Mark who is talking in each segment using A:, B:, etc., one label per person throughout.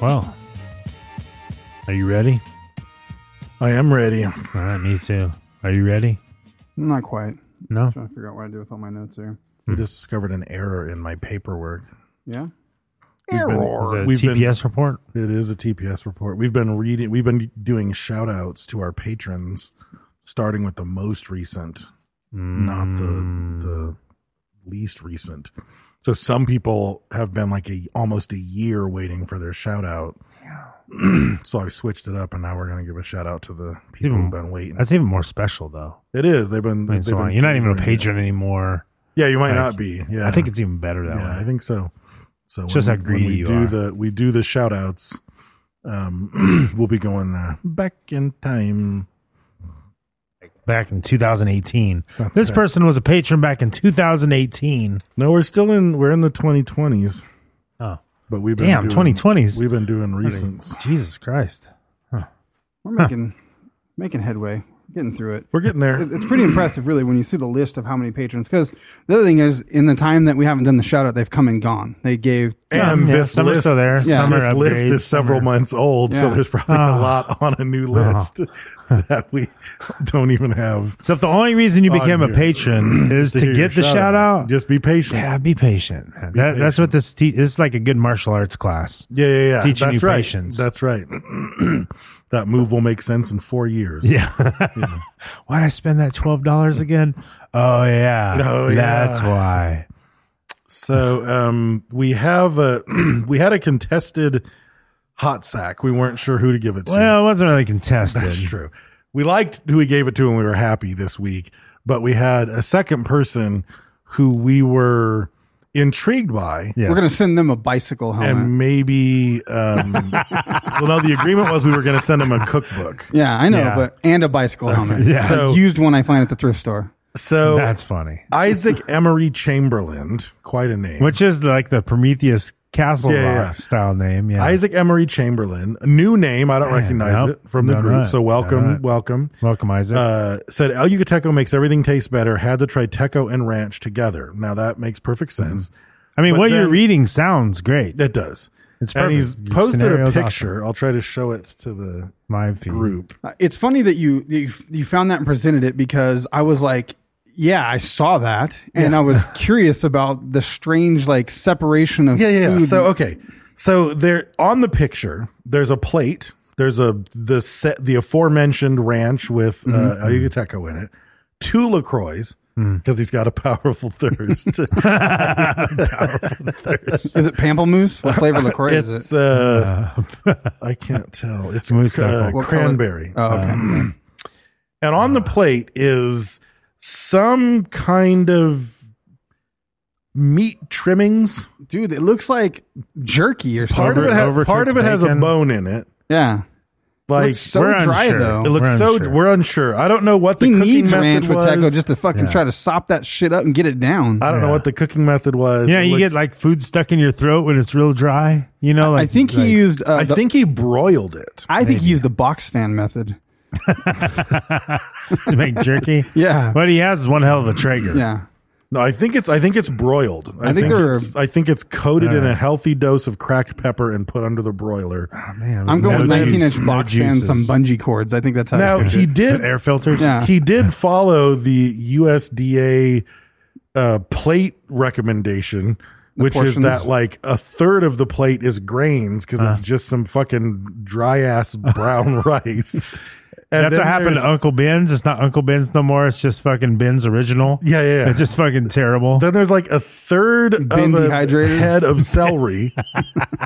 A: Well, are you ready?
B: I am ready.
A: All right, me too. Are you ready?
C: Not quite.
A: No?
C: I figure out what I do with all my notes here.
B: I just discovered an error in my paperwork.
C: Yeah.
B: We've been-
A: Is it a
B: we've been-
A: TPS report?
B: It is a TPS report. We've been reading. We've been doing shout outs to our patrons, starting with the most recent, not
A: Mm.
B: the the least recent. So some people have been like a almost a year waiting for their shout out. so I switched it up, and now we're gonna give a shout out to the people
A: Even-
B: who've been waiting.
A: That's even more special, though.
B: It is. They've been.
A: I mean,
B: they've
A: so
B: been
A: on. You're not even a
B: savoring it.
A: patron anymore.
B: Yeah, you might
A: Like,
B: not be. Yeah,
A: I think it's even better that
B: yeah,
A: way.
B: I think so. So
A: It's just
B: when
A: how
B: we- when
A: greedy
B: we
A: you
B: do
A: are.
B: the we do the shout outs, um, we'll be going uh, back in time.
A: back in 2018.
B: That's
A: this
B: right.
A: person was a patron back in 2018.
B: No, we're still in we're in the 2020s,
A: Oh,
B: but we've been
A: Damn,
B: doing,
A: 2020s.
B: We've been doing recents.
A: Jesus Christ.
C: We're making making headway. We're getting through it.
B: We're getting there.
C: It- It's pretty impressive, really, when you see the list of how many patrons. Because the other thing is, in the time that we haven't done the shout out, they've come and gone. They gave.
B: And
A: yeah,
B: this
A: some are
B: list,
A: still there,
C: Yeah. some
B: this
A: are
B: list
A: upgrades,
B: is several
A: some are-
B: months old, so
C: Yeah.
B: there's probably a
A: Oh.
B: lot on a new
A: Ah.
B: list that we don't even have.
A: So if the only reason you
B: on
A: became a
B: here.
A: patron is to
B: hear your
A: get the shout
B: shout-out.
A: out,
B: Just be patient.
A: Yeah, be patient. that, That's
B: patient.
A: what this te- this is like a good martial arts class.
B: Yeah, yeah, yeah.
A: Teaching
B: That's
A: you
B: right.
A: patience.
B: That's right. that move will make sense in four years.
A: Yeah. Why'd I spend that twelve dollars again? Oh yeah.
B: Oh, yeah.
A: That's why.
B: So um, we have a we had a contested hot sack. We weren't sure who to give it to.
A: Well, it wasn't really contested.
B: that's true. We liked who we gave it to, and we were happy this week. But we had a second person who we were intrigued by,
A: Yes.
C: We're going to send them a bicycle helmet.
A: Uh-huh.
B: and maybe um, well, no, the agreement was we were going to send him a cookbook.
C: yeah, I know,
A: Yeah.
C: but and a bicycle helmet.
A: Yeah.
B: So-
C: A used one I find at the thrift store.
B: So
A: That's funny.
B: Isaac Emery Chamberlain, quite a name.
A: Which is like the Prometheus Castle
B: Yeah, yeah.
A: Rock style name. Yeah.
B: Isaac Emery Chamberlain, a new name. I don't
A: Man,
B: recognize
A: nope.
B: it from the
A: Done
B: group.
A: right.
B: So welcome,
A: Done right.
B: welcome.
A: Welcome, Isaac.
B: Uh, said El Yucateco makes everything taste better. Had to try Teco and Ranch together. Now that makes perfect sense.
A: I mean,
B: but
A: what you're
B: then-
A: reading sounds great.
B: It does.
A: It's
B: and he's
A: perfect. Your
B: posted a
A: scenario's
B: picture. I'll try to show it to the
A: My feed.
B: group.
C: Uh, It's funny that you that you you found that and presented it because I was like, yeah, I saw that, and I was curious about the strange like separation of
B: Yeah, yeah. yeah.
C: food.
B: So okay, so there on the picture, there's a plate. There's a the set the aforementioned ranch with uh, El Yucateco in it. Two Lacroix because he's got a powerful thirst.
C: is it pamplemousse? What flavor liqueur is
B: it's
C: it?
B: uh, I can't tell. It's
A: Moose
B: uh,
A: knuckle.
C: What color-
B: cranberry, Um,
C: Oh, okay.
B: and on the plate is some kind of meat trimmings.
C: dude, it looks like jerky or
B: Part
C: something.
B: of it,
A: overcooked
B: has, part of it has a
A: bacon.
B: bone in it.
C: yeah,
B: Like
C: looks so
A: we're
C: dry
A: unsure.
C: though.
B: it looks
A: We're
B: so.
A: unsure.
B: We're unsure. I don't know what the
C: Oh, he
B: cooking
C: needs
B: method
C: ranch with
B: was.
C: taco just to fucking
A: Yeah.
C: try to sop that shit up and get it down.
B: I don't know
A: Yeah.
B: what the cooking method was.
A: You know,
B: It
A: you
B: looks-
A: get like food stuck in your throat when it's real dry. You know, like
C: I think he
A: like-
C: used. Uh,
B: I
C: the-
B: think he broiled it.
C: I think he used the box fan method.
A: to make jerky.
C: Yeah.
A: but he has one hell of a Traeger.
C: Yeah,
B: No, I think it's. I think it's broiled. I,
C: I think
B: think,
C: there are-
B: it's. I think it's coated in
A: Alright.
B: a healthy dose of cracked pepper and put under the broiler.
A: Oh, man,
C: I'm going
A: no
C: with
A: juice,
C: 19 inch
A: no
C: box fan,
A: juices.
C: some bungee cords. I think that's how.
B: Now
C: you do it.
B: he did
A: With air filters.
C: Yeah.
B: he did follow the USDA uh, plate recommendation,
C: the
B: which is
C: portions. Uh.
B: that like a third of the plate is grains because it's just some fucking dry ass brown rice. And
A: That's
B: then
A: what happened
B: there's-
A: to Uncle Ben's. It's not Uncle Ben's no more. It's just fucking Ben's original.
B: Yeah, yeah, yeah.
A: It's just fucking terrible.
B: Then there's like a third
C: Been
B: of a
C: dehydrated?
B: head of celery,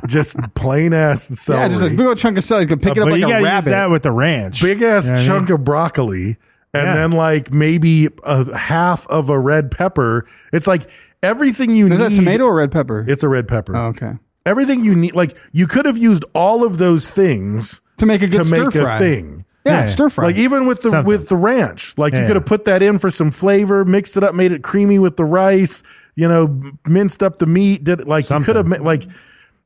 B: just plain ass celery.
C: Yeah, just a big old chunk of celery. He's gonna pick
B: Uh,
C: it up
B: but
C: like
B: you
C: a
B: gotta use
C: rabbit.
B: that
A: with the ranch.
B: big ass
A: You know what I
B: chunk
A: mean?
B: of broccoli and
A: Yeah.
B: then like maybe a half of a red pepper. It's like everything you
C: Is
B: need.
C: that tomato or red pepper?
B: It's a red pepper.
C: Oh, okay.
B: Everything you need, like you could have used all of those things
C: To make a good
B: to make
C: stir fry.
B: a thing.
C: Yeah, stir fry.
B: Like even with the
A: Something.
B: with the ranch, like you
A: Yeah.
B: could have put that in for some flavor, mixed it up, made it creamy with the rice. You know, minced up the meat. Did like you could have mi- like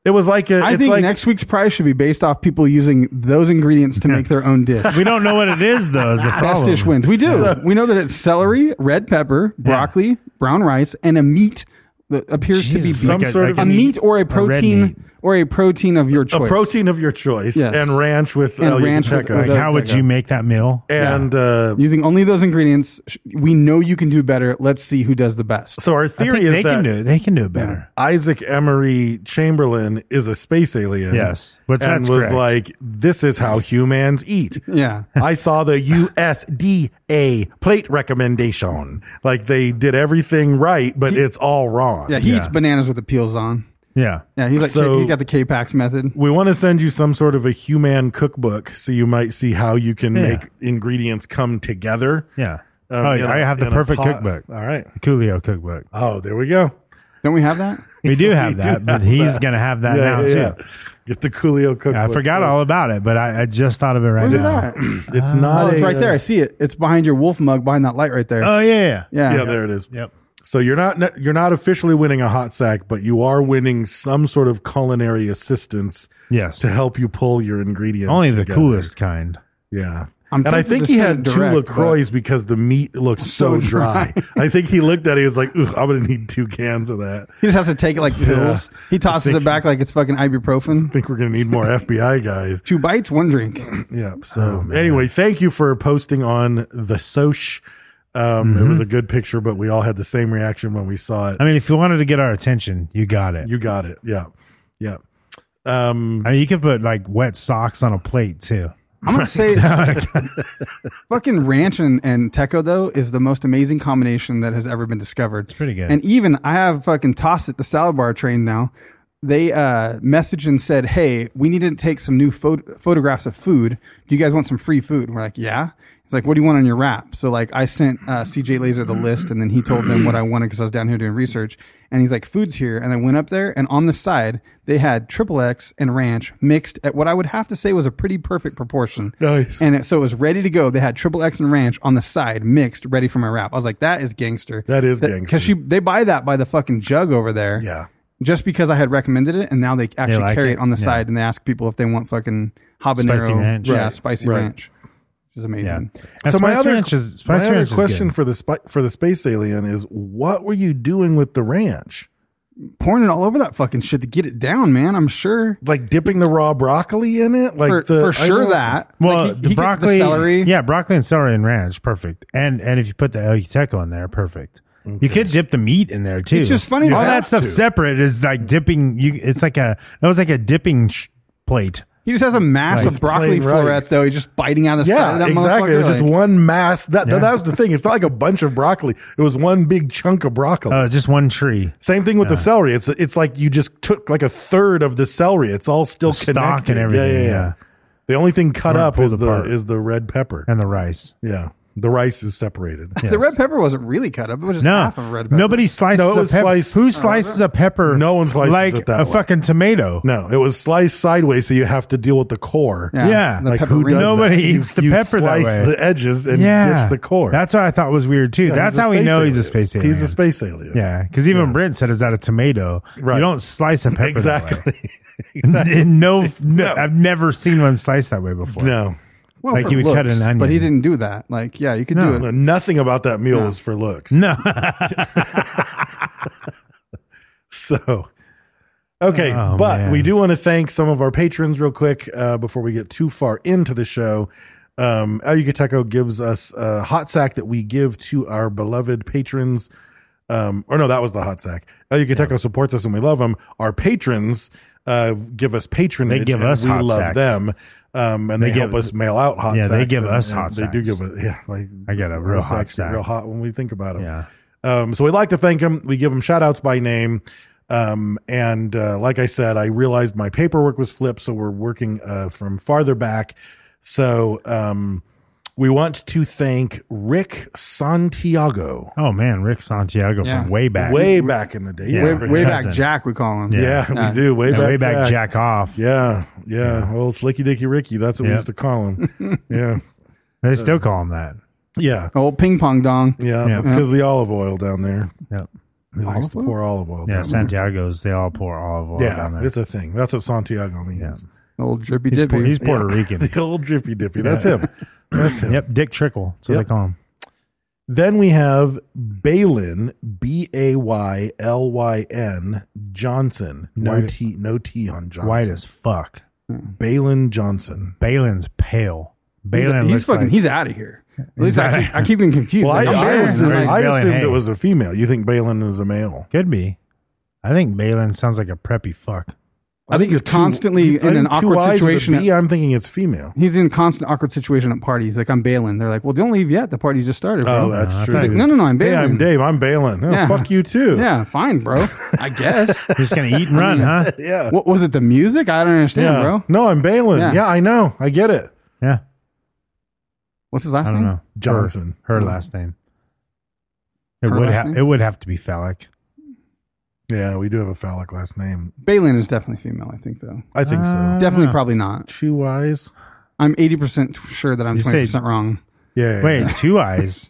B: it was like a.
C: I
B: it's
C: think
B: like,
C: next week's prize should be based off people using those ingredients to make their own dish.
A: We don't know what it is though. Is the problem?
C: Best dish wins. We do.
B: So-
C: we know that it's celery, red pepper, broccoli, brown rice, and a meat that appears
A: Jesus,
C: to be
A: like
C: beef.
A: Some a- sort like of-
C: a
A: an-
C: meat or
A: a
C: a
A: red
C: protein
A: meat.
C: or a protein of your choice.
B: a protein of your choice
C: Yes.
B: and ranch with
C: And
B: El
C: ranch with-
B: Yucateco.
C: with
A: Like,
C: Yeah,
A: how would
C: yeah.
A: you make that meal?
B: and uh,
C: Using only those ingredients, sh- we know you can do better. Let's see who does the best.
B: so our
A: I think
B: theory is
A: they
B: that
A: can do. They can do it better.
B: Isaac Emery Chamberlain is a space alien.
A: Yes. But
B: and
A: that's
B: was
A: correct.
B: like, "This is how humans eat."
C: Yeah.
B: I saw the USDA plate recommendation. Like they did everything right, but it's all wrong.
C: Yeah, he
A: Yeah.
C: eats bananas with the peels on.
A: Yeah.
C: Yeah, he's like
B: So-
C: he got the K Pax method.
B: we want to send you some sort of a human cookbook, so you might see how you can
A: Yeah.
B: make ingredients come together.
A: Yeah.
B: Um,
A: oh,
B: in a-
A: I have the
B: in a
A: perfect
B: pot.
A: cookbook.
B: All right.
A: Coolio cookbook.
B: Oh, there we go.
C: Don't we have that?
A: We do
B: We
A: have
B: do
A: that,
B: have
A: but he's
B: that.
A: gonna have that
B: Yeah,
A: now
B: yeah, yeah.
A: too.
B: Get the Coolio cookbook.
A: I forgot
B: So
A: all about it, but I, I just thought of it right
C: Where's it
A: now.
C: at?
B: It's not.
C: Oh, it's
B: a, Uh,
C: right there. I see it. It's behind your wolf mug, behind that light right there.
A: Oh yeah, yeah.
C: yeah.
B: Yeah, there it is.
A: Yep.
B: So you're not you're not officially winning a hot sack, but you are winning some sort of culinary assistance
A: Yes.
B: to help you pull your ingredients.
A: Only the
B: together.
A: coolest kind.
B: Yeah.
C: I'm
B: and I
C: tempted
B: think
C: to
B: he
C: send
B: had
C: it
B: two
C: direct,
B: LaCroix because the meat looks so,
C: So
B: dry. I think he looked at it. He was like, Ooh, I'm going to need two cans of that. I
C: He just has to take it like pills.
B: Yeah.
C: He tosses
B: Thank
C: it back like it's fucking ibuprofen.
B: think we're going to need more FBI guys.
C: Two bites, one drink.
B: Yeah.
C: Oh,
B: So anyway, thank you for posting on the Soch. Um, It
C: Mm-hmm.
B: was a good picture, but we all had the same reaction when we saw it.
A: I mean, if you wanted to get our attention, you got it.
B: you got it. Yeah. Yeah. Um,
A: I mean, you could put like wet socks on a plate too.
C: I'm gonna say, fucking ranch and, and teco though is the most amazing combination that has ever been discovered. It's
A: pretty good.
C: And even I have fucking tossed at the salad bar train now. They uh, messaged and said, "Hey, we need to take some new photo- photographs of food. Do you guys want some free food?" We're like, "Yeah." He's like, "What do you want on your wrap?" So like, I sent uh, CJ Laser the list, and then he told them what I wanted because I was down here doing research. And he's like, "Food's here," and I went up there, and on the side they had triple X and ranch mixed at what I would have to say was a pretty perfect proportion.
B: Nice.
C: And it, so it was ready to go. They had triple X and ranch on the side, mixed, ready for my wrap. I was like, that is gangster.
B: That is gangster.
C: Because she they buy that by the fucking jug over there.
B: Yeah.
C: Just because I had recommended it, and now they actually
A: like
C: carry
A: it.
C: it, on the
A: Yeah.
C: side, and they ask people if they want fucking habanero,
A: Spicy ranch.
C: yeah,
A: Right.
C: spicy
B: Right.
C: ranch, which is
A: Yeah.
C: amazing.
A: And
B: so my
A: Spice
B: other,
A: Ranch is-
B: my
A: Spice
B: other
A: Ranch is
B: question
A: good.
B: for the spi- for the space alien is what were you doing with the ranch?
C: Pouring it all over that fucking shit to get it down, man. I'm sure
B: Like dipping the raw broccoli in it? Like
C: for,
B: the,
C: for
B: I
C: sure
B: don't-
C: that.
A: Well,
C: Like, he-
A: the
C: he could-
A: broccoli,
C: celery,
A: yeah, broccoli and celery and ranch, perfect. And and if you put the El Yuteco in there, perfect. You could dip the meat in there too.
C: It's just funny
A: All
C: to
A: that
C: have
A: stuff
C: to.
A: separate is like dipping. You, it's like a that was like a dipping sh- plate.
C: He just has a mass
A: Like
C: of broccoli
B: plain rice.
C: floret though. He's just biting out of the side of
B: Yeah,
C: that
B: exactly. It
C: motherfucker.
B: was just
C: like-
B: one mass. That
A: Yeah.
B: that was the thing. It's not like a bunch of broccoli. It was one big chunk of broccoli.
A: Uh, just one tree.
B: Same thing with the celery. It's it's like you just took like a third of the celery. It's all still
A: The
B: connected.
A: stock and everything, yeah.
B: The only thing cut
A: Or
B: up
A: pulled
B: is the
A: apart.
B: is the red pepper.
A: and the rice.
B: yeah, the rice is separated.
C: The red pepper wasn't really cut up. It was just
A: No,
C: half of red pepper.
A: nobody slices
B: No, it
A: a
B: was
A: pepper.
B: sliced-
A: Who slices a pepper?
B: No one slices
A: like
B: it that
A: a
B: way.
A: fucking tomato.
B: No, it was sliced sideways, so you have to deal with the core.
C: Yeah.
A: Yeah.
C: the
B: like
C: pepper
B: who
C: rings.
B: does
A: Nobody
B: that? You-
A: eats the
B: you
A: pepper that
B: slice
A: way.
B: the edges and ditch the core.
A: That's what I thought was weird too.
B: Yeah,
A: That's
B: he's a
A: how we
B: space
A: know he's a space alien.
B: He's a space alien.
A: Yeah, because even Brent said, "Is that a tomato?"
B: Right.
A: You don't slice a pepper That way.
B: exactly.
A: No, no,
B: No.
A: I've never seen one sliced that way before.
B: no.
C: Well,
A: like
C: for
A: he would cut
C: looks,
A: an onion.
C: But he didn't do that. Like, yeah, you could
A: No.
C: do
B: No,
C: it.
B: nothing about that meal was for looks.
A: No.
B: So, okay,
A: Oh,
B: but
A: man.
B: we do want to thank some of our patrons real quick uh, before we get too far into the show. Um, El Yucateco gives us a hot sack that we give to our beloved patrons. Um, or no, that was the hot sack. El Yucateco supports us and we love them. Our patrons uh, give us patronage.
A: They give
B: and
A: us
B: we
A: hot
B: love
A: sacks.
B: them, um, and they,
A: They give-
B: help us mail out hot.
A: Yeah, they
B: sacks
A: give
B: and-
A: us
B: and
A: hot
B: They do
A: sacks.
B: give us. Yeah, like
A: I got a real hot
B: sacks get
A: sack.
B: Real hot when we think about them.
A: Yeah.
B: Um, so we like to thank them. We give them shout outs by name. Um, and uh, like I said, I realized my paperwork was flipped, so we're working uh, from farther back. So um, we want to thank Rick Santiago.
A: Oh man, Rick Santiago
B: Yeah.
A: from way back,
B: Way back in the day.
A: Yeah.
C: way,
A: Cousin.
C: way back Jack, we call him.
B: Yeah,
C: Uh,
B: we do. Way
A: Yeah,
B: back,
A: way back Jack off.
B: Yeah, yeah. Old Slicky Dicky Ricky. That's what we
A: Yep.
B: used to call him. yeah,
A: They still call him that.
B: yeah,
C: Old ping pong dong.
B: yeah.
A: Yeah.
B: It's because the olive oil down there.
A: Yep.
B: He likes to
C: Olive oil?
B: pour olive oil.
A: Yeah,
B: down there.
A: Santiago's. They all pour olive oil down
B: Yeah,
A: there.
B: it's a thing. That's what Santiago means.
C: Old drippy
A: He's,
C: dippy.
A: Pu- he's Puerto
B: Yeah.
A: Rican.
B: the old drippy dippy.
A: Yeah.
B: That's him. That's him.
A: Yep, Dick Trickle. So
B: Yep.
A: they call him.
B: Then we have Balin, B A Y L Y N Johnson. No
A: White-
B: T, no T on Johnson.
A: White as fuck.
B: Balin Johnson.
A: Balin's pale. Balin
C: he's,
A: looks
C: fucking.
A: like,
C: he's out of here. At least I
A: outta
C: keep, I keep getting confused.
B: Well, I,
C: Like, I'm
B: I
C: Balin.
B: assumed,
A: Where's
B: I
A: Balin?
B: assumed
A: Hey.
B: it was a female. You think Balin is a male?
A: could be. I think Balin sounds like a preppy fuck.
C: I think he's
B: it's two-
C: constantly
B: I think
C: in an
B: two Ys
C: awkward
B: with a
C: situation.
B: B, I'm thinking it's female.
C: He's in constant awkward situation at parties. Like I'm bailing. They're like, "Well, don't leave yet. The party just started."
B: Oh,
C: Bro.
B: that's
A: I
B: true.
A: thought it
C: was- No, no, no, I'm
B: Hey,
C: Balin.
B: I'm Dave. I'm Balin. Oh,
C: Yeah.
B: Fuck you too.
C: yeah, fine, bro. I guess.
A: Just gonna eat and run, huh?
B: yeah,
C: What was it? The music? I don't understand,
B: yeah.
C: bro.
B: No, I'm Balin.
C: Yeah.
B: Yeah. I know. I get it.
A: Yeah,
C: What's his last
A: I don't
C: name?
A: know. Her-
B: Johnson.
A: her, last name. It
C: Her
A: would
C: last
A: have.
C: name?
A: It would have to be phallic.
B: Yeah, we do have a phallic last name.
C: Balin is definitely female. I think though.
B: I think
A: Uh,
B: so.
C: Definitely,
A: know.
C: probably not.
B: Two Ys.
C: I'm 80% sure that I'm
A: You
C: 20%
A: say-
C: wrong.
B: Yeah. yeah, yeah.
A: Wait, two eyes.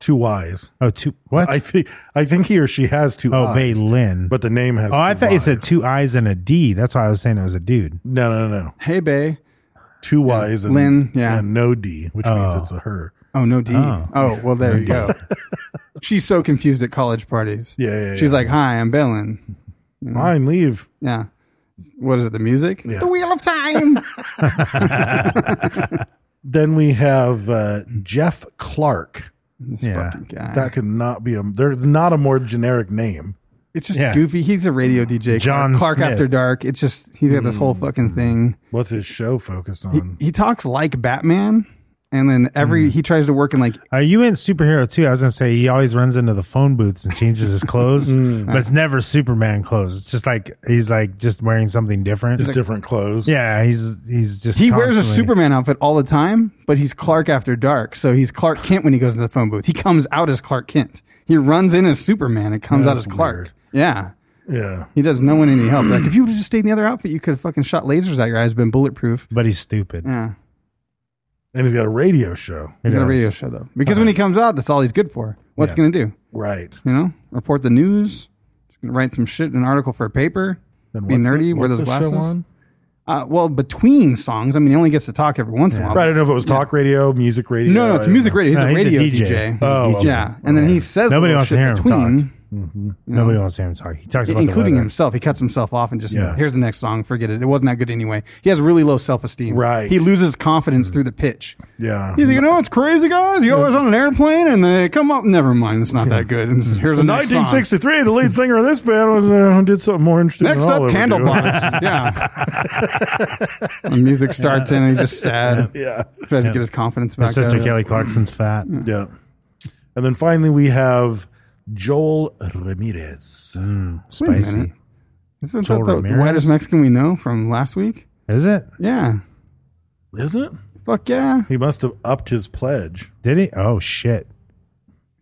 B: two Ys.
A: Oh, two. What?
B: I think I think he or she has two.
A: oh,
B: eyes,
A: Balin.
B: But the name has.
A: oh, I
B: two
A: thought you said
B: Ys.
A: two eyes and a D. That's why I was saying it was a dude.
B: No, no, no, no.
C: Hey, Bay.
B: Two Ys and
C: Lynn, yeah.
B: and no D, which means
A: Oh.
B: it's a her.
C: Oh, no D.
A: Oh.
C: Oh, well, there you go. She's so confused at college parties.
B: Yeah, yeah,
C: She's
B: yeah.
C: like, hi, I'm Balin.
B: Mine leave.
C: Yeah. What is it? The music? It's
B: Yeah.
C: the Wheel of Time.
B: Then we have uh, Jeff Clark.
C: this
A: Yeah.
C: fucking guy.
B: That could not be a. There's not a more generic name.
C: it's just
A: Yeah.
C: goofy. He's a radio DJ.
A: John
C: Clark
A: Smith.
C: After Dark. It's just, he's got this whole fucking thing.
B: What's his show focused
C: He,
B: on?
C: he talks like Batman. And then every, he tries to work in like
A: Are Uh, you in superhero too? I was gonna say he always runs into the phone booths and changes his clothes, but it's never Superman clothes. It's just like he's like just wearing something different.
B: Just different clothes.
A: yeah, he's he's just
C: He wears a
A: constantly-
C: Superman outfit all the time, but he's Clark after dark. So he's Clark Kent when he goes into the phone booth. He comes out as Clark Kent. He runs in as Superman and comes out as
B: That's
C: Clark.
B: weird.
C: Yeah.
B: Yeah.
C: He does no one any help. Like, if you would have just stayed in the other outfit, you could have fucking shot lasers at your eyes, been bulletproof.
A: but he's stupid.
C: Yeah.
B: And he's got a radio show.
A: He
C: He's got a
A: does.
C: radio show, though. Because when he comes out, that's all he's good for. What's
A: Yeah.
C: going to do?
B: Right.
C: You know, report the news, write some shit, an article for a paper,
B: And
C: be
B: what's the-
C: nerdy, wear
B: what's
C: those
B: the show
C: glasses.
B: on?
C: Uh, well, between songs, I mean, he only gets to talk every once in a while.
B: Right. I don't know if it was talk radio, music radio.
C: No, no,
B: I
C: it's
B: don't
C: music
B: know.
C: radio. He's
A: No,
C: a
A: he's a
C: radio
A: DJ.
C: DJ.
B: Oh, okay.
C: yeah. And then he says
A: Nobody
C: little
A: wants to
C: shit
A: hear him
C: between,
A: talk. Mm-hmm. Nobody wants to hear him talk. He talks about
C: including
A: the weather.
C: himself. He cuts himself off and just
B: Yeah.
C: here's the next song. Forget it. It wasn't that good anyway. He has really low self esteem.
B: Right.
C: He loses confidence through the pitch.
B: Yeah.
C: He's like, you know what's crazy, guys? You're always on an airplane and they come up. Never mind, it's not that good. And Here's the
B: In
C: next song.
B: 1963, the lead singer of this band was uh, did something more interesting.
C: Next
B: than
C: up,
B: I'll ever do.
C: Candlebox. yeah. the music starts in and he's just sad.
B: Yeah.
C: Tries to get his confidence back.
A: His sister
C: up.
A: Kelly
C: mm.
A: Clarkson's fat.
B: Yeah. And then finally, we have Joel Ramirez.
C: Wait a
A: Spicy.
C: minute. Isn't
A: Joel
C: that the, the
A: Ramirez?
C: whitest Mexican we know from last week?
A: Is it?
C: Yeah.
B: Is it?
C: Fuck yeah.
B: He must have upped his pledge.
A: Did he? Oh shit.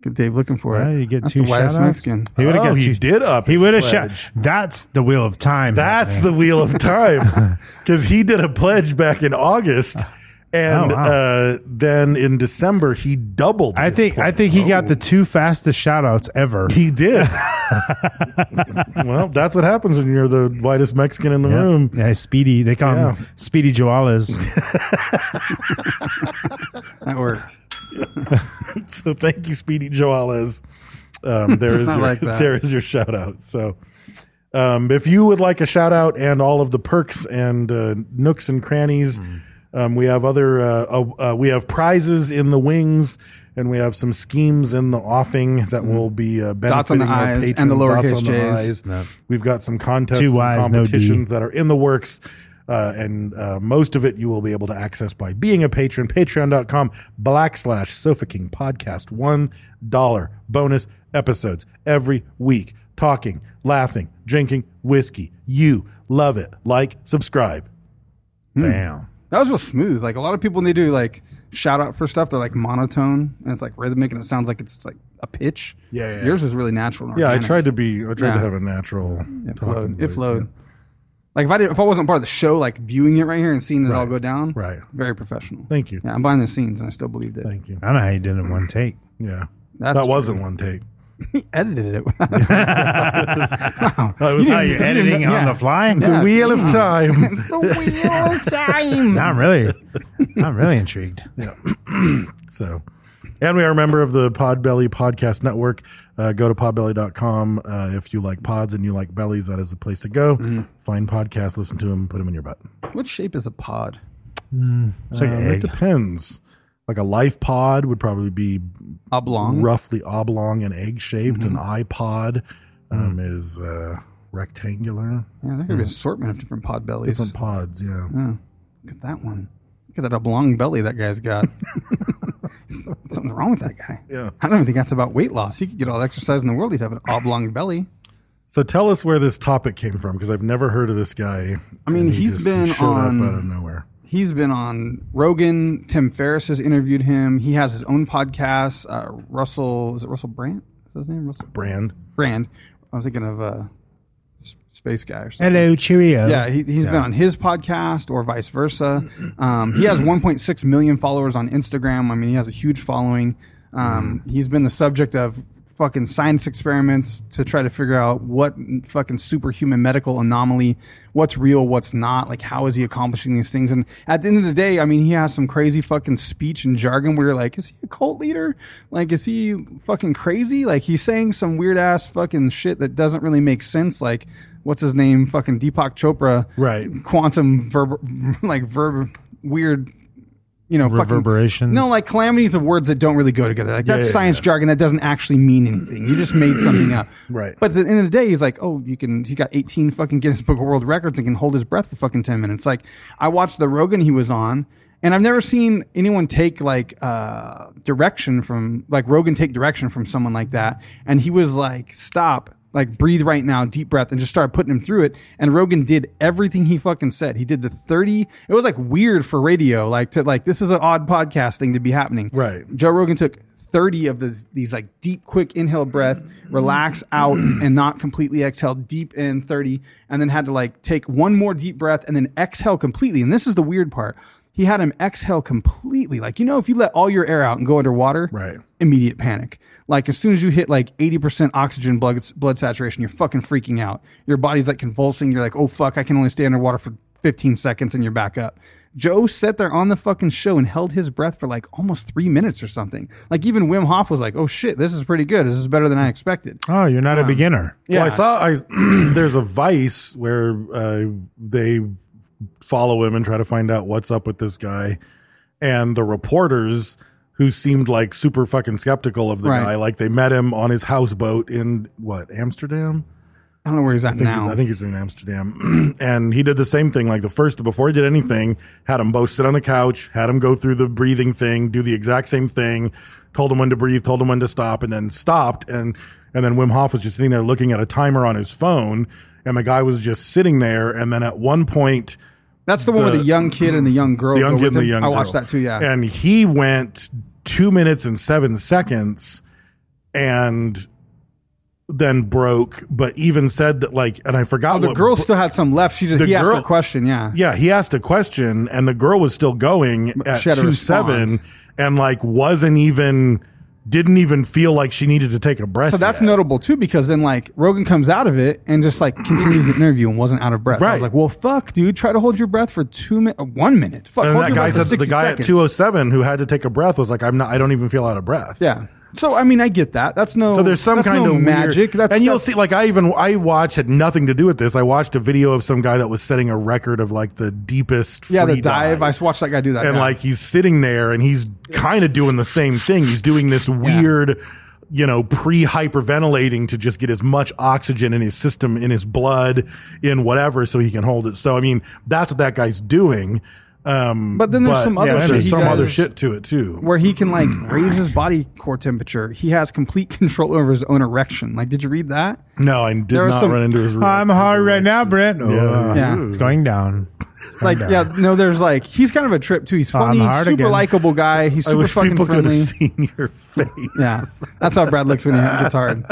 C: Get Dave looking for
A: Well,
C: it.
A: you get
C: That's
A: two
C: the whitest
A: shout-outs?
C: Mexican.
A: He would have
B: Oh,
A: got
B: he
A: two-
B: did up
A: He
B: his
A: would have
B: pledge.
A: shot. That's the wheel of time.
B: That's
A: man.
B: the wheel of time. Because he did a pledge back in August. And
A: Oh, wow.
B: uh, then in December, he doubled.
A: I
B: his
A: think. I
B: pledge.
A: think he got
C: Oh.
A: the two fastest shout outs ever.
B: He did. well, that's what happens when you're the whitest Mexican in the
A: Yeah.
B: room.
A: Yeah, Speedy. They call
B: Yeah.
A: him Speedy Joales.
C: That worked.
B: So thank you, Speedy Joales. Um, there is
C: I
B: your,
C: like that.
B: there is your shout out. So um, if you would like a shout out and all of the perks and uh,
C: Mm.
B: nooks and crannies, um, we have other uh, uh, uh, we have prizes in the wings. and we have some schemes in the offing that will be uh,
C: Mm. Dots on
B: benefiting
C: the
B: our
C: I's
B: patrons.
C: and the
B: Dots
C: lowercase
B: on the
C: J's.
B: I's. We've got some contests,
A: Two
B: and
A: Y's, no D.
B: competitions that are in the works. Uh, and uh, most of it you will be able to access by being a patron. Patreon.com backslash Sofa King Podcast. One dollar bonus episodes every week. Talking, laughing, drinking whiskey. You love it. Like, subscribe.
A: Bam.
C: That was real smooth. Like a lot of people, when they do like shout out for stuff, they're like monotone and it's like rhythmic and it sounds like it's like a pitch.
B: Yeah, yeah.
C: Yours was really natural. And
B: Yeah, I
C: organic.
B: tried to be. I tried
C: Yeah.
B: to have a natural.
C: It
B: talking
C: flowed. It
B: voice,
C: flowed. Like if I did, if I wasn't part of the show, like viewing it right here and seeing it all go down,
B: Right.
C: Very professional.
B: Thank you.
C: Yeah, I'm behind the scenes and I still believed it.
B: Thank you.
A: I don't know how you did it in one take.
B: Yeah,
C: That's
B: that wasn't
C: true.
B: one take.
C: He edited it.
A: That was how you're editing it on the fly?
B: The wheel of time.
C: the wheel of time.
A: Not really. I'm really intrigued.
B: So, and we are a member of the Podbelly Podcast Network. Uh, go to podbelly.com. Uh, if you like pods and you like bellies, that is the place to go.
C: Mm-hmm.
B: Find podcasts, listen to them, put them in your butt.
C: What shape is a pod?
B: It's like,
A: Uh,
B: it
A: egg.
B: depends. Like a life pod would probably be
C: Oblong.
B: roughly oblong and egg shaped. An
C: Mm-hmm.
B: iPod um, is uh, rectangular.
C: Yeah, there could be an assortment of different pod bellies.
B: Mm. Different pods, yeah.
C: Oh, look at that one. Look at that oblong belly that guy's got. Something's wrong with that guy.
B: Yeah.
C: I don't even think that's about weight loss. He could get all the exercise in the world. He'd have an oblong belly.
B: So tell us where this topic came from because I've never heard of this guy.
C: I mean,
B: and
C: he's
B: just
C: been
B: showed
C: on-
B: up out of nowhere.
C: He's been on Rogan. Tim Ferriss has interviewed him. He has his own podcast. Uh, Russell, is it Russell Brand? Is that his name? Russell
B: Brand.
C: Brand. I'm thinking of uh, s- space guy or something.
A: Hello, cheerio.
C: Yeah, he, he's been on his podcast or vice versa. Um, he has 1.6 million followers on Instagram. I mean, he has a huge following. Um, He's been the subject of fucking science experiments to try to figure out what fucking superhuman medical anomaly, what's real, what's not. Like, how is he accomplishing these things? And at the end of the day, I mean, he has some crazy fucking speech and jargon where you're like, is he a cult leader? Like, is he fucking crazy? Like, he's saying some weird ass fucking shit that doesn't really make sense. Like, what's his name? Fucking Deepak Chopra
B: Right.
C: quantum verb like verb weird you know fucking-
A: Reverberations.
C: no like calamities of words that don't really go together like that's
B: yeah,
C: science jargon that doesn't actually mean anything you just made something up
B: Right.
C: but at the end of the day he's like oh you can he got 18 fucking Guinness Book of World Records and can hold his breath for fucking 10 minutes like I watched the Rogan he was on and I've never seen anyone take like uh direction from like Rogan take direction from someone like that and he was like stop like breathe right now, deep breath, and just started putting him through it. And Rogan did everything he fucking said. He did the 30. It was like weird for radio, like to like this is an odd podcast thing to be happening.
B: Right.
C: Joe Rogan took 30 of these these like deep, quick inhale breath, relax out and not completely exhale, deep in 30, and then had to like take one more deep breath and then exhale completely. And this is the weird part. He had him exhale completely. Like, you know, if you let all your air out and go underwater,
B: Right.
C: immediate panic. Like as soon as you hit like 80% oxygen blood, blood saturation, you're fucking freaking out. Your body's like convulsing. You're like, oh fuck, I can only stay underwater for 15 seconds and you're back up. Joe sat there on the fucking show and held his breath for like almost three minutes or something. Like even Wim Hof was like, oh shit, this is pretty good. This is better than I expected.
A: Oh, you're not a beginner.
B: Well, I saw I there's a Vice where uh, they follow him and try to find out what's up with this guy, and the reporters who seemed like super fucking skeptical of the
C: Right.
B: guy, like they met him on his houseboat in what Amsterdam.
C: I don't know where he's at
B: I think,
C: now.
B: he's, I think he's in Amsterdam. and he did the same thing. Like the first, before he did anything, had him both sit on the couch, had him go through the breathing thing, do the exact same thing, told him when to breathe, told him when to stop, and then stopped. And, and then Wim Hof was just sitting there looking at a timer on his phone. And the guy was just sitting there. And then at one point,
C: That's the one with
B: the-
C: the young kid and the young girl.
B: the
C: go
B: young kid
C: with
B: and the
C: him.
B: young
C: I watched
B: girl.
C: that too. Yeah.
B: And he went two minutes and seven seconds and then broke, but even said that like, and I forgot
C: Oh, the
B: what
C: girl
B: bro-
C: still had some left. She just,
B: the
C: he asked her
B: girl-
C: a question. Yeah.
B: yeah, he asked a question, and the girl was still going at
C: she had to
B: two
C: respond.
B: seven, and like wasn't even didn't even feel like she needed to take a breath.
C: So that's
B: yet.
C: notable too, because then like Rogan comes out of it and just like continues the interview and wasn't out of breath. I
B: Right.
C: was like, well, fuck, dude, try to hold your breath for two minutes, one minute. Fuck,
B: And
C: hold
B: that
C: your
B: guy oh
C: breath for
B: said that the
C: 60
B: guy
C: seconds.
B: at two oh seven who had to take a breath was like, "I'm not. I don't even feel out of breath."
C: Yeah. So I mean, I get that. That's no.
B: So there's some
C: that's
B: kind
C: no
B: of Weird,
C: magic. that's
B: and you'll
C: that's-
B: see, like I even I watched had nothing to do with this. I watched a video of some guy that was setting a record of like the deepest.
C: yeah, the
B: free
C: dive. I watched that guy do that.
B: and
C: yeah.
B: like he's sitting there and he's kind of doing the same thing. He's doing this weird, you know, pre hyperventilating to just get as much oxygen in his system, in his blood, in whatever, so he can hold it. So I mean, that's what that guy's doing. Um,
C: But then there's some other shit
B: there's
C: he
B: some other
C: does.
B: shit to it too.
C: where he can like raise his body core temperature. He has complete control over his own erection. Like, did you read that?
B: No, I did
C: There was
B: not
C: some-
B: run into his.
A: I'm hard right now, Brent. Oh,
B: Yeah.
C: Yeah.
A: It's going down.
C: Like, yeah, no, there's like he's kind of a trip too. He's
A: I'm
C: funny,
A: hard
C: super
A: again.
C: likable guy. He's
B: I
C: super
B: wish
C: fucking
B: people could
C: friendly.
B: have seen your face.
C: Yeah, that's how Brad looks when he gets hard.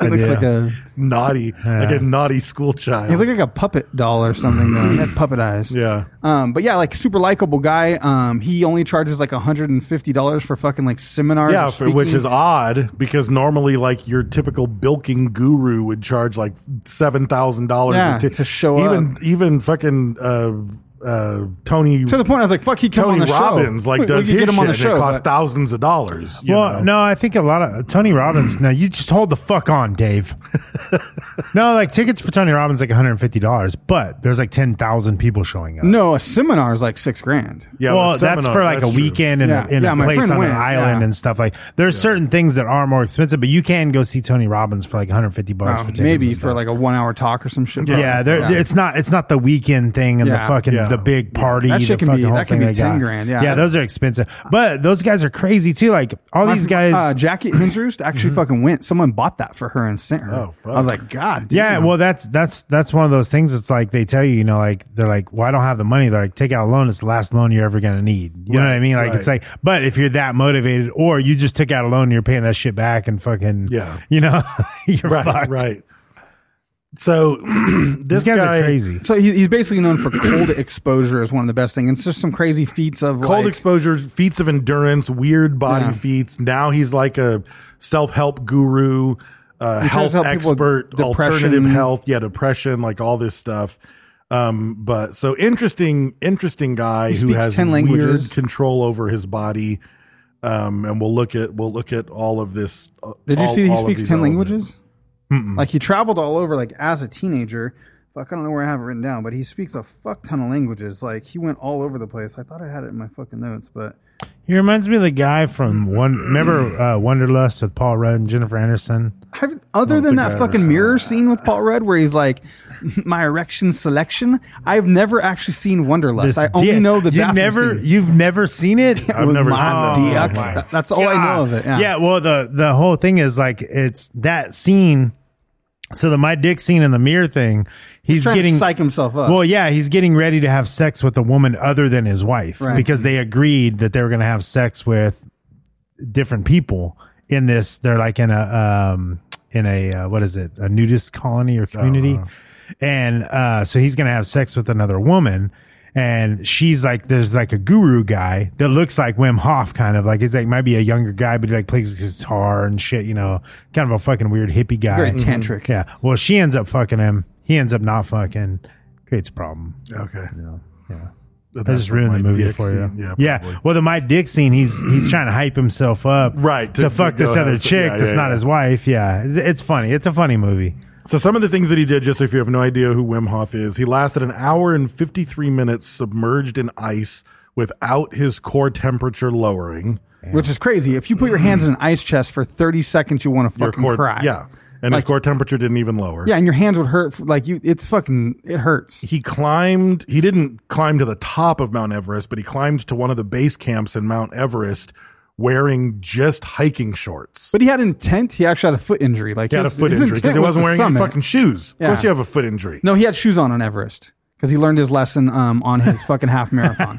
C: He looks
A: do.
C: like a
B: naughty, like a naughty school child.
C: he looked like a puppet doll or something. though. He had puppet eyes.
B: yeah.
C: Um, but yeah, like super likable guy. Um, he only charges like hundred and fifty dollars for fucking like seminars.
B: Yeah,
C: or
B: for, which
C: speaking.
B: is odd because normally, like your typical bilking guru would charge like seven thousand
C: Yeah,
B: dollars
C: to show
B: Even even fucking uh, uh, Tony
C: to the point. I was like, "Fuck, he come
B: Tony
C: on the
B: Robbins
C: show.
B: like
C: We- we
B: does
C: could
B: his
C: get him
B: shit
C: on the
B: and
C: show."
B: it costs
C: but-
B: thousands of dollars. you
A: well,
B: know?
A: no, I think a lot of Tony Robbins. now you just hold the fuck on, Dave. no, like tickets for Tony Robbins like 150 dollars, but there's like 10,000 people showing up.
C: no, a seminar is like six grand.
B: yeah,
A: well,
B: the
A: that's
B: seminar,
A: for like
B: that's
A: a
B: true.
A: weekend in,
C: Yeah.
A: a, in
C: Yeah,
A: a
C: my
A: place
C: friend
A: on
C: went,
A: an island
C: yeah.
A: and stuff. Like there's certain things that are more expensive, but you can go see Tony Robbins for like 150 bucks
C: Wow,
A: for tickets.
C: Um, maybe
A: and
C: for
A: stuff.
C: like a one-hour talk or some shit.
A: yeah, there-
C: Yeah.
A: it's not it's not the weekend thing and
C: Yeah.
A: the fucking
B: Yeah.
A: the big party.
C: That shit
A: the
C: can
A: fucking
C: be-
A: whole
C: that can
A: thing
C: be
A: they
C: 10
A: got.
C: grand, yeah.
A: yeah, those are expensive, but those guys are crazy too. Like all
C: My-
A: these guys, Mm-hmm.
C: uh, Jackie Hindroost actually fucking went. Someone bought that for her and sent her.
B: Oh, fuck.
C: I was like, God, damn.
A: Yeah, well, that's that's that's one of those things. It's like they tell you, you know, like they're like, "Well, I don't have the money." They're like, "Take out a loan. It's the last loan you're ever gonna need." You know what I
B: Right,
A: mean? Like it's
B: right.
A: like, but if you're that motivated, or you just took out a loan, and you're paying that shit back and fucking,
B: Yeah.
A: you know, you're
B: right,
A: fucked.
B: right. So this
A: These guys
B: guy
A: are crazy.
C: So he, he's basically known for cold exposure as one of the best things. It's just some crazy feats of
B: cold
C: like,
B: exposure, feats of endurance, weird body
C: Yeah.
B: feats. Now he's like a self help guru, uh,
C: He tries
B: health
C: to help people with
B: expert, alternative
C: depression.
B: health, yeah, depression, like all this stuff. Um, but so interesting, interesting guy
C: He
B: who
C: speaks
B: has
C: 10 languages.
B: weird control over his body. Um, and we'll look at we'll look at all of this. uh,
C: Did you
B: all-
C: see that he
B: all of
C: speaks
B: these
C: ten
B: elements.
C: languages? Like he traveled all over, like as a teenager. Fuck, I don't know where I have it written down, but he speaks a fuck ton of languages. Like he went all over the place. I thought I had it in my fucking notes, but
A: He reminds me of the guy from one. Remember uh, Wonderlust with Paul Rudd and Jennifer Aniston?
C: I've, other than
B: think
C: that
B: I ever
C: fucking
B: saw
C: mirror
B: that.
C: scene with Paul Rudd, where he's like, "My erection selection." I've never actually seen Wonderlust.
A: This
C: I only
A: dick.
C: know the
A: you
C: bathroom
A: never
C: scene.
A: you've never seen it.
B: I've never seen
C: my
B: that.
C: dick.
B: Oh, my.
C: That- That's all I know of it. Yeah.
A: well the the whole thing is like it's that scene so the my dick scene in the mirror thing, he's
C: trying to
A: getting
C: psych himself up.
A: Well, yeah, he's getting ready to have sex with a woman other than his wife
C: Right.
A: because they agreed that they were going to have sex with different people in this they're like in a um in a uh, what is it a nudist colony or community and uh so he's gonna have sex with another woman and she's like there's like a guru guy that looks like wim hof kind of like he's like might be a younger guy but he like plays guitar and shit you know kind of a fucking weird hippie guy Mm-hmm.
C: Very tantric.
A: yeah well she ends up fucking him he ends up not fucking creates a problem
B: Okay, yeah,
A: I just ruined the movie for you.
B: Yeah, probably.
A: Well, the my dick scene, he's he's trying to hype himself up,
B: Right,
A: To,
B: to-
A: fuck
B: to go
A: this other
B: have some-
A: chick
B: yeah,
A: that's
B: yeah,
A: not
B: yeah.
A: his wife. Yeah, it's, it's funny. It's a funny movie.
B: So some of the things that he did, just if you have no idea who Wim Hof is, he lasted an hour and 53 minutes submerged in ice without his core temperature lowering.
C: which is crazy. If you put your hands in an ice chest for thirty seconds, you want to
B: Your
C: fucking
B: core-
C: cry.
B: Yeah. And his
C: Like-
B: core temperature didn't even lower.
C: yeah, and your hands would hurt. Like you, it's fucking, it hurts.
B: He climbed, he didn't climb to the top of Mount Everest, but he climbed to one of the base camps in Mount Everest wearing just hiking shorts.
C: But he had intent. He actually had a foot injury. Like
B: he had a
C: his-
B: foot
C: his
B: injury
C: intent
B: because he
C: was
B: wasn't
C: the
B: wearing any
C: summit.
B: fucking shoes.
C: Yeah.
B: Of course, you have a foot injury.
C: No, he had shoes on on Everest because he learned his lesson um, on his fucking half marathon.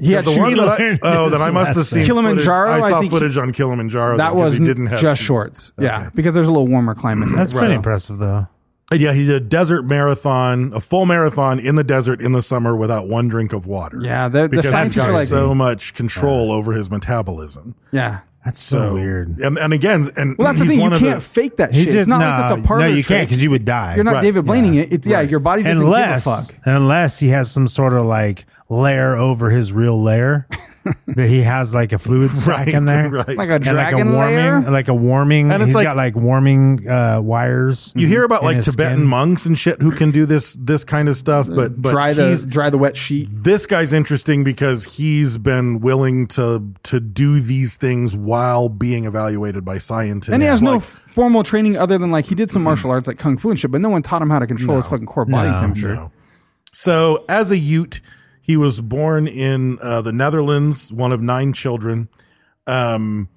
C: he had
B: The
C: shoes.
B: one that I,
A: learned
B: oh,
A: his
B: then I must have
A: lesson.
B: seen
C: Kilimanjaro,
B: Footage. I
C: I
B: saw
C: think he-
B: footage on Kilimanjaro.
C: that
B: though, 'cause
C: was
B: he didn't have
C: just
B: shoes.
C: shorts.
B: Okay.
C: Yeah, because there's a little warmer climate. there.
A: That's pretty
C: So-
A: impressive, though.
B: And yeah, he did a desert marathon, a full marathon in the desert in the summer without one drink of water.
C: Yeah, the- the
B: because he's
C: scientists
B: got
C: are like- uh,
B: so much control over his metabolism.
C: Yeah.
A: That's so, weird.
B: And, and again, and
C: Well, that's the
B: he's
C: thing. You
B: one of
C: can't
B: the,
C: fake that
A: He's
C: shit. it's
A: just-
C: not
A: no,
C: like that's a part
A: no,
C: of
A: you can't 'cause you would die.
C: You're not
B: Right,
C: David Blaning
A: yeah,
C: it. It's, Yeah, your body doesn't
A: Unless
C: give a fuck.
A: unless he has some sort of like layer over his real layer. that he has like a fluid sack
B: Right,
A: in there,
B: right. Like
C: a
A: And,
C: dragon
A: warming,
C: lair?
A: like a
B: And
A: warming, and
B: it's
A: it's
B: like-
A: got like warming uh, wires.
B: You hear about
A: in
B: like
A: his
B: Tibetan
A: skin.
B: monks and shit who can do this this kind of stuff, but but
C: dry the
B: he's-
C: dry the wet sheet.
B: this guy's interesting because he's been willing to to do these things while being evaluated by scientists.
C: And he has no
B: Like,
C: f- formal training other than like he did some martial arts like kung fu and shit, but no one taught him how to control his fucking core body
A: No,
C: temperature.
B: no. So as a Ute, he was born in uh, the Netherlands, one of nine children. Um,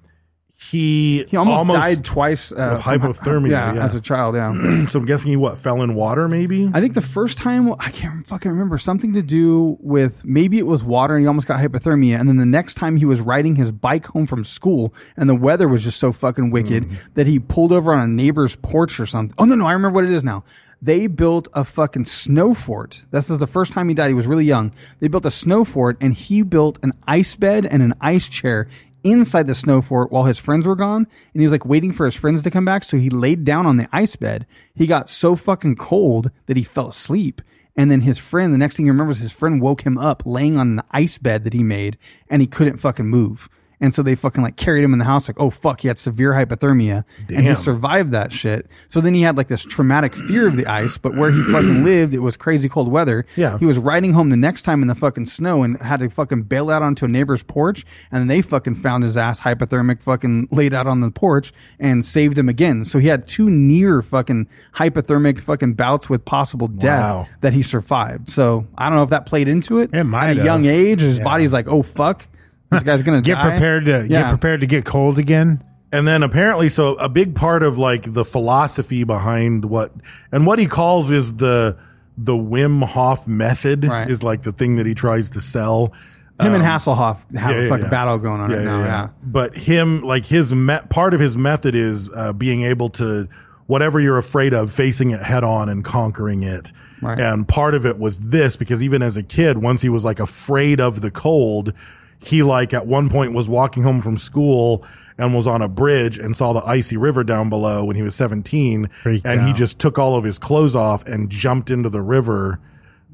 B: he
C: He almost, died twice uh,
B: of
C: from-
B: hypothermia, yeah.
C: as a child. Yeah,
B: so I'm guessing he what fell in water, maybe.
C: I think the first time I can't fucking remember something to do with maybe it was water and he almost got hypothermia, and then the next time he was riding his bike home from school and the weather was just so fucking wicked that he pulled over on a neighbor's porch or something. Oh no, no, I remember what it is now. They built a fucking snow fort. This is the first time he died. He was really young. They built a snow fort and he built an ice bed and an ice chair inside the snow fort while his friends were gone and he was like waiting for his friends to come back so he laid down on the ice bed he got so fucking cold that he fell asleep and then his friend the next thing he remembers his friend woke him up laying on an ice bed that he made and he couldn't fucking move and so they fucking like carried him in the house like oh fuck he had severe hypothermia and he
B: Damn.
C: survived that shit so then he had like this traumatic fear of the ice but where he fucking lived it was crazy cold weather
B: Yeah.
C: he was riding home the next time in the fucking snow and had to fucking bail out onto a neighbor's porch. And then they fucking found his ass hypothermic, fucking laid out on the porch and saved him again. So he had two near fucking hypothermic fucking bouts with possible death
B: Wow.
C: that he survived. So I don't know if that played into it.
A: It might
C: At a
A: have.
C: young age, his
A: Yeah.
C: body's like, oh fuck, this guy's gonna
A: Get
C: die.
A: prepared to
C: Yeah.
A: get prepared to get cold again.
B: and then apparently so a big part of like the philosophy behind what and what he calls is the the Wim Hof method
C: Right.
B: is like the thing that he tries to sell.
C: Him
B: Um,
C: and Hasselhoff have
B: yeah,
C: a
B: yeah,
C: fucking
B: yeah.
C: battle going on
B: Yeah,
C: right now. Yeah.
B: But him, like his me- part of his method is uh, being able to whatever you're afraid of, facing it head on and conquering it.
C: Right.
B: And part of it was this because even as a kid, once he was like afraid of the cold, he like at one point was walking home from school and was on a bridge and saw the icy river down below when he was 17
A: Freaked
B: and he
A: out.
B: just took all of his clothes off and jumped into the river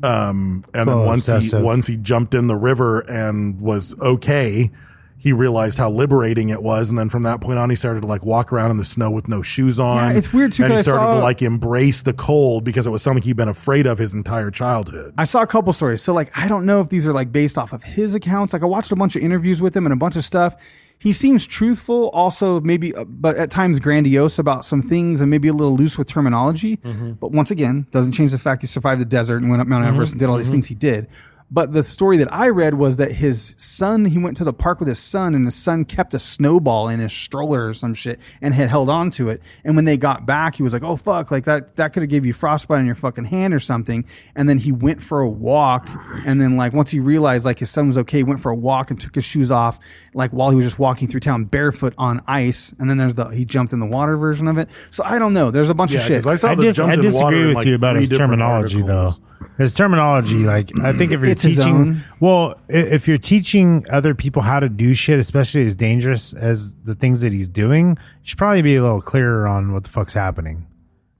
B: um and
A: a
B: then
A: little
B: once
A: obsessive.
B: he once he jumped in the river and was okay he realized how liberating it was and then from that point on he started to like walk around in the snow with no shoes on
C: it's weird, too,
B: and
C: 'cause
B: he
C: I
B: started
C: saw-
B: to like embrace the cold because it was something he'd been afraid of his entire childhood
C: I saw a couple stories. So like I don't know if these are like based off of his accounts. Like I watched a bunch of interviews with him and a bunch of stuff. He seems truthful, also maybe, uh, but at times grandiose about some things and maybe a little loose with terminology. But once again, doesn't change the fact he survived the desert and went up Mount Everest and did all these things he did. But the story that I read was that his son, he went to the park with his son, and his son kept a snowball in his stroller or some shit and had held on to it. And when they got back, he was like, oh, fuck, like that, that could have gave you frostbite on your fucking hand or something. And then he went for a walk. And then, like, once he realized, like, his son was okay, he went for a walk and took his shoes off, like, while he was just walking through town barefoot on ice. And then there's the, he jumped in the water version of it. So I don't know. There's a bunch of shit.
B: 'cause I saw
A: I,
B: the
A: dis-
B: jumped
A: I
B: in water
A: disagree
B: in,
A: with
B: like,
A: you about
B: three
A: his
B: different
A: terminology,
B: articles.
A: though. His terminology, like I think, if you're
C: It's his own.
A: teaching, well, i- if you're teaching other people how to do shit, especially as dangerous as the things that he's doing, you should probably be a little clearer on what the fuck's happening.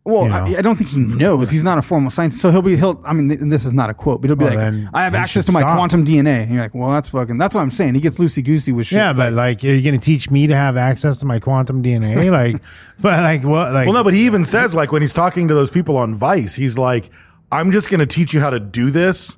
C: Well,
A: you
C: I,
A: know.
C: I don't think he knows. He's not a formal scientist, so he'll be he'll. I mean, th- and this is not a quote, but he'll be
A: Well,
C: like,
A: then
C: "I have
A: you
C: access
A: should
C: to my
A: stop.
C: quantum DNA." And you're like, "Well, that's fucking." That's what I'm saying. He gets loosey goosey with shit.
A: yeah,
C: It's
A: but like, are you going to teach me to have access to my quantum DNA? like, but like, what? Like,
B: well no but he even says like when he's talking to those people on vice he's like i'm just going to teach you how to do this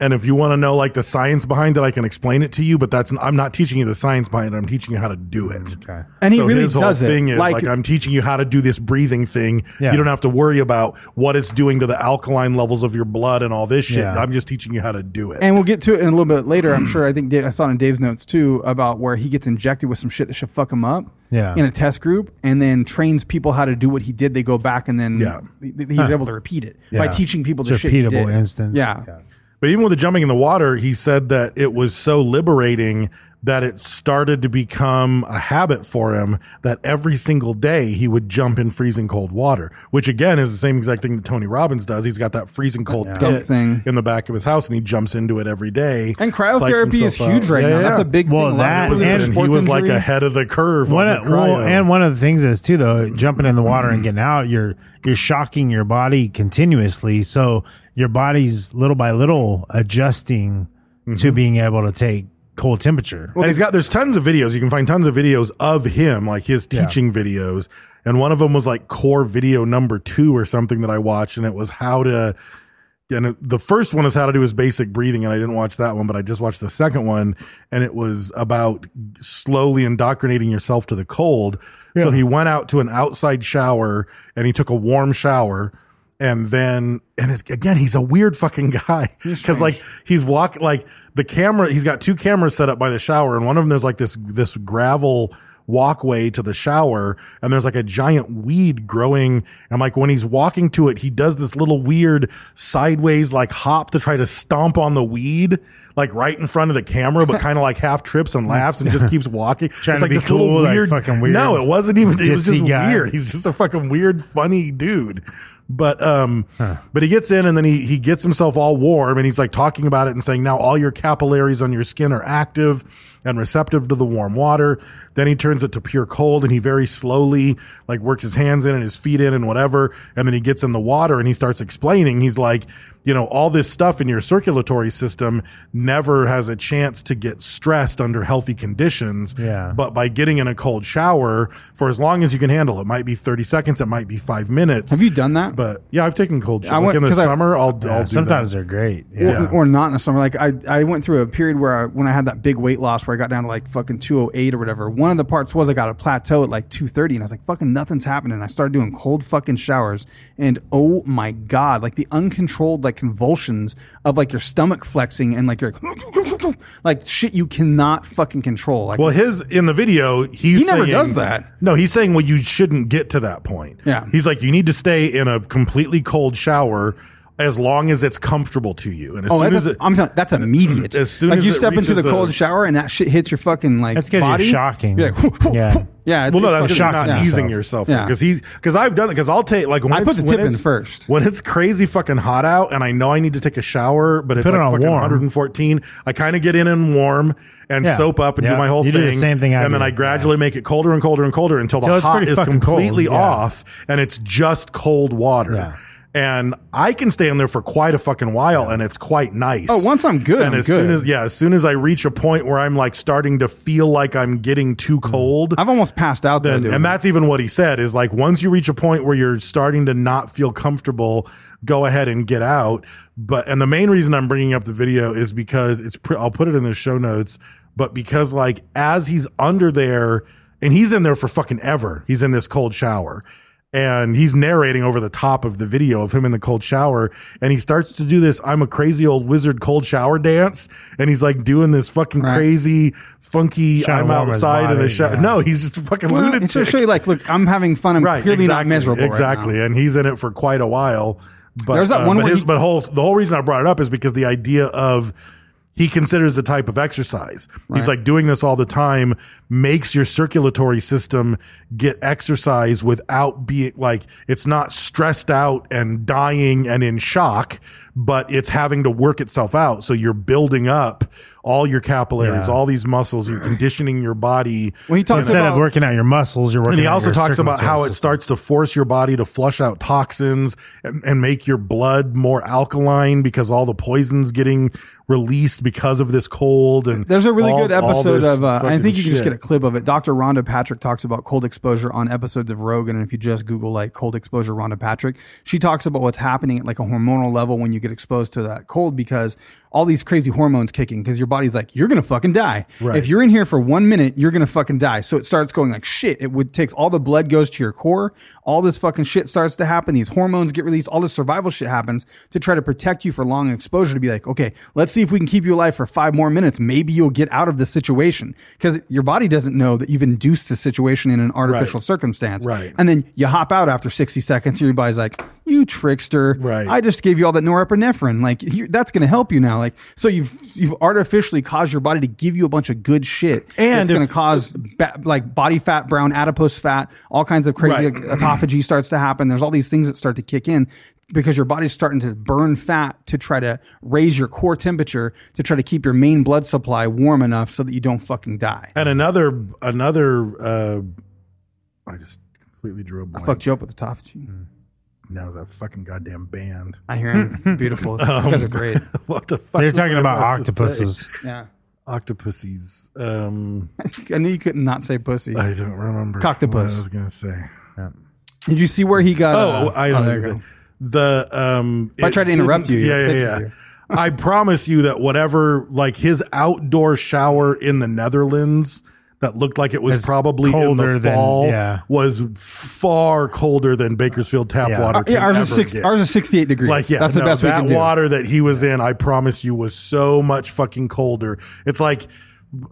B: and if you want to know like the science behind it i can explain it to you but that's i'm not teaching you the science behind it i'm teaching you how to do it
A: Okay.
C: And he
B: so
C: really
B: his whole
C: does it.
B: thing is
C: Like-
B: like, i'm teaching you how to do this breathing thing
A: Yeah.
B: you don't have to worry about what it's doing to the alkaline levels of your blood and all this shit
A: Yeah.
B: i'm just teaching you how to do it
C: And we'll get to it in a little bit later. I'm sure. I think Dave, I saw it in Dave's notes too about where he gets injected with some shit that should fuck him up.
A: Yeah.
C: In a test group, and then trains people how to do what he did. They go back and then
B: Yeah.
C: th- th- he's able to repeat it by
A: Yeah.
C: teaching people the
A: It's
C: shit. he
A: repeatable
C: did.
A: instance.
C: Yeah.
A: Yeah.
B: But even with the jumping in the water, he said that it was so liberating that it started to become a habit for him that every single day he would jump in freezing cold water, which again is the same exact thing that Tony Robbins does. He's got that freezing cold
C: Dump
B: pit
C: thing.
B: in the back of his house and he jumps into it every day.
C: And
B: psychs
C: cryotherapy is
B: himself out.
C: huge right
B: Yeah,
C: now.
B: yeah,
C: That's
B: yeah.
C: a big
A: Well,
C: thing.
A: that
B: It was-
C: a lot of
A: and
C: people
B: and
C: with
B: he was
C: sports
B: like
C: injury.
B: ahead of the curve.
A: One
B: on
A: of,
B: the cryo.
A: well, and one of the things is too though jumping in the water and getting out, you're you're shocking your body continuously, so your body's little by little adjusting to being able to take cold temperature.
B: Mm-hmm. Well, and he's got there's tons of videos. You can find tons of videos of him, like his teaching videos. And one of them was like core video number two or something that I watched, and it was how to. And it, the first one is how to do his basic breathing, and I didn't watch that one, but I just watched the second one, and it was about slowly indoctrinating yourself to the cold. So he went out to an outside shower, and he took a warm shower, and then and it's again he's a weird fucking guy because like he's walking like the camera he's got two cameras set up by the shower and one of them there's like this this gravel walkway to the shower and there's like a giant weed growing and like when he's walking to it he does this little weird sideways like hop to try to stomp on the weed like right in front of the camera but kind of like half trips and laughs and just keeps walking
A: Trying
B: it's
A: to
B: like
A: be
B: this
A: cool,
B: little
A: like
B: weird
A: fucking weird
B: no it wasn't even it was
A: ditzy
B: just
A: guy.
B: weird he's just a fucking weird funny dude but um but he gets in and then he he gets himself all warm and he's like talking about it and saying now all your capillaries on your skin are active and receptive to the warm water then he turns it to pure cold and he very slowly like works his hands in and his feet in and whatever and then he gets in the water and he starts explaining he's like you know all this stuff in your circulatory system never has a chance to get stressed under healthy conditions
A: Yeah.
B: but by getting in a cold shower for as long as you can handle it might be 30 seconds it might be five minutes
C: Have you done that?
B: but yeah, I've taken cold
C: I
B: showers. Like
C: went-
B: in the
C: 'cause I-
B: summer, I, will
A: Yeah,
B: I'll do
A: sometimes
B: that.
A: they're great. Yeah.
C: Or-
B: Yeah.
C: or, not in the summer. Like I, I went through a period where I, when I had that big weight loss where I got down to like fucking 208 or whatever, one of the parts was I got a plateau at like 230 and I was like, fucking nothing's happening. I started doing cold fucking showers and oh my God, like the uncontrolled like convulsions of like your stomach flexing and like your like shit you cannot fucking control. Like
B: Well, his in the video, he's
C: He never
B: saying-
C: does that.
B: No, he's saying, well, you shouldn't get to that point.
C: Yeah.
B: he's like, you need to stay in a completely cold shower as long as it's comfortable to you. And as
C: Oh,
B: soon
C: that's,
B: as it,
C: I'm telling that's immediate.
B: as soon
C: like
B: as
C: you
B: it
C: step into the
B: reaches a-
C: cold shower and that shit hits your fucking like
A: That's 'cause you're
C: body,
A: shocking.
C: You're like,
A: Yeah.
C: yeah. it's-
B: well, no, that's
C: it's fucking-
B: because you're not
C: yeah.
B: easing yourself
C: Yeah.
B: because he's because I've done it because I'll take like when
C: I
B: it's-
C: put the
B: when
C: tip in
B: it's-
C: first.
B: when it's crazy fucking hot out and I know I need to take a shower but it's
A: Put it
B: like
A: on
B: fucking
A: warm.
B: 114 I kind of get in and warm and
A: Yeah.
B: soap up and
A: Yeah.
B: do my whole
A: You do
B: thing
A: the same thing I
B: and then
A: do.
B: I gradually make it colder and colder and colder until
A: So
B: the
A: it's
B: hot
A: pretty
B: is
A: fucking cold,
B: completely
A: yeah.
B: off and it's just cold water.
A: Yeah.
B: And I can stay in there for quite a fucking while, and it's quite nice.
C: Oh, once I'm good,
B: and
C: I'm
B: as soon
C: good.
B: as yeah, as soon as I reach a point where I'm like starting to feel like I'm getting too cold,
C: I've almost passed out there.
B: then,
C: dude.
B: and that's even what he said is like once you reach a point where you're starting to not feel comfortable, go ahead and get out. But and the main reason I'm bringing up the video is because it's pre- I'll put it in the show notes, but because like as he's under there and he's in there for fucking ever, he's in this cold shower. And he's narrating over the top of the video of him in the cold shower. And he starts to do this I'm a crazy old wizard cold shower dance. And he's like doing this fucking
C: Right.
B: crazy, funky,
A: Trying to
B: I'm
A: warm his
B: outside in a
A: body,
B: shower.
A: yeah.
B: No, he's just a fucking
C: Well,
B: lunatic.
C: It's to show you, like, look, I'm having fun. I'm clearly not miserable. right now.
B: Exactly, and he's in it for quite a while. But
C: There's that
B: uh,
C: one
B: but,
C: where
B: his-
C: he-
B: but whole the whole reason I brought it up is because the idea of he considers the type of exercise. He's like doing this all the time makes your circulatory system get exercise without being like it's not stressed out and dying and in shock, but it's having to work itself out. So you're building up all your capillaries,
A: Yeah.
B: all these muscles, you're conditioning your body
C: Well, he talks
A: Instead
C: about
A: of working out your muscles, you're working.
B: and he
A: out
B: also
A: your
B: talks about how
A: circulatory
B: it
A: system.
B: starts to force your body to flush out toxins and, and make your blood more alkaline because all the poisons getting released because of this cold. And
C: There's a really
B: all-
C: good
B: all
C: episode
B: this
C: of. Uh, I
B: fucking
C: think you can just
B: shit.
C: get a clip of it. Dr. Rhonda Patrick talks about cold exposure on episodes of Rogan, and if you just Google like cold exposure Rhonda Patrick, she talks about what's happening at like a hormonal level when you get exposed to that cold because all these crazy hormones kicking because your body's like you're gonna fucking die
B: Right.
C: if you're in here for one minute you're gonna fucking die so it starts going like shit it would takes all the blood goes to your core all this fucking shit starts to happen these hormones get released all this survival shit happens to try to protect you for long exposure to be like okay let's see if we can keep you alive for five more minutes maybe you'll get out of this situation because your body doesn't know that you've induced the situation in an artificial
B: Right.
C: circumstance
B: Right.
C: and then you hop out after 60 seconds and your body's like you trickster
B: Right.
C: i just gave you all that norepinephrine like you, that's gonna help you now like so you've you've artificially caused your body to give you a bunch of good shit
B: And
C: it's
B: if-
C: going to cause ba- like body fat, brown adipose fat, all kinds of crazy
B: Right.
C: like, autophagy starts to happen. There's all these things that start to kick in because your body's starting to burn fat to try to raise your core temperature to try to keep your main blood supply warm enough so that you don't fucking die.
B: And another, another, uh, I just completely drew a
C: I
B: blank.
C: fucked you up with autophagy.
B: Now that fucking goddamn band. Um,
C: I hear him. It's beautiful. These guys are great.
B: what the fuck?
A: They're
B: was
A: talking
B: I
A: about
B: to say?
A: octopuses.
C: Yeah.
B: octopuses. Um,
C: I knew you could not say pussy.
B: I don't remember.
C: Coctopus.
B: What I was gonna say.
C: Yeah. Did you see where he got?
B: Oh, I
C: oh,
B: don't
C: there you
B: know.
C: go.
B: The um,
C: If I
B: it
C: tried to interrupt
B: didn't-
C: you,
B: Yeah,
C: it
B: yeah,
C: fixes
B: yeah. I promise you that whatever, like his outdoor shower in the Netherlands, that looked like it was
A: It's
B: probably
A: colder
B: in the
A: than-
B: fall,
A: yeah.
B: was far colder than Bakersfield tap
A: Yeah.
B: water.
C: Uh, yeah,
B: can
C: ours is
B: ever
C: six,
B: get.
C: ours is sixty-eight degrees.
B: Like yeah,
C: that's the
B: no,
C: best we
B: that
C: can do.
B: water that he was in, I promise you, was so much fucking colder. It's like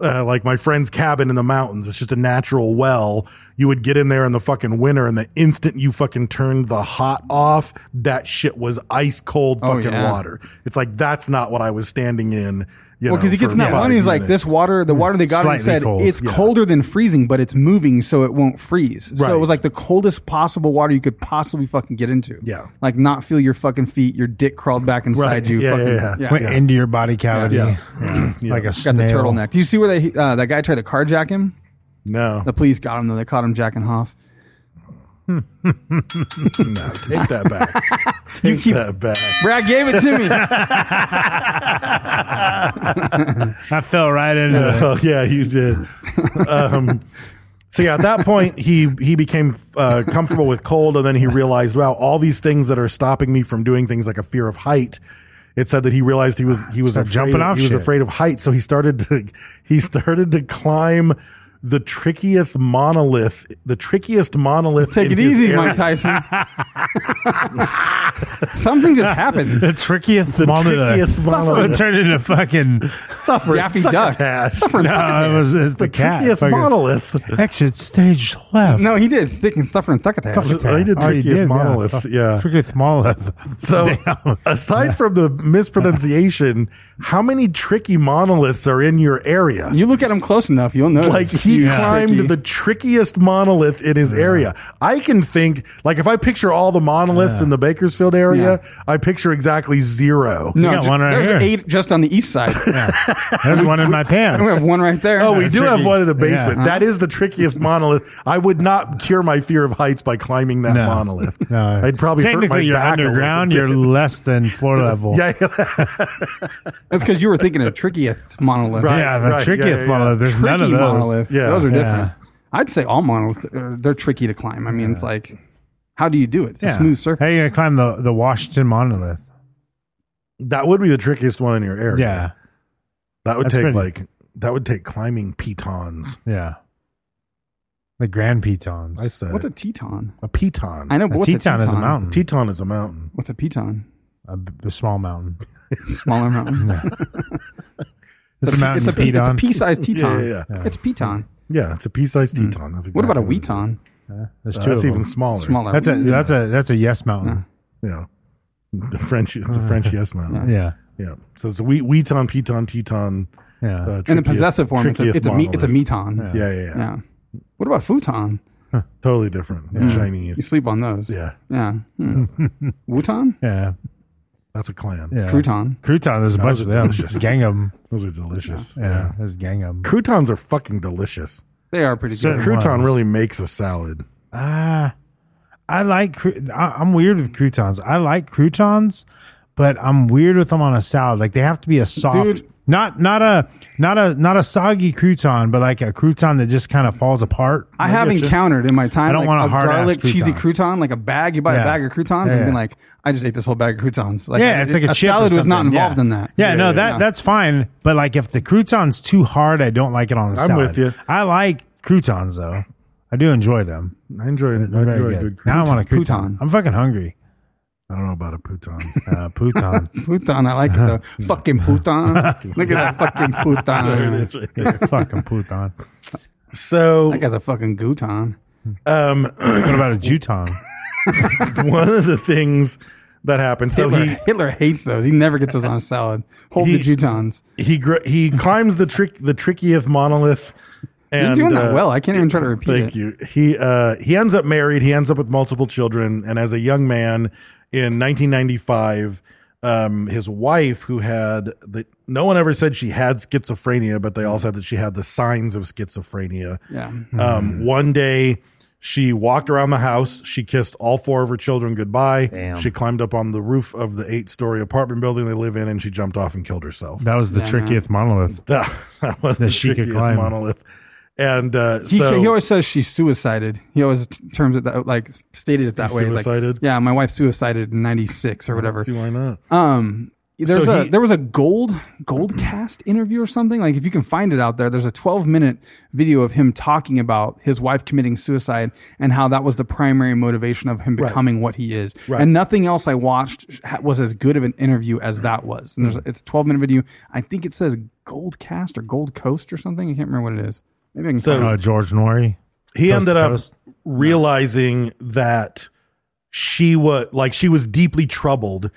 B: uh, like my friend's cabin in the mountains. It's just a natural well. You would get in there in the fucking winter, and the instant you fucking turned the hot off, that shit was ice cold
C: Oh,
B: fucking
C: yeah.
B: water. It's like that's not what I was standing in. You
C: Well,
B: because
C: because he gets in that one, he's like, "This water, the water they got," and he
A: Slightly
C: said,
A: cold,
C: "It's colder than freezing, but it's moving, so it won't freeze." So
B: Right.
C: it was like the coldest possible water you could possibly fucking get into.
B: Yeah.
C: like not feel your fucking feet, your dick crawled back inside
B: Right.
C: you.
B: Yeah,
C: fucking,
B: yeah, yeah.
A: Went
C: yeah.
A: into your body cavity
B: Yeah.
A: like a
C: got
A: snail.
C: the turtleneck. Do you see where they, uh, that guy tried to carjack him?
B: No,
C: The police got him though. They caught him jacking off.
B: no, take that back.
C: You
B: Take
C: keep.
B: that back.
C: Brad gave it to me.
A: I fell right into it.
B: Oh, yeah, you did. Um, so yeah, at that point he he became uh, comfortable with cold, and then he realized, wow, all these things that are stopping me from doing things like a fear of height. It said that he realized he was he was
A: Start
B: afraid,
A: jumping off
B: He was
A: shit.
B: afraid of height, so he started to he started to climb the trickiest monolith, the trickiest monolith. in
C: Take it
B: his
C: easy,
B: area.
C: Mike Tyson. Something just happened.
A: The trickiest the
B: trickiest monolith.
A: It turned into fucking.
C: Daffy Duck.
B: Tash.
A: no, it was it's the, cat.
B: trickiest
A: fucking-
B: monolith.
A: Exit stage left.
C: No, he did. Thick and thuffer and thuckatash.
B: I did
A: Oh, you
B: trickiest monolith, yeah.
A: Trickiest monolith.
B: So,
A: Damn.
B: aside from the mispronunciation, how many tricky monoliths are in your area?
C: You look at him close enough, you'll
A: Oh,
C: know.
B: like he climbed the trickiest monolith in his area. I can think like if I picture all the monoliths in the Bakersfield area, I picture exactly zero.
C: No,
A: We got
C: ju-
A: one right
C: there's
A: here.
C: eight just on the east side.
A: There's one in my
C: I we have
A: pants.
C: one right there.
B: Oh, we do have
A: tricky.
B: one in the
A: Yeah.
B: basement. That is the trickiest monolith. I would not cure my fear of heights by climbing that
A: No.
B: monolith.
A: No,
B: I'd probably hurt
A: technically
B: my
A: you're
B: back a little
A: underground.
B: bit.
A: You're less than floor level.
B: yeah, yeah,
C: That's because you were thinking of trickiest monolith.
B: Right,
A: Yeah, the
B: right, yeah,
A: trickiest
B: yeah, yeah.
A: monolith. There's
C: Tricky
A: none of those.
C: monolith.
B: Yeah.
C: those are
B: Yeah.
C: different. I'd say all monoliths are, they're tricky to climb. I mean, it's like, how do you do it? It's a
A: Yeah.
C: smooth surface.
A: How you gonna climb the the Washington monolith?
B: that would be the trickiest one in your area.
A: Yeah,
B: That would
A: That's
B: take
A: pretty-
B: like that would take climbing pitons.
A: yeah. The Grand Tetons.
B: I said
C: What's a
B: it.
C: teton?
B: a piton.
C: I know, but
A: a
C: what's
A: teton
C: a teton
A: is a mountain,
B: Teton is a mountain.
C: What's a peton?
A: a, b- a small mountain.
C: Smaller mountain.
A: It's, a mountain.
C: It's a, pe- it's a
A: teton.
C: pea-sized
B: Yeah,
C: teton.
B: yeah, yeah.
C: It's a peton.
B: Yeah, it's a pea-sized
A: Mm.
B: teton. That's
C: What about a
B: exactly it
C: weeton?
A: There's
B: is.
A: two.
B: Uh, that's
A: of
B: even
A: them.
B: smaller.
C: Smaller.
A: That's a that's a that's a yes mountain.
B: Yeah, the French. It's
A: Uh,
B: a French yes mountain. Yeah.
A: Yeah,
B: So it's a we- weeton, piton, teton. uh,
A: yeah.
C: in the
B: trickiest-
C: possessive form. It's a
B: trickiest
C: it's a, me, it's a
B: monolith.
C: meton.
B: Yeah, yeah, yeah.
C: Yeah. What about futon?
B: Totally different.
C: You
B: Chinese.
C: sleep on those.
B: Yeah,
C: Yeah. Hmm. Wutan?
A: yeah,
B: that's a clan.
A: yeah.
C: Crouton.
A: Crouton. There's a bunch
B: are
A: of them.
B: delicious.
A: Just gang of them.
B: Those are delicious.
A: Yeah,
B: yeah.
A: there's a gang of them.
B: Croutons are fucking delicious.
C: They are pretty
A: Certain-
C: good.
B: Crouton
A: ones.
B: really makes a salad.
A: Ah, I like. cr- I, I'm weird with croutons. I like croutons, but I'm weird with them on a salad. Like they have to be a soft,
C: Dude.
A: not not a not a not a soggy crouton, but like a crouton that just kind of falls apart.
C: I have
A: getcha.
C: encountered in my time
A: I don't
C: like
A: want a hard-ass
C: garlic cheesy
A: crouton.
C: crouton, like a bag. You buy a
A: Yeah.
C: bag of croutons
A: Yeah,
C: and be
A: yeah.
C: like, I just ate this whole bag of croutons. Like,
A: yeah, it's
C: it-
A: like a, chip or
C: salad was not
A: something.
C: involved
A: Yeah.
C: in that.
A: Yeah, no, that
C: yeah.
A: that's fine. But like, if the crouton's too hard, I don't like it on the
B: I'm
A: salad.
B: with you.
A: I like croutons though. I do enjoy them.
B: I enjoy. I
A: Very
B: enjoy a
A: good.
B: good. Crouton.
A: now I want a crouton.
C: Crouton.
A: I'm fucking hungry.
B: I don't know about a pouton.
A: Uh, pouton.
C: Futon, I like it though.
B: Uh-huh.
C: fucking futon. Look at that fucking futon.
A: fucking pouton.
B: so
C: That guy's a fucking guton.
A: What about a juton?
B: one of the things that happened. So
C: Hitler,
B: he
C: Hitler hates those. He never gets those on a salad. Hold the
B: He-
C: Jutons.
B: he gr- he climbs the trick the trickiest monolith. And,
C: You're doing that
B: uh,
C: well. I can't even try to repeat it.
B: Thank you. He uh, he ends up married. He ends up with multiple children. And as a young man in 1995, um, his wife, who had the no one ever said she had schizophrenia, but they all said that she had the signs of schizophrenia.
C: Yeah.
B: Um, one day She walked around the house. She kissed all four of her children goodbye.
A: Damn.
B: She climbed up on the roof of the eight story apartment building they live in and she jumped off and killed herself.
A: That was the
C: Yeah,
A: trickiest monolith.
B: that, that was the,
A: she could
B: trickiest
A: climb.
B: monolith. And uh,
C: He,
B: so
C: he always says she suicided. He always t- terms it that like stated it that way. He's like,
B: Suicided?
C: yeah, my wife suicided in '96 or whatever.
B: See why not?
C: Um, there's
B: So
C: a
B: he-
C: there was a gold gold cast interview or something. Like if you can find it out there, there's a 12 minute video of him talking about his wife committing suicide and how that was the primary motivation of him
B: Right.
C: becoming what he is.
B: Right.
C: And nothing else I watched ha- was as good of an interview as that was. And there's it's a 12 minute video. I think it says Gold Cast or Gold Coast or something. I can't remember what it is. Maybe I can.
B: So-
C: find
A: Uh, George Norrie.
B: he
A: Coast
B: ended
A: to
B: up
A: coast?
B: realizing that she was like she was deeply troubled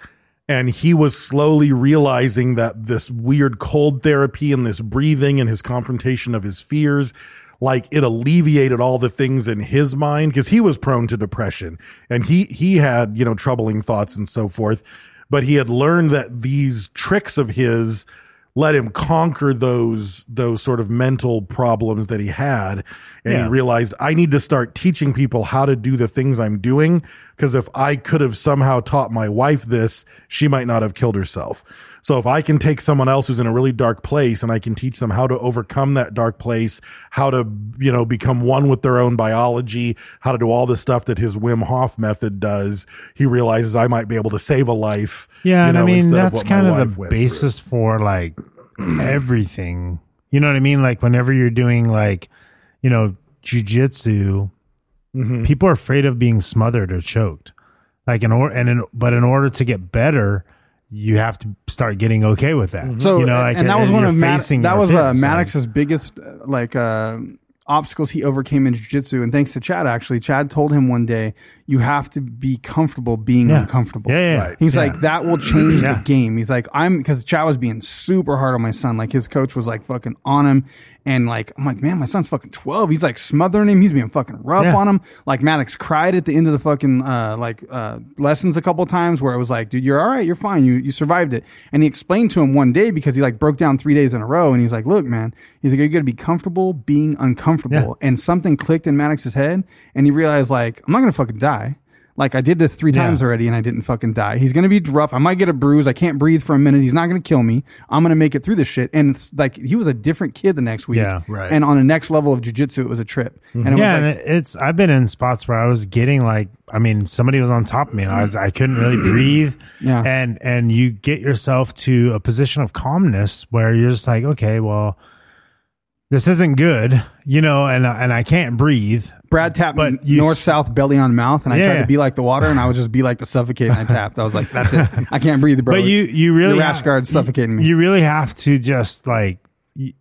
B: and he was slowly realizing that this weird cold therapy and this breathing and his confrontation of his fears like it alleviated all the things in his mind because he was prone to depression and he he had you know troubling thoughts and so forth but he had learned that these tricks of his let him conquer those those sort of mental problems that he had and
A: Yeah.
B: he realized I need to start teaching people how to do the things I'm doing because if I could have somehow taught my wife this she might not have killed herself so if I can take someone else who's in a really dark place and I can teach them how to overcome that dark place how to you know become one with their own biology how to do all the stuff that his Wim Hof method does he realizes I might be able to save a life
A: Yeah,
B: you
A: and
B: know,
A: I mean
B: instead
A: that's
B: what my
A: kind of
B: wife
A: the
B: went through.
A: basis for like everything. You know what I mean? Like whenever you're doing like, you know, jujitsu, people are afraid of being smothered or choked. Like in or and in, but in order to get better, you have to start getting okay with that.
C: So
A: Mm-hmm. you know,
C: and-
A: like, uh,
C: and that was one
A: you're
C: of Mad-
A: facing
C: that
A: your
C: was uh,
A: fears, like-
C: Maddox's biggest uh, like uh, obstacles he overcame in jiu-jitsu and thanks to Chad actually Chad told him one day you have to be comfortable being
A: Yeah.
C: uncomfortable
A: Yeah, yeah,
C: he's
A: yeah.
C: like that will change
A: Yeah.
C: the game he's like I'm because Chad was being super hard on my son like his coach was like fucking on him and like I'm like man my son's fucking 12 he's like smothering him he's being fucking rough
A: Yeah.
C: on him like Maddox cried at the end of the fucking uh, like uh, lessons a couple times where it was like, dude, you're all right, you're fine, you you survived it. And he explained to him one day because he like broke down three days in a row, and he's like, look, man, he's like, you got to be comfortable being uncomfortable. And something clicked in Maddox's head, and he realized like, I'm not gonna fucking die. Like I did this three
A: Yeah.
C: times already, and I didn't fucking die. He's gonna be rough. I might get a bruise. I can't breathe for a minute. He's not gonna kill me. I'm gonna make it through this shit. And it's like he was a different kid the next week.
A: Yeah.
B: Right.
C: And on the next level of jujitsu, it was a trip. And it
A: yeah,
C: was like,
A: and it- it's I've been in spots where I was getting like I mean somebody was on top of me and I was I couldn't really breathe.
C: Yeah.
A: and and you get yourself to a position of calmness where you're just like, okay, well, this isn't good, you know, and and I can't breathe.
C: Brad tapped
A: But you
C: north
A: s-
C: south belly on mouth, and I tried
A: Yeah.
C: to be like the water, and I would just be like the suffocate. And I tapped. I was like, "That's it. I can't breathe, bro."
A: But you you really
C: Your rash
A: ha-
C: guard's suffocating
A: you,
C: me.
A: You really have to just like you,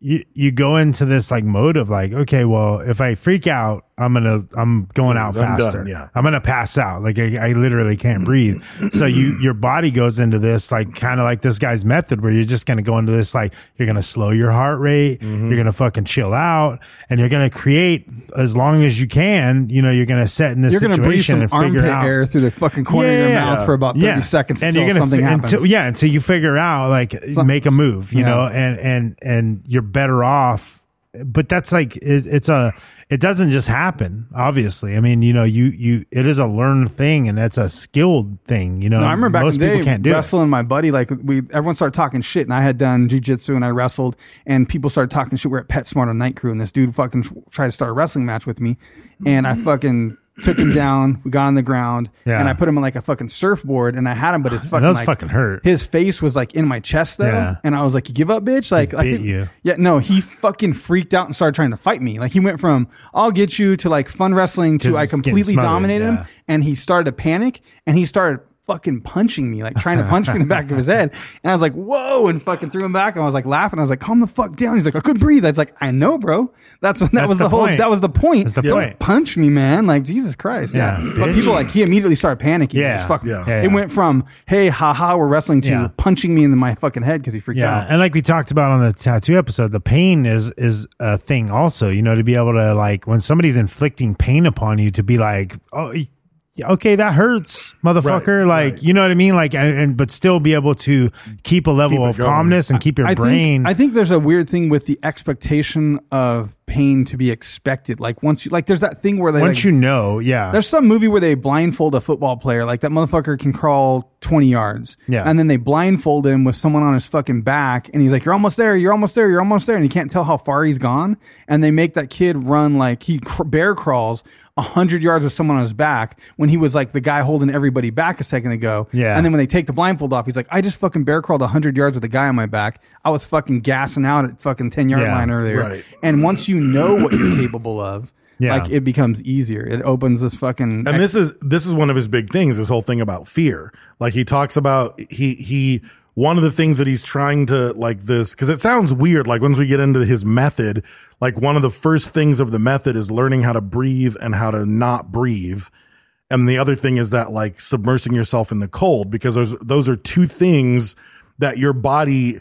A: you you go into this like mode of like okay, well, if I freak out, I'm gonna I'm going out
B: I'm done,
A: faster.
B: yeah.
A: I'm gonna pass out. Like I, I literally can't breathe. So you your body goes into this like kind of like this guy's method where you're just gonna go into this like you're gonna slow your heart rate,
B: Mm-hmm.
A: you're gonna fucking chill out, and you're gonna create as long as you can. You know, you're gonna set in this
C: are gonna breathe
A: situation
C: some
A: and figure
C: armpit
A: out
C: air through the fucking corner of your mouth for about thirty
A: Yeah.
C: seconds
A: and
C: until
A: you're gonna
C: something
A: fi-
C: happens.
A: Until, yeah, until you figure out like
C: Some-
A: make a move, you
C: yeah.
A: know, and and and you're better off. But that's like it, it's a it doesn't just happen. Obviously, I mean, you know, you you it is a learned thing and that's a skilled thing. You know,
C: No, I remember back
A: most
C: in the day
A: people can't do it.
C: wrestling my buddy, like we everyone started talking shit and I had done jujitsu and I wrestled and people started talking shit. We're at PetSmart on night crew and this dude fucking tried to start a wrestling match with me and I fucking took him down. We got on the ground
A: Yeah.
C: and I put him on like a fucking surfboard and I had him, but his fucking
A: those
C: like,
A: fucking hurt.
C: His face was like in my chest though.
A: Yeah.
C: And I was like, you give up, bitch. Like, I
A: bit
C: think-
A: you.
C: yeah, no, he fucking freaked out and started trying to fight me. Like he went from I'll get you to like fun wrestling to
A: 'Cause
C: I
A: it's getting
C: completely
A: smothered,
C: dominated
A: yeah.
C: him and he started to panic and he started fucking punching me, like trying to punch me in the back of his head. And I was like, whoa, and fucking threw him back. And I was like laughing. I was like, calm the fuck down. He's like, I couldn't breathe. I was like, I know, bro. That's when that
A: That's
C: was
A: the
C: the, whole
A: point.
C: that was the point.
A: That's the
C: Don't
A: point.
C: punch me, man. Like, Jesus Christ.
A: Yeah,
C: Yeah. But
A: bitch.
C: people like he immediately started panicking.
A: Yeah,
C: Just fuck me.
A: yeah, yeah.
C: It went from, hey, haha, we're wrestling to
A: Yeah.
C: punching me in my fucking head because he freaked
A: yeah,
C: out.
A: and like we talked about on the tattoo episode, the pain is is a thing also. You know, to be able to like when somebody's inflicting pain upon you, to be like, oh, y- okay, that hurts, motherfucker. like, you know what I mean? Like, and, and but still be able to keep a level
B: Keep it
A: of
B: going.
A: calmness and keep your
C: I
A: brain.
C: Think, I think there's a weird thing with the expectation of pain to be expected. Like once you like, there's that thing where they
A: once
C: like-
A: you know, yeah,
C: There's some movie where they blindfold a football player. Like that motherfucker can crawl 20 yards.
A: Yeah.
C: And then they blindfold him with someone on his fucking back. And he's like, you're almost there. You're almost there. You're almost there. And he can't tell how far he's gone. And they make that kid run like he cr- bear crawls 100 yards with someone on his back when he was like the guy holding everybody back a second ago.
A: Yeah.
C: And then when they take the blindfold off, he's like, I just fucking bear crawled 100 yards with a guy on my back. I was fucking gassing out at fucking 10 yard
A: Yeah,
C: line earlier.
B: right.
C: And once you know what you're capable of,
A: Yeah.
C: like it becomes easier. It opens this fucking
B: and this is this is one of his big things this whole thing about fear like he talks about he he one of the things that he's trying to like this because it sounds weird like once we get into his method like one of the first things of the method is learning how to breathe and how to not breathe and the other thing is that like submersing yourself in the cold because those those are two things that your body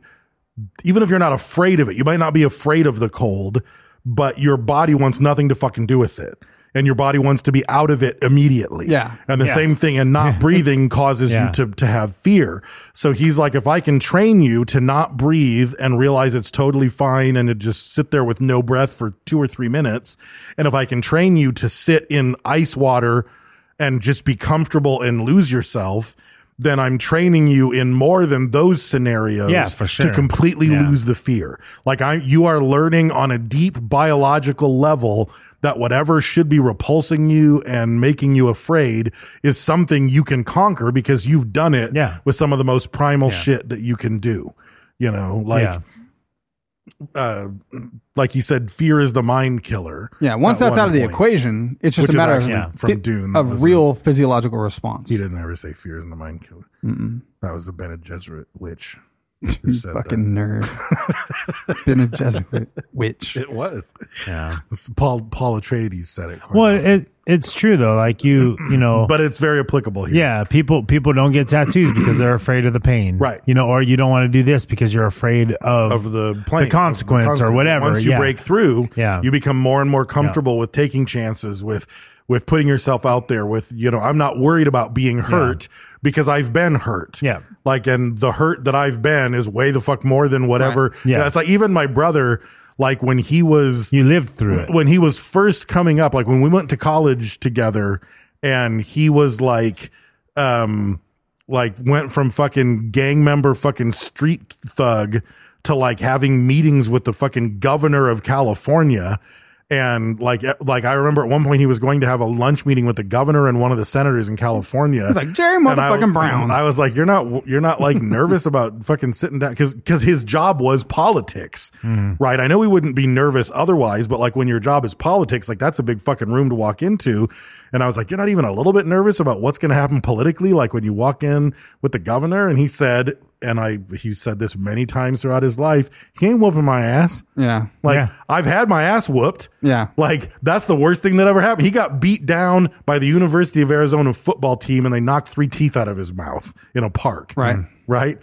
B: even if you're not afraid of it, you might not be afraid of the cold, but your body wants nothing to fucking do with it. And your body wants to be out of it immediately.
C: Yeah.
B: And the
A: Yeah.
B: same thing and not breathing causes
A: Yeah.
B: you to, to have fear. So he's like, if I can train you to not breathe and realize it's totally fine and to just sit there with no breath for two or three minutes. And if I can train you to sit in ice water and just be comfortable and lose yourself, then I'm training you in more than those scenarios
A: Yeah, for sure.
B: to completely
A: Yeah.
B: lose the fear. Like I, you are learning on a deep biological level that whatever should be repulsing you and making you afraid is something you can conquer because you've done it
A: Yeah.
B: with some of the most primal shit that you can do. You know, like,
A: yeah.
B: uh, like you said, fear is the mind killer.
C: yeah. Once
B: At
C: that's
B: one
C: out of the
B: point.
C: equation, it's just
B: Which is
C: a matter of
B: actually
A: Yeah.
B: from Dune, that was
C: of
B: the-
C: real physiological response.
B: He didn't ever say fear is the mind killer. That was the Bene Gesserit witch. Who
C: You
B: said that.
C: fucking nerd. Been a Jesuit witch.
B: It was.
A: Yeah.
B: Paul Paul Atreides said it. quite
A: Well,
B: often.
A: it it's true though. Like you, you know,
B: but it's very applicable here.
A: yeah, people people don't get tattoos because they're afraid of the pain,
B: Right.
A: You know, or you don't want to do this because you're afraid of
B: Of the plane,
A: consequence or whatever,
B: Once you
A: yeah.
B: break through,
A: Yeah.
B: you become more and more comfortable with taking chances, with with putting yourself out there. With you know, I'm not worried about being hurt because I've been hurt.
A: Yeah.
B: like and the hurt that I've been is way the fuck more than whatever.
A: Yeah.
B: it's like even my brother, like when he was
A: you lived through it.
B: when he was first coming up, like when we went to college together and he was like, um, like went from fucking gang member, fucking street thug to like having meetings with the fucking governor of California. And like, eh, like I remember at one point he was going to have a lunch meeting with the governor and one of the senators in California.
C: He's like, "Jerry
B: And I
C: motherfucking
B: was-
C: Brown."
B: I was like, you're not, you're not like nervous about fucking sitting down because because his job was politics, right? I know we wouldn't be nervous otherwise, but like when your job is politics, like that's a big fucking room to walk into. And I was like, you're not even a little bit nervous about what's going to happen politically, like when you walk in with the governor. And he said, and I he said this many times throughout his life, he ain't whooping my ass.
C: Yeah.
B: Like
A: Yeah.
B: I've had my ass whooped.
C: Yeah.
B: Like that's the worst thing that ever happened. He got beat down by the University of Arizona football team and they knocked three teeth out of his mouth in a park. Mm.
C: Right.
B: Right.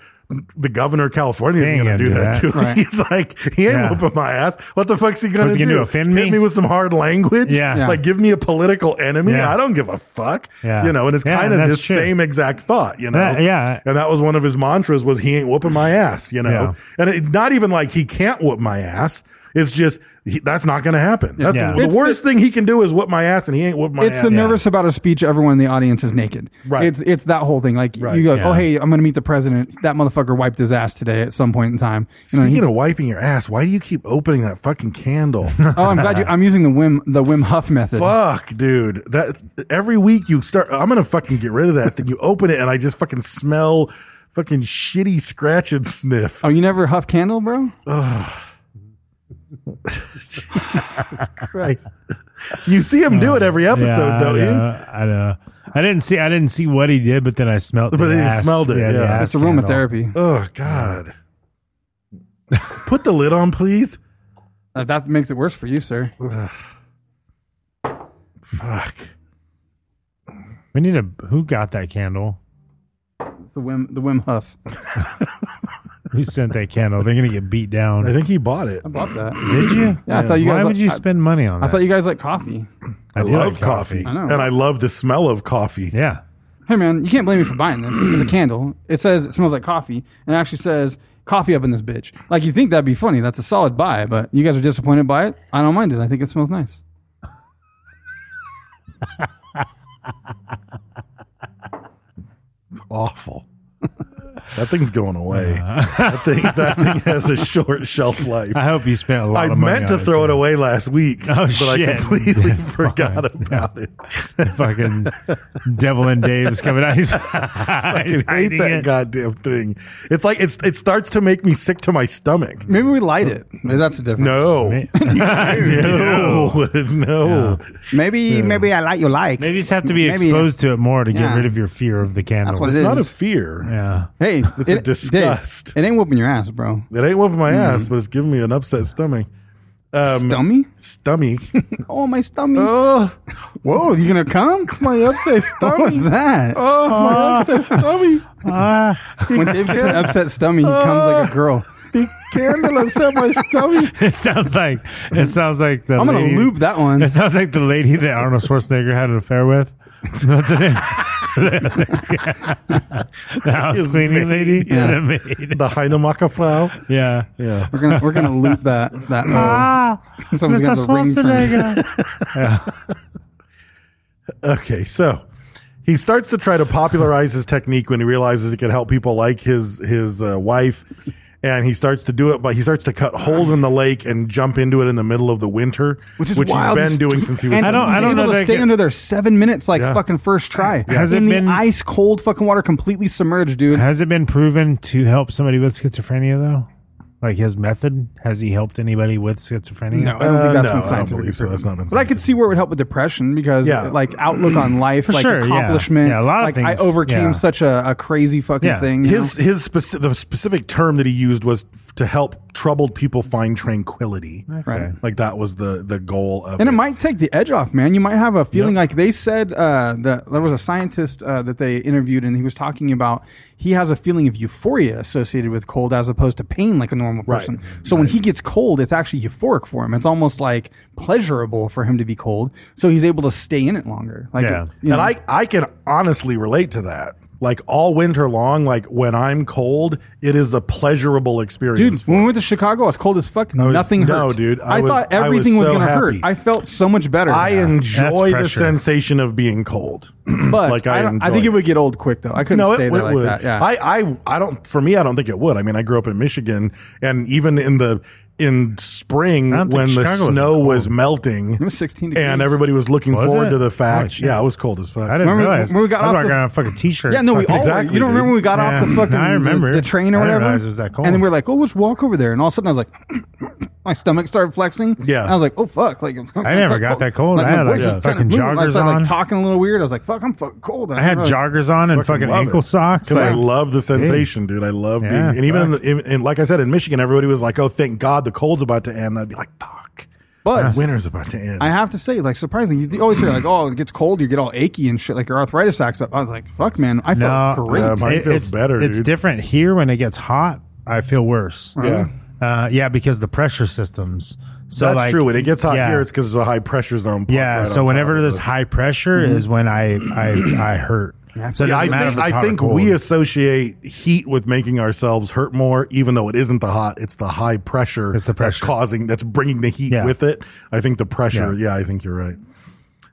B: The governor of California
A: They
B: isn't going
A: ain't
B: to do that, to him.
C: Right.
B: He's like, he ain't
A: Yeah.
B: whooping my ass. What the fuck's he going
A: What's
B: to
A: he
B: do?
A: gonna do, offend me?
B: Hit me with some hard language?
A: Yeah. Yeah.
B: Like, give me a political enemy?
A: Yeah.
B: I don't give a fuck.
A: Yeah.
B: You know, and it's
A: Yeah,
B: kind of
A: that's
B: this
A: true.
B: same exact thought, you know?
A: That- yeah.
B: And that was one of his mantras was he ain't whooping my ass, you know?
A: Mm. Yeah.
B: And it, not even like he can't whoop my ass. It's just he, that's not going to happen. That's
A: Yeah.
B: the, the
C: It's
B: worst thing he can do is whip my ass, and he ain't whip my
C: it's
B: ass.
C: the nervous about a speech. Everyone in the audience is naked.
B: Right.
C: It's it's that whole thing. Like
B: Right.
C: you go,
A: Yeah.
C: oh hey, I'm gonna meet the president. That motherfucker wiped his ass today at some point in time. You know, he-
B: Speaking of wiping your ass, why do you keep opening that fucking candle?
C: oh, I'm glad you. I'm using the Wim the Wim Huff method.
B: Fuck, dude. That every week you start. I'm gonna fucking get rid of that. then you open it, and I just fucking smell fucking shitty scratch and sniff.
C: Oh, you never huff candle, bro?
B: Jesus Christ. You see him do it every episode,
A: yeah,
B: don't
A: I
B: you?
A: know, I know. I didn't see. I didn't see what he did, but then I smelled.
B: But
A: the
B: then you
A: ash-
B: smelled it,
A: the
B: yeah.
A: ash
C: It's
A: candle.
C: aromatherapy.
B: Oh God. Put the lid on, please.
C: Uh, that makes it worse for you, sir.
B: Fuck.
A: We need a. Who got that candle?
C: It's the Wim the Wim Huff.
A: Who sent that candle? They're gonna get beat down.
B: I think he bought it.
C: I bought that.
A: Did you?
C: Yeah, I thought you
A: Why
C: guys
A: would
C: li-
A: you
C: I-
A: spend money on that?
C: I thought you guys like coffee.
B: I,
A: do
B: love
A: like
B: coffee,
C: I know.
B: and I love the smell of coffee.
A: Yeah.
C: Hey man, you can't blame me for buying this. It's a candle. It says it smells like coffee, and it actually says coffee up in this bitch. Like you think that'd be funny. That's a solid buy, but you guys are disappointed by it. I don't mind it. I think it smells nice.
B: Awful. That thing's going away. that, thing, that thing has a short shelf life.
A: I hope you spent a lot
B: I
A: of money
B: meant to
A: on it,
B: throw it
A: too.
B: away last week,
A: Oh,
B: but I
A: shit.
B: completely
A: Yeah,
B: forgot
A: fine.
B: about it.
A: fucking devil and Dave's coming out. He's,
B: I
A: he's
B: hate
A: hiding
B: that
A: it.
B: goddamn thing. It's like it's it starts to make me sick to my stomach.
C: Maybe we light it. Maybe that's the difference.
B: No, no, no.
C: Maybe maybe I like you like.
A: Maybe you just have to be exposed to it more to get
C: Yeah.
A: rid of your fear of the candle.
C: That's what
B: It's
C: it
B: not a
C: is.
B: fear.
A: Yeah.
C: Hey,
B: It's a
C: Dave,
B: disgust.
C: it ain't whooping your ass, bro.
B: It ain't whooping my
C: Mm-hmm.
B: ass, but it's giving me an upset stomach. Um,
C: Stummy?
B: stomach.
C: Oh my stomach.
B: oh,
C: Whoa, you gonna come?
B: my upset stomach.
C: What was that?
B: Oh, my upset stomach.
C: When Dave gets an upset stomach, he comes
A: Oh.
C: like a girl.
B: Candle upset my stomach.
A: It sounds like it sounds like the.
C: I'm gonna
A: lady-
C: loop that one.
A: It sounds like the lady that Arnold Schwarzenegger had an affair with. What's her name? the house
B: His
A: cleaning
B: maid.
A: lady.
C: Yeah.
A: The maid.
B: The Heinemaka Frau.
A: Yeah.
B: Yeah.
C: We're gonna we're gonna loop that that.
A: Ah.
C: uh, someone's
A: Mr.
C: got the ring turned.
A: Schwarzenegger.
B: Okay, so he starts to try to popularize his technique when he realizes it could help people like his his uh, wife, and he starts to do it. But he starts to cut holes in the lake and jump into it in the middle of the winter,
C: Which is
B: he's
C: wild.
B: been doing since he was.
C: And
A: I don't-
C: he's
A: I don't
C: able
A: know that
C: To
A: I
C: stay
A: get-
C: under there seven minutes, like
B: Yeah.
C: fucking first try.
A: Has it
C: in
A: been-
C: the ice cold fucking water, completely submerged, dude.
A: Has it been proven to help somebody with schizophrenia though? Like his method, has he helped anybody with schizophrenia?
C: No, I don't
B: Uh, no, I
C: think that's been
B: don't
C: scientifically
B: believe so.
C: proven.
B: That's not been
C: But I could
B: scientific.
C: see where it would help with depression because,
B: Yeah.
C: like, outlook on life,
A: For
C: like
A: sure, yeah.
C: accomplishment.
A: Yeah, a lot of
C: like, I
A: things,
C: overcame
A: yeah.
C: such a, a crazy fucking
A: Yeah.
C: thing. you
B: his his specific the specific term that he used was f- to help troubled people find tranquility.
C: know? right.
B: Like that was the the goal of.
C: And it might take the edge off, man. You might have a feeling like they said uh, that there was a scientist uh, that they interviewed, and he was talking about he has a feeling of euphoria associated with cold as opposed to pain, like a normal
B: Right.
C: person. So when he gets cold, it's actually euphoric for him. It's almost like pleasurable for him to be cold, so he's able to stay in it longer. Like,
A: Yeah.
C: you
B: and
C: know,
B: I I can honestly relate to that. Like all winter long, like when I'm cold, it is a pleasurable experience.
C: Dude,
B: for
C: when
B: me.
C: we went to Chicago, I was cold as fuck.
B: was-
C: Nothing hurt.
B: no, dude, I
C: I,
B: was-
C: thought
B: I was
C: everything was,
B: so
C: going to hurt.
B: happy.
C: I felt so much better.
B: I enjoy the
A: pressure.
B: sensation of being cold.
C: but
B: like, I
C: I, don't, I
B: enjoy
C: think
B: it.
C: it would get old quick, though. I couldn't stay there like
B: would.
C: that. Yeah.
B: I, I, I don't. For me, I don't think it would. I mean, I grew up in Michigan, and even in the in spring
A: I don't think
B: when the
A: Chicago was
B: snow
A: cold.
B: was melting, it
C: was 16
B: and
C: degrees.
B: everybody was looking
A: Was
B: forward
A: it?
B: to the
A: Oh,
B: fact.
A: shit.
B: yeah, I was cold as fuck.
A: I didn't
C: Remember
A: realize.
C: when we got
A: I was
C: off
A: like,
C: the-
A: I got a fucking t-shirt.
C: Yeah, no, we
A: Fucking-
C: all
B: Exactly,
C: were. You don't
B: dude.
C: remember when we got off
A: Yeah,
C: the fucking
A: I remember.
C: The, the train or
A: I didn't
C: whatever?
A: realize it was that cold.
C: And then we're like, oh, let's walk over there. And all of a sudden, I was like, my stomach started flexing.
B: Yeah.
C: And I was like, oh fuck! Like
A: I never got that cold. I had, like, yeah, fucking
C: I
A: joggers
C: started like
A: on.
C: talking a little weird. I was like, fuck, I'm fucking cold.
A: I had
C: didn't realize-
A: joggers on and fucking,
B: love
A: ankle
B: it.
A: socks.
B: 'Cause I
A: Like,
B: love the sensation, dude. I love being.
A: Yeah,
B: and even in,
A: fuck.
B: the, in, in- like I said in Michigan, everybody was like, "Oh, thank God the cold's about to end." I'd be like, "Fuck,
C: But
B: winter's about to end."
C: I have to say, like, surprisingly, you always hear like, oh, it gets cold, you get all achy and shit, like your arthritis acts up. I was like, fuck, man, I
A: no,
C: felt great.
B: Yeah, mine
A: it-
B: feels
A: it's,
B: better,
A: It's
B: dude.
A: different here when it gets hot. I feel worse.
B: yeah.
A: Uh, yeah, because the pressure systems. So
B: That's
A: like,
B: true. When it gets hot
A: yeah.
B: here, it's because there's a high pressure zone. parked
A: yeah.
B: right on
A: so
B: top
A: whenever
B: of
A: there's
B: us.
A: high pressure is when I I I hurt. So it
B: Yeah, I
A: doesn't matter
B: think,
A: if it's
B: I
A: hot or
B: think
A: cold.
B: we associate heat with making ourselves hurt more, even though it isn't the hot. It's the high pressure.
A: It's the
B: that's
A: pressure.
B: causing that's bringing the heat
A: Yeah.
B: with it. I think the pressure. Yeah.
A: Yeah.
B: I think you're right.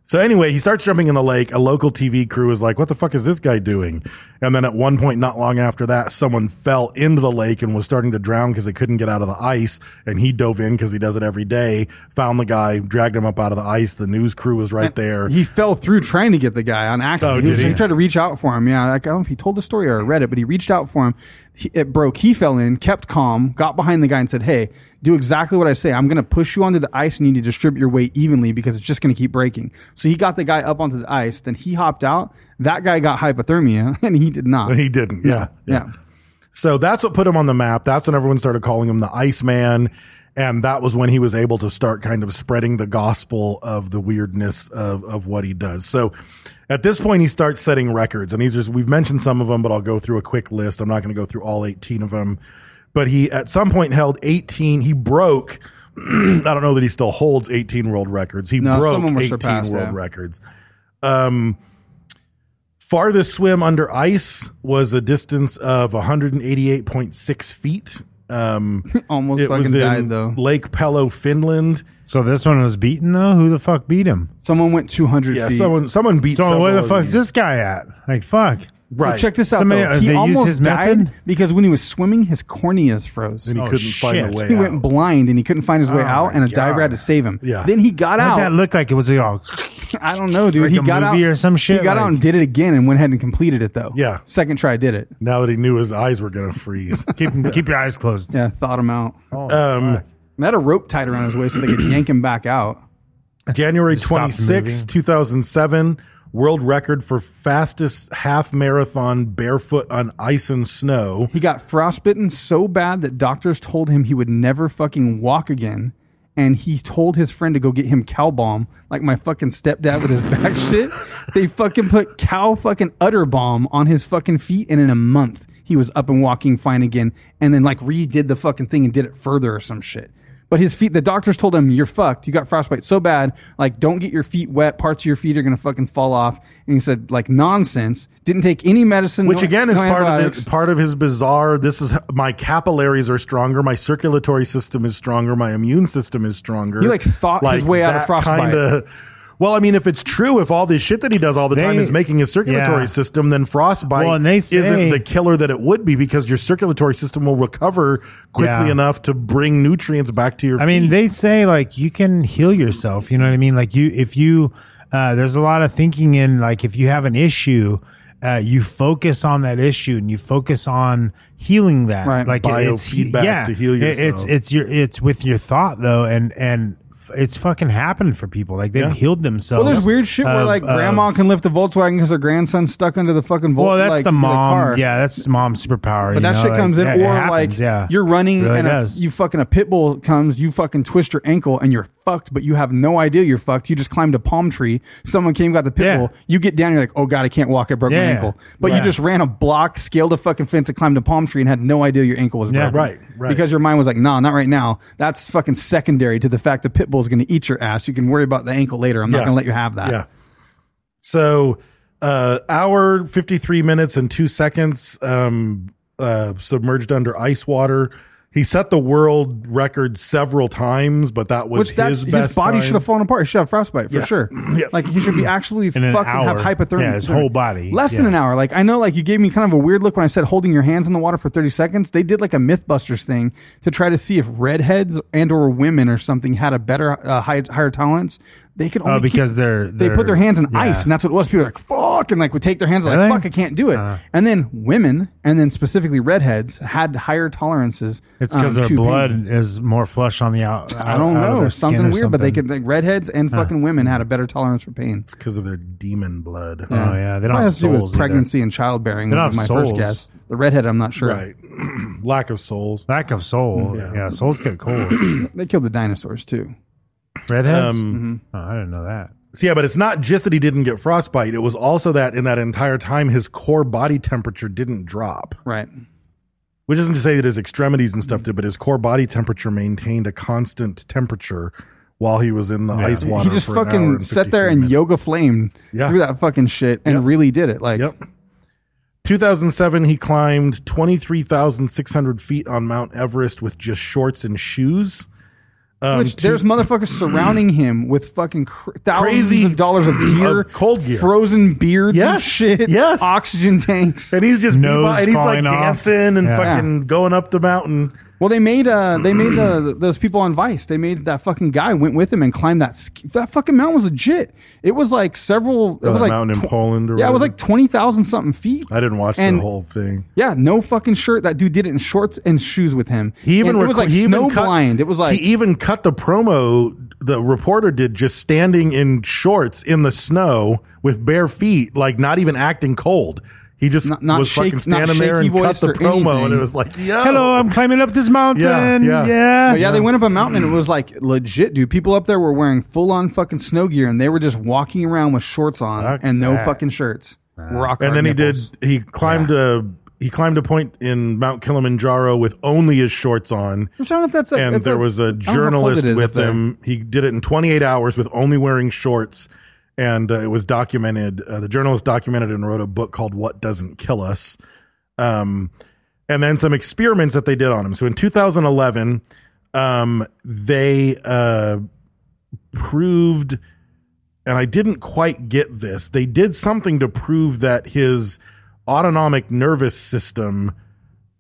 B: So anyway, he starts jumping in the lake. A local TV crew is like, "What the fuck is this guy doing?" And then at one point, not long after that, someone fell into the lake and was starting to drown because they couldn't get out of the ice. And he dove in because he does it every day. Found the guy, dragged him up out of the ice. The news crew was right there.
C: He fell through trying to get the guy on accident.
B: Oh,
C: he,
B: did
C: was-
B: he?
C: he tried to reach out for him. Yeah, like, I don't know if he told the story or I read it, but he reached out for him. He, it broke. He fell in, kept calm, got behind the guy and said, "Hey, do exactly what I say. I'm going to push you onto the ice, and you need to distribute your weight evenly because it's just going to keep breaking." So he got the guy up onto the ice. Then he hopped out. That guy got hypothermia, and he did not.
B: he didn't.
C: Yeah,
B: yeah.
C: yeah.
B: So that's what put him on the map. That's when everyone started calling him the Iceman. And that was when he was able to start kind of spreading the gospel of the weirdness of, of what he does. So at this point, he starts setting records. And these are, we've mentioned some of them, but I'll go through a quick list. I'm not going to go through all 18 of them. But he at some point held 18, he broke. I don't know that he still holds 18 world records. He
C: No, some
B: broke
C: of them were
B: 18
C: surpassed,
B: world
C: yeah.
B: records farthest swim under ice was a distance of 188.6 feet. Um,
C: Almost
B: it
C: fucking
B: was in
C: died, though.
B: Lake Pelo, Finland.
A: So this one was beaten though. Who the fuck beat him?
C: Someone went 200
B: Yeah,
C: feet.
B: someone someone beat.
A: So where
B: someone
A: the
B: of
A: fuck's
B: these.
A: this guy at? Like fuck.
B: Right.
C: So check this out.
A: Somebody-
C: though.
A: uh,
C: He
A: they use
C: almost
A: his
C: died
A: method?
C: because when he was swimming, his corneas froze.
B: And he
A: Oh,
B: couldn't find
A: shit.
B: a way.
C: he
B: out.
C: went blind and he couldn't find his way
A: Oh,
C: out, and a
A: God.
C: diver had to save him.
B: Yeah.
C: Then he
A: What
C: got out.
A: that look like? It was it all?
C: I don't know, dude.
A: Like
C: he
A: a
C: got
A: movie
C: out
A: or some shit,
C: He got out
A: like-
C: and did it again, and went ahead and completed it though.
B: Yeah.
C: second try, did it.
B: Now that he knew his eyes were gonna freeze.
A: Keep keep your eyes closed.
C: Yeah, thawed him out.
A: Oh,
B: um,
C: They had a rope tied around his waist so they could yank him back out.
B: January
A: Just stopped
B: 26,
A: moving.
B: 2007, world record for fastest half marathon barefoot on ice and snow.
C: He got frostbitten so bad that doctors told him he would never fucking walk again. And he told his friend to go get him cow balm, like my fucking stepdad with his back shit. They fucking put cow fucking udder balm on his fucking feet, and in a month he was up and walking fine again. And then like redid the fucking thing and did it further or some shit. But his feet, the doctors told him, "You're fucked. You got frostbite so bad. Like, don't get your feet wet. Parts of your feet are gonna fucking fall off." And he said, "Like nonsense. Didn't take any medicine,
B: Which
C: no-
B: again is
C: no
B: part of
C: antibiotics."
B: the, part of his bizarre. This is my capillaries are stronger, my circulatory system is stronger, my immune system is stronger.
C: He, like, thought his way out of frostbite.
B: Kinda, well, I mean, if it's true, if all this shit that he does all the time
A: They-
B: is making his circulatory
A: yeah.
B: system, then frostbite
A: Well, and they
B: isn't
A: say-
B: the killer that it would be because your circulatory system will recover quickly
A: Yeah.
B: enough to bring nutrients back to your.
A: I mean,
B: feet.
A: they say like you can heal yourself. You know what I mean? Like you, if you, uh, there's a lot of thinking in like if you have an issue, uh, you focus on that issue and you focus on healing that.
C: Right.
A: Like
B: Biofeedback to heal
A: it- It's
B: yourself.
A: it's your it's with your thought though, and and f- it's fucking happened for people. Like they've
B: Yeah.
A: healed themselves.
C: Well, there's weird shit where
A: of-
C: like grandma
A: of-
C: can lift a Volkswagen because her grandson's stuck under the fucking. Vol-
A: well, that's
C: like,
A: the
C: the
A: mom.
C: car.
A: yeah, that's mom's superpower.
C: But
A: you
C: that
A: know?
C: shit
A: Like,
C: comes in,
A: yeah, it
C: or like
A: happens, yeah,
C: you're running
A: Really
C: and a,
A: does.
C: you fucking a pit bull comes, you fucking twist your ankle and you're fucked, but you have no idea you're fucked. You just climbed a palm tree. Someone came, got the pit
A: Yeah.
C: bull. You get down, you're like, oh god, I can't walk. I broke my
A: Yeah.
C: ankle. But you
A: Right.
C: just ran a block, scaled a fucking fence, and climbed a palm tree and had no idea your ankle was
A: Yeah.
C: broken.
B: Right, right.
C: Because your mind was like, nah, not right now. That's fucking secondary to the fact the pit bull's going to eat your ass. You can worry about the ankle later. I'm not
B: Yeah.
C: going to let you have that.
B: Yeah. So, uh, hour fifty three minutes and two seconds, um, uh, submerged under ice water. He set the world record several times, but that was
C: Which that,
B: his
C: his,
B: best.
C: body
B: time.
C: should have fallen apart. He should have frostbite for
B: Yes.
C: sure.
B: Yeah.
C: Like he should be actually fucked
A: In an
C: and have
A: hour.
C: hypothermia.
A: Yeah, his whole body.
C: Less than
A: Yeah.
C: an hour. Like I know, like you gave me kind of a weird look when I said holding your hands in the water for thirty seconds. They did like a MythBusters thing to try to see if redheads and or women or something had a better uh, high, higher tolerance. They could
A: Oh,
C: only keep-
A: because they're-
C: they put
A: they're-
C: their hands in
A: yeah.
C: ice, and that's what it was. People were like fuck, and like would take their hands like
A: Really?
C: fuck, I can't do it.
A: Uh.
C: and then women, and then specifically redheads, had higher tolerances.
A: It's because
C: um,
A: their
C: to pain.
A: blood is more flush on the out.
C: I don't know. Something weird, but they could like redheads and fucking women had a better tolerance for pain.
B: because of their demon blood.
A: Oh yeah, they don't
C: Probably
A: have
C: has to do
A: souls.
C: with
A: either.
C: pregnancy and childbearing.
A: They don't
C: was my
A: have
C: first
A: souls.
C: guess. The redhead, I'm not sure.
B: Right. Lack of souls.
A: Lack of soul.
B: Yeah.
C: Mm-hmm.
A: Yeah, souls get cold.
C: They killed the dinosaurs too.
A: Redheads.
B: Um,
A: oh, I didn't know that.
B: So yeah, but it's not just that he didn't get frostbite. It was also that in that entire time, his core body temperature didn't drop.
C: Right.
B: which isn't to say that his extremities and stuff did, but his core body temperature maintained a constant temperature while he was in the ice water.
C: he just
B: for an hour
C: fucking
B: and
C: sat there
B: 53
C: and
B: minutes.
C: yoga flamed
B: Yeah.
C: through that fucking shit and
B: Yep.
C: really did it. Like
B: Yep. 2007, he climbed 23,600 feet on Mount Everest with just shorts and shoes. Um,
C: which
B: two-
C: there's motherfuckers surrounding him with fucking cr- thousands
B: Crazy-
C: of dollars of beer,
B: of cold gear.
C: frozen beards, and
B: Yes,
C: shit,
B: yes.
C: oxygen tanks.
B: and he's just
A: Nose
B: and he's like
A: falling off.
B: dancing and
A: Yeah.
B: fucking going up the mountain.
C: Well, they made uh, they made the those people on Vice. They made that fucking guy went with him and climbed that ski- that fucking mountain was legit. It was like several. It
B: Oh,
C: was
B: that
C: like
B: mountain in Poland or
C: yeah, it was
B: whatever.
C: like twenty thousand something feet.
B: I didn't watch
C: And-
B: the whole thing.
C: Yeah, no fucking shirt. That dude did it in shorts and shoes with him.
B: He even
C: And it was
B: reco-
C: like
B: he even
C: snow
B: cut-
C: blind. It was like
B: he even cut the promo. The reporter did just standing in shorts in the snow with bare feet, like not even acting cold. He just
C: Not- not
B: was
C: shake-
B: fucking
C: not
B: standing there
C: shaky
B: and cut
C: voiced
B: the
C: or
B: promo, and
C: anything.
B: it was like, yo,
A: Hello, I'm climbing up this mountain.
B: Yeah,
A: Yeah,
B: yeah.
C: But Oh. yeah, they went up a mountain and it was like legit, dude. People up there were wearing full on fucking snow gear and they were just walking around with shorts on
A: Fuck
C: and no
A: that.
C: fucking shirts. Rock
B: And
C: hard
B: then he
C: nipples.
B: did. He climbed a he climbed a point in Mount Kilimanjaro with only his shorts on.
C: Which I don't know if that's a-
B: and
C: that's
B: there
C: a-
B: was
C: I
B: a
C: don't know how cold
B: journalist
C: it is up
B: with
C: there.
B: him. He did it in 28 hours with only wearing shorts. and uh, it was documented. Uh, the journalist documented and wrote a book called "What Doesn't Kill Us," um, and then some experiments that they did on him. So in 2011, um, they uh, proved, and I didn't quite get this. They did something to prove that his autonomic nervous system,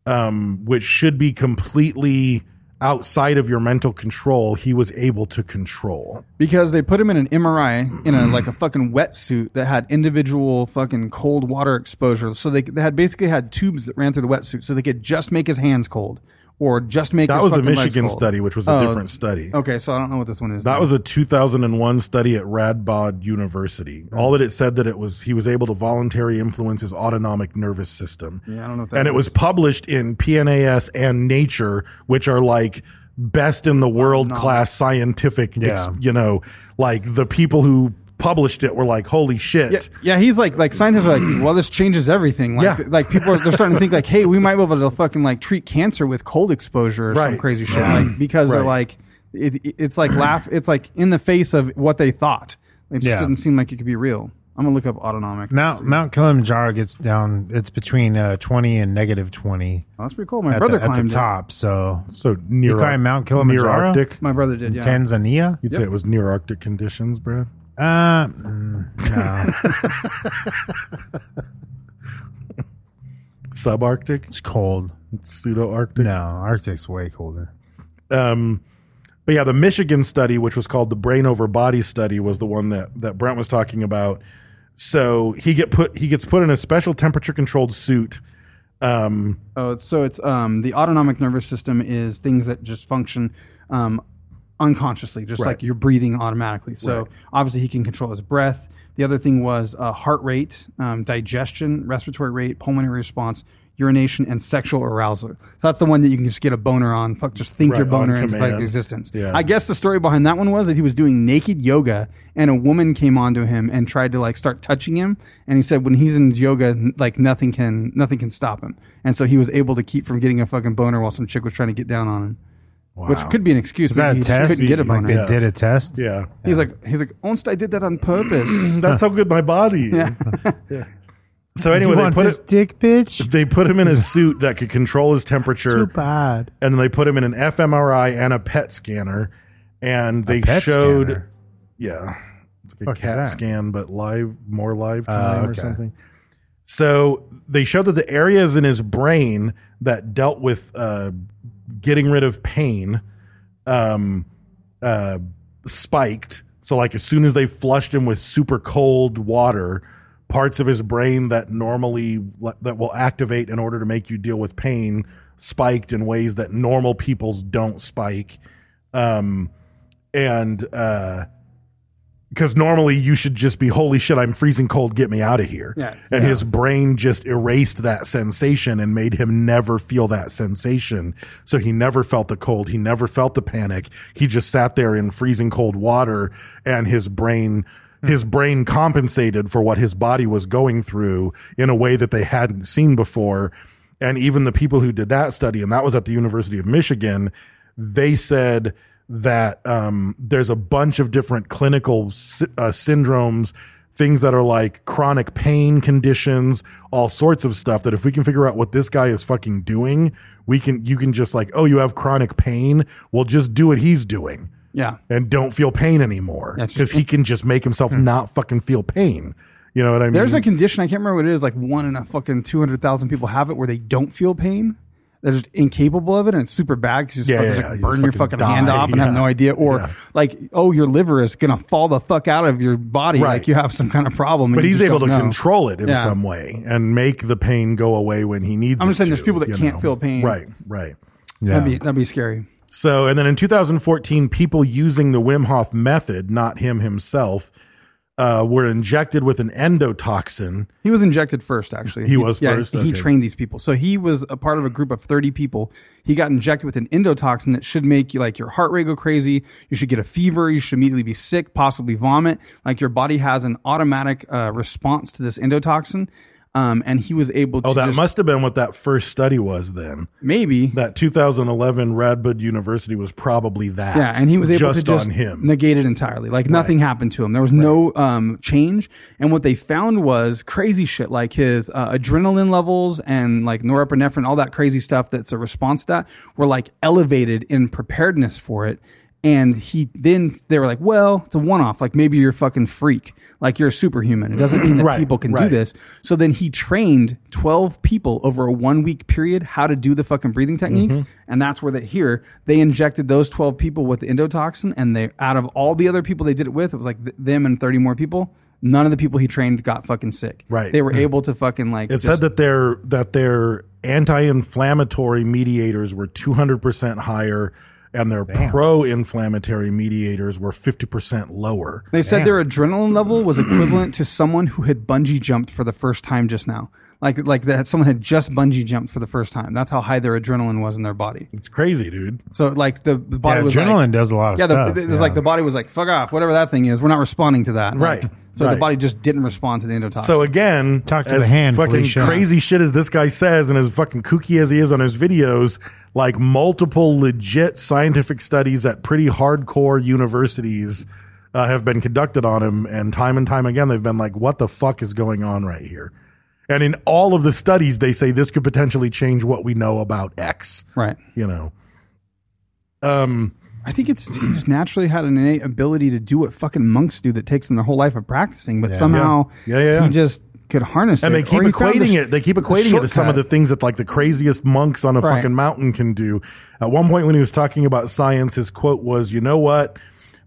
B: um, which should be completely outside of your mental control, he was able to control.
C: because they put him in an MRI in a like a fucking wetsuit that had individual fucking cold water exposure. So they, they had basically had tubes that ran through the wetsuit, so they could just make his hands cold or just make
B: That
C: his
B: was the
C: fucking legs
B: Michigan
C: cold.
B: study, which was a
C: Oh,
B: different study.
C: Okay, so I don't know what this one is.
B: That was a 2001 study at Radboud University.
C: Mm.
B: All that it said that it was he was able to voluntary influence his autonomic nervous system.
C: Yeah, I don't know if that
B: and it was published in PNAS and Nature, which are like best in the world class scientific. ex-
C: Yeah.
B: you know, like the people who published it were like, "Holy shit!"
C: Yeah, yeah, he's like like scientists are like, well, this changes everything. Like,
B: Yeah.
C: like people are they're starting to think like, hey, we might be able to fucking like treat cancer with cold exposure or some
B: Right.
C: crazy shit,
B: Yeah.
A: Mm-hmm.
C: like because they're
B: Right.
C: like, it, it's like laugh, it's like in the face of what they thought. It just
A: Yeah.
C: doesn't seem like it could be real. I'm gonna look up autonomic.
A: Mount Mount Kilimanjaro gets down. It's between uh, twenty and negative twenty.
C: Oh, that's pretty cool. My
A: at
C: brother
A: the, at
C: climbed
A: the
C: it.
A: top. So
B: So near
A: you climb Mount
B: near
A: Kilimanjaro.
B: Arctic?
C: My brother did. Yeah.
A: Tanzania.
B: You'd say it was near Arctic conditions, Brad.
A: Uh, mm, no.
B: Subarctic.
A: it's cold.
B: Pseudo Arctic.
A: No, Arctic's way colder.
B: um, but yeah, the Michigan study, which was called the brain over body study, was the one that that Brent was talking about. So he get put he gets put in a special temperature controlled suit. Um,
C: Oh, it's- so it's um the autonomic nervous system is things that just function um unconsciously, just
B: Right.
C: like you're breathing automatically. So
B: Right.
C: obviously he can control his breath. The other thing was uh, heart rate, um, digestion, respiratory rate, pulmonary response, urination, and sexual arousal. So that's the one that you can just get a boner on. Fuck, just think
B: Right,
C: your boner
B: on
C: into
B: command.
C: fucking existence.
B: Yeah.
C: I guess the story behind that one was that he was doing naked yoga, and a woman came onto him and tried to like start touching him, and he said when he's in yoga, n- like nothing can nothing can stop him, and so he was able to keep from getting a fucking boner while some chick was trying to get down on him, which could be an excuse.
A: Is that a
C: maybe he just
A: test?
C: couldn't get a
A: Like
C: boner.
A: they did a test.
B: yeah,
C: He's like he's like, onst I did that on purpose.
B: that's how good my body is.
C: Yeah.
B: So anyway,
A: you
B: they
A: want
B: put
A: this
B: it,
A: dick, bitch?
B: they put him in a suit that could control his temperature.
A: Too bad.
B: and then they put him in an fMRI and a PET scanner, and they
A: PET
B: showed,
A: E scanner?
B: yeah, it's like a
A: Fuck is
B: CAT
A: that? Uh,
B: scan but live, more live time or
A: okay.
B: something. So they showed that the areas in his brain that dealt with uh, getting rid of pain um, uh, spiked. So like as soon as they flushed him with super cold water, parts of his brain that normally that will activate in order to make you deal with pain spiked in ways that normal people's don't spike. Um, and uh, because normally you should just be holy shit, I'm freezing cold, get me out of here.
C: Yeah.
B: And his brain just erased that sensation and made him never feel that sensation. So he never felt the cold. He never felt the panic. He just sat there in freezing cold water and his brain, his brain compensated for what his body was going through in a way that they hadn't seen before. And even the people who did that study, and that was at the University of Michigan, they said that um, there's a bunch of different clinical sy- uh, syndromes, things that are like chronic pain conditions, all sorts of stuff. That if we can figure out what this guy is fucking doing, we can you can just like, oh, you have chronic pain. Well, just do what he's doing
C: yeah.
B: and don't feel pain anymore
C: That's
B: because
C: just- Hmm.
B: he can just make himself not fucking feel pain. You know what I mean?
C: There's a condition I can't remember what it is. Like one in a fucking two hundred thousand people have it where they don't feel pain. They're just incapable of it, and it's super bad because you just
B: Yeah,
C: fucking
B: yeah,
C: just
B: yeah. You
C: burn your
B: fucking
C: fucking hand
B: die.
C: off and
B: Yeah.
C: have no idea, or
B: Yeah.
C: like, oh, your liver is gonna fall the fuck out of your body,
B: Right.
C: like you have some kind of problem. and
B: but
C: you
B: he's
C: just
B: able to
C: don't know.
B: control it in
C: Yeah.
B: some way and make the pain go away when he needs.
C: I'm
B: it
C: just saying there's
B: to,
C: people that
B: you
C: can't feel pain.
B: Right, right.
A: Yeah.
C: That'd be that'd be scary.
B: So, and then in 2014, people using the Wim Hof method, not him himself, uh, were injected with an endotoxin.
C: He was injected first, actually.
B: He was first,
C: He,
B: okay.
C: trained these people, so he was a part of a group of thirty people. He got injected with an endotoxin that should make you like your heart rate go crazy. You should get a fever. You should immediately be sick, possibly vomit. Like your body has an automatic uh, response to this endotoxin. Um, and he was able to.
B: Oh, that
C: just-
B: must have been what that first study was then.
C: Maybe
B: that 2011 Radboud University was probably that.
C: Yeah, and he was able
B: just
C: to just
B: on him.
C: negate it entirely. Like nothing happened to him. There was no um, change. And what they found was crazy shit, like his uh, adrenaline levels and like norepinephrine, all that crazy stuff that's a response to that were like elevated in preparedness for it. And he then they were like, well, it's a one off. Like maybe you're a fucking freak. Like you're a superhuman. It doesn't mean that
B: Right,
C: people can do
B: right.
C: this. So then he trained 12 people over a one week period how to do the fucking breathing techniques.
B: Mhm.
C: And that's where that here, they injected those 12 people with the endotoxin. And they, out of all the other people they did it with, it was like th- them and 30 more people. None of the people he trained got fucking sick.
B: Right.
C: They were
B: Mhm.
C: able to fucking like.
B: It said that their that their anti-inflammatory mediators were 200% higher and their pro-inflammatory mediators were 50% lower.
C: They said their adrenaline level was equivalent to someone who had bungee jumped for the first time just now. Like, like that someone had just bungee jumped for the first time. That's how high their adrenaline was in their body.
B: It's crazy, dude.
C: So like the, the body
A: Yeah,
C: was
A: adrenaline
C: like-
A: does a lot of
C: yeah,
A: stuff,
C: The, it's
A: yeah.
C: like the body was like fuck off, whatever that thing is. We're not responding to that. Like,
B: Right,
C: so the
B: right.
C: body just didn't respond to the endotoxin.
B: So again,
A: Talk to
B: as
A: the hand,
B: Fucking
A: Felicia.
B: crazy shit as this guy says, and as fucking kooky as he is on his videos, like multiple legit scientific studies at pretty hardcore universities uh, have been conducted on him, and time and time again, they've been like, "What the fuck is going on right here?" And in all of the studies, they say this could potentially change what we know about X.
C: Right.
B: You know. Um.
C: I think it's he just naturally had an innate ability to do what fucking monks do that takes them their whole life of practicing, but
B: Yeah.
C: somehow
B: Yeah. Yeah, yeah, yeah.
C: he just could harness
B: and
C: it.
B: they keep
C: Or he found
B: equating
C: a-
B: it. They keep
C: a
B: equating it to some of
C: shortcut.
B: the things that like the craziest monks on a
C: Right.
B: fucking mountain can do. At one point, when he was talking about science, his quote was, "You know what?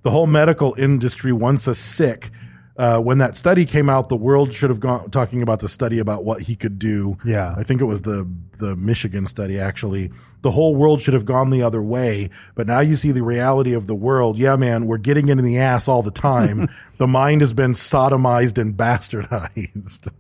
B: The whole medical industry wants us sick." Uh, when that study came out, the world should have gone talking about the study about what he could do.
A: Yeah.
B: I think it was the the Michigan study actually. The whole world should have gone the other way, but now you see the reality of the world. Yeah, man, we're getting it in the ass all the time. the mind has been sodomized and bastardized.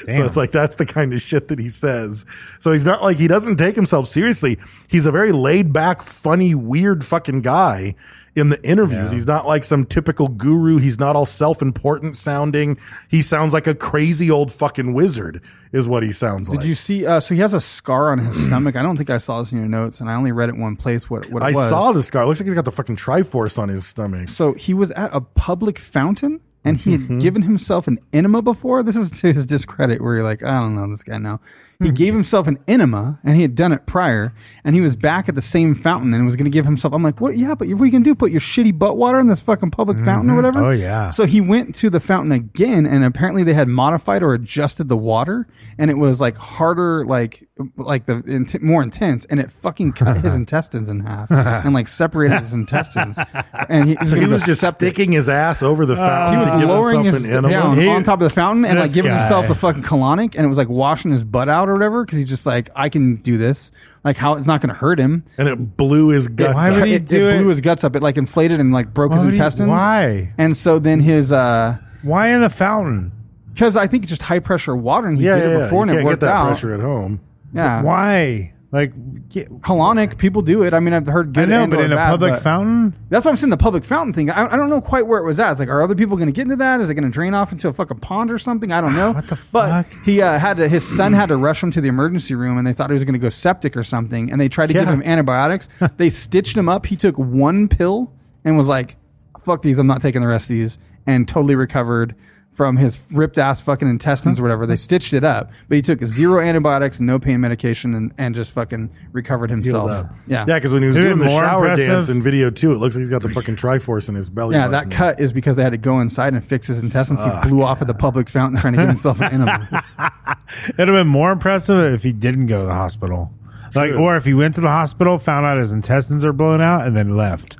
B: So
A: Damn.
B: it's like that's the kind of shit that he says. So he's not like he doesn't take himself seriously. He's a very laid back, funny, weird fucking guy in the interviews.
A: Yeah.
B: He's not like some typical guru. He's not all self important sounding. He sounds like a crazy old fucking wizard is what he sounds like.
C: Did you see? Uh, so he has a scar on his stomach. I don't think I saw this in your notes, and I only read it one place. What what it
B: I
C: was.
B: saw this guy. It looks like he's got the fucking Triforce on his stomach.
C: So he was at a public fountain and he
A: Mm-hmm.
C: had given himself an enema before. This is to his discredit, where you're like, I don't know this guy now. He
A: Mm-hmm.
C: gave himself an enema and he had done it prior and he was back at the same fountain and was going to give himself. I'm like, what? Yeah, but what are you going to do? Put your shitty butt water in this fucking public fountain or whatever?
A: Oh, yeah.
C: So he went to the fountain again and apparently they had modified or adjusted the water and it was like harder, like, like the int- more intense and it fucking cut his intestines in half and like separated his intestines. And he,
B: So he
C: gonna
B: was just
C: septic. Uh,
B: sticking his ass over the
C: He
B: fountain
C: was
B: to give
C: lowering
B: himself
C: his
B: an enema.
C: down
A: He-
C: on top of the fountain and like
A: this
C: giving himself
A: guy.
C: the fucking colonic, and it was like washing his butt out or whatever because he's just like, I can do this. Like how it's not going to hurt him.
B: and it blew his guts.
A: Why would
B: out.
A: he
C: It,
A: do
C: it blew
A: it?
C: his guts up. It like inflated and like broke
A: Why
C: his
A: would he-
C: intestines.
A: why?
C: And so then his uh,
A: Why in the fountain?
C: because I think it's just high pressure water, and he
B: yeah,
C: did
B: yeah,
C: it before
B: yeah. You
C: and it
B: can't
C: worked
B: get that
C: out.
B: pressure at home.
C: Yeah,
A: Why? Like, get,
C: colonic people do it. I mean, I've heard good.
A: I know,
C: and
A: but
C: or
A: in a
C: bad,
A: public
C: but-
A: fountain,
C: That's why I'm saying the public fountain thing. I, I don't know quite where it was at. It's like, are other people going to get into that? Is it going to drain off into a fucking pond or something? I don't
B: Ah,
C: know.
A: What the
C: But
A: fuck?
C: he uh, had to, his son had to rush him to the emergency room, and they thought he was going to go septic or something. And they tried to give
B: Yeah.
C: him antibiotics. they stitched him up. He took one pill and was like, "Fuck these! I'm not taking the rest of these." And totally recovered from his ripped ass fucking intestines or whatever. They stitched it up, but he took zero antibiotics and no pain medication, and, and just fucking recovered
B: Healed
C: himself.
B: up.
C: Yeah,
B: yeah, because when he was
A: Even
B: doing the
A: more
B: shower
A: impressive-
B: dance in video two, it looks like he's got the fucking Triforce in his belly.
C: Yeah,
B: button.
C: that cut is because they had to go inside and fix his intestines. he blew off at the public fountain trying to give himself an enema.
A: it'd have been more impressive if he didn't go to the hospital. Like,
B: True.
A: or if he went to the hospital, found out his intestines are blown out, and then left.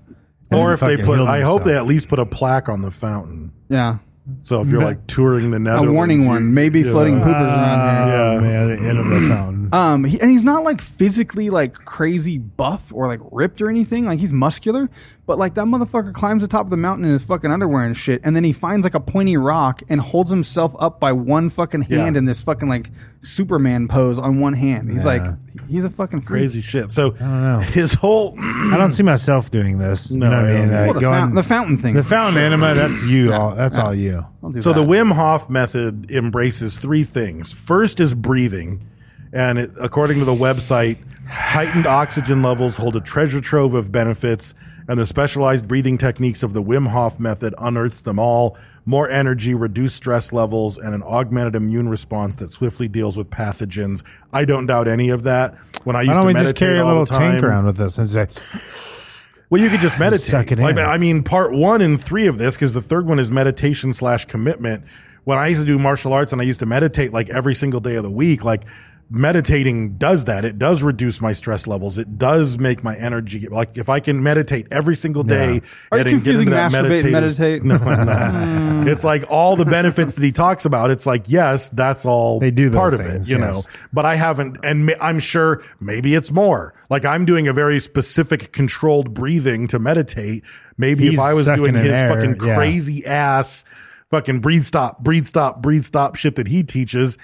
A: And
B: Or
A: then
B: if they
A: fucking
B: put,
A: healed
B: I hope they
A: himself.
B: at least put a plaque on the fountain.
C: Yeah.
B: So if you're like touring the
C: A
B: Netherlands,
C: warning
B: you-
C: one. Maybe
B: you
C: floating
B: know.
C: poopers around here.
B: yeah.
A: Oh, man, the end of the fountain.
C: Um, he, and he's not like physically like crazy buff or like ripped or anything. Like he's muscular, but like that motherfucker climbs the top of the mountain in his fucking underwear and shit, and then he finds like a pointy rock and holds himself up by one fucking hand
B: Yeah.
C: in this fucking like Superman pose on one hand. He's
A: Yeah.
C: like, he's a fucking freak.
B: crazy shit. So I
A: don't know.
B: His whole
A: I don't see myself doing this.
B: No,
A: you know what I
B: yeah,
A: mean?
B: yeah.
A: Like
C: Well, the,
A: going-
C: fountain, the fountain thing.
A: The fountain anima, that's you. all, that's
C: yeah.
A: all you.
C: I'll do
B: so the
C: that.
B: Wim Hof method embraces three things. First is breathing, and it, according to the website, heightened oxygen levels hold a treasure trove of benefits, and the specialized breathing techniques of the Wim Hof method unearths them all. More energy, reduced stress levels, and an augmented immune response that swiftly deals with pathogens. I don't doubt any of that. When I used
A: Why don't
B: to
A: we
B: meditate
A: just carry a
B: all
A: little
B: the time,
A: tank around with us and just like,
B: Well, you could just meditate.
A: suck it
B: Like,
A: in.
B: I mean, part one and three of this, because the third one is meditation slash commitment. When I used to do martial arts and I used to meditate like every single day of the week, like meditating does that. It does reduce my stress levels. It does make my energy. Like if I can meditate every single day,
C: Are you
B: and get into
C: confusing
B: that
C: masturbate and
B: meditative-
C: meditate?
B: No, I'm not. uh,
C: Hmm.
B: it's like all the benefits that he talks about. It's like yes, that's all
A: They do those
B: part
A: things,
B: of it, you
A: yes.
B: know but I haven't, and ma- I'm sure maybe it's more. Like I'm doing a very specific, controlled breathing to meditate. Maybe
A: He's
B: if I was doing
A: sucking in
B: his
A: air,
B: fucking
A: yeah.
B: crazy ass, fucking breathe stop, breathe stop, breathe stop shit that he teaches,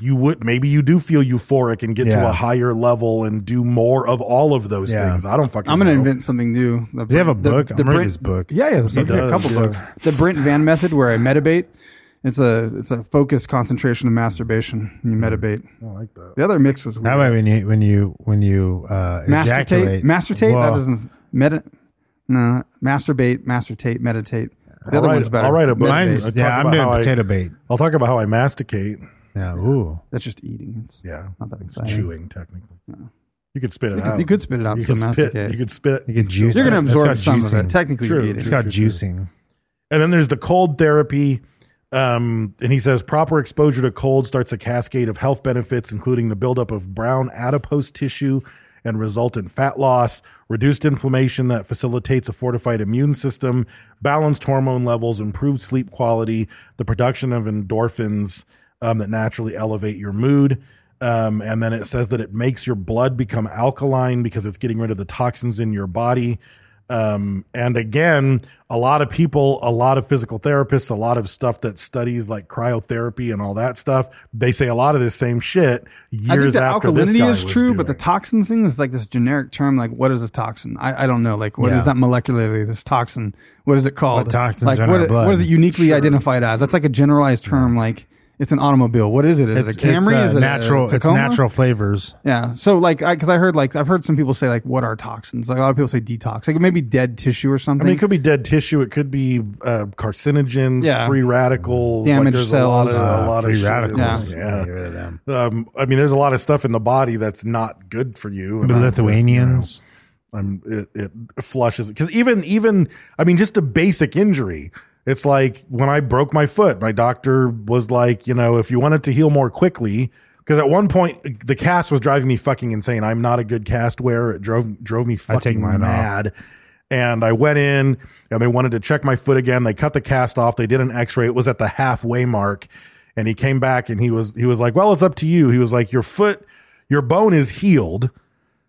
B: you would maybe you do feel euphoric and get to
A: Yeah.
B: a higher level and do more of all of those
A: Yeah.
B: things. I don't fucking.
C: I'm gonna
B: know.
C: invent something new. The
A: he have a
C: Brent- the-
A: book?
C: The,
A: I'm reading
C: Brent-
A: his book.
C: Yeah, he has a, book. He has a
B: does,
C: couple
B: yeah.
C: books. The Brent Van method, where I meditate. It's a it's a focused concentration of masturbation. You meditate. I like that. The other mix was
A: that
C: weird.
A: way when you when you when you uh,
C: Masturbate.
A: ejaculate,
C: Masturbate.
A: well,
C: that doesn't med. No, masturbate, masturbate, meditate. The
B: I'll
C: other
B: write-
C: one's better.
B: I'll write a book.
C: Meditate.
A: mine's
B: Talk
A: yeah. I'm
B: about
A: doing
B: how I-
A: potato bait.
B: I'll talk about how I masticate.
A: Yeah. Ooh.
C: That's just eating. It's
B: Yeah,
C: not that
B: It's
C: exciting.
B: chewing technically. You could spit it
C: You could-
B: out.
C: you could spit it out,
B: You
C: so
B: could spit.
C: masticate.
B: You could spit.
A: You could juice.
C: You're gonna
A: it. It's
C: absorb
A: got
C: some of
A: juicing.
C: it. Technically,
B: True,
C: you're eating.
A: It's
B: true.
A: got juicing.
B: And then there's the cold therapy. Um, and he says proper exposure to cold starts a cascade of health benefits, including the buildup of brown adipose tissue and resultant fat loss, reduced inflammation that facilitates a fortified immune system, balanced hormone levels, improved sleep quality, the production of endorphins um, that naturally elevate your mood. Um, and then it says that it makes your blood become alkaline because it's getting rid of the toxins in your body. Um, and again, a lot of people, a lot of physical therapists, a lot of stuff that studies like cryotherapy and all that stuff, they say a lot of this same shit years
C: I think the
B: after this
C: alkalinity
B: guy
C: is
B: was
C: true,
B: doing
C: but the
B: it.
C: toxins thing is like this generic term. Like, what is a toxin? I, I don't know. Like, what is
A: Yeah.
C: that molecularly? This toxin, what is it called?
A: What toxins
C: like,
A: are in
C: what,
A: our
C: it-
A: blood?
C: what is it uniquely identified as? That's like a generalized term. Like, it's an automobile. What is it? Is
A: It's,
C: it a Camry?
A: it's,
C: is
A: uh,
C: it
A: natural.
C: A
A: It's
C: Tacoma?
A: natural flavors.
C: Yeah. So like, because I, heard like I've heard some people say like, what are toxins? Like a lot of people say detox. Like maybe dead tissue or
B: I
C: something.
B: mean, it could be dead tissue. It could be uh, carcinogens,
C: Yeah.
B: free radicals,
C: Damaged
B: there's a lot of,
C: cells.
B: a lot of
A: uh, Ah, free
B: shit.
A: radicals.
C: Yeah.
B: Yeah.
A: Get rid of them.
B: Um, I mean, there's a lot of stuff in the body that's not good for you. And
A: The
B: I'm just, you know,
A: Lithuanians.
B: I'm it, it flushes because even even I mean just a basic injury. It's like when I broke my foot, my doctor was like, you know, if you want it to heal more quickly, because at one point the cast was driving me fucking insane. I'm not a good cast wearer. It drove drove me
A: I take
B: fucking
A: mine off.
B: mad. And I went in and they wanted to check my foot again. They cut the cast off. They did an x-ray. It was at the halfway mark. And he came back and he was he was like, Well, it's up to you. He was like, Your foot, your bone is healed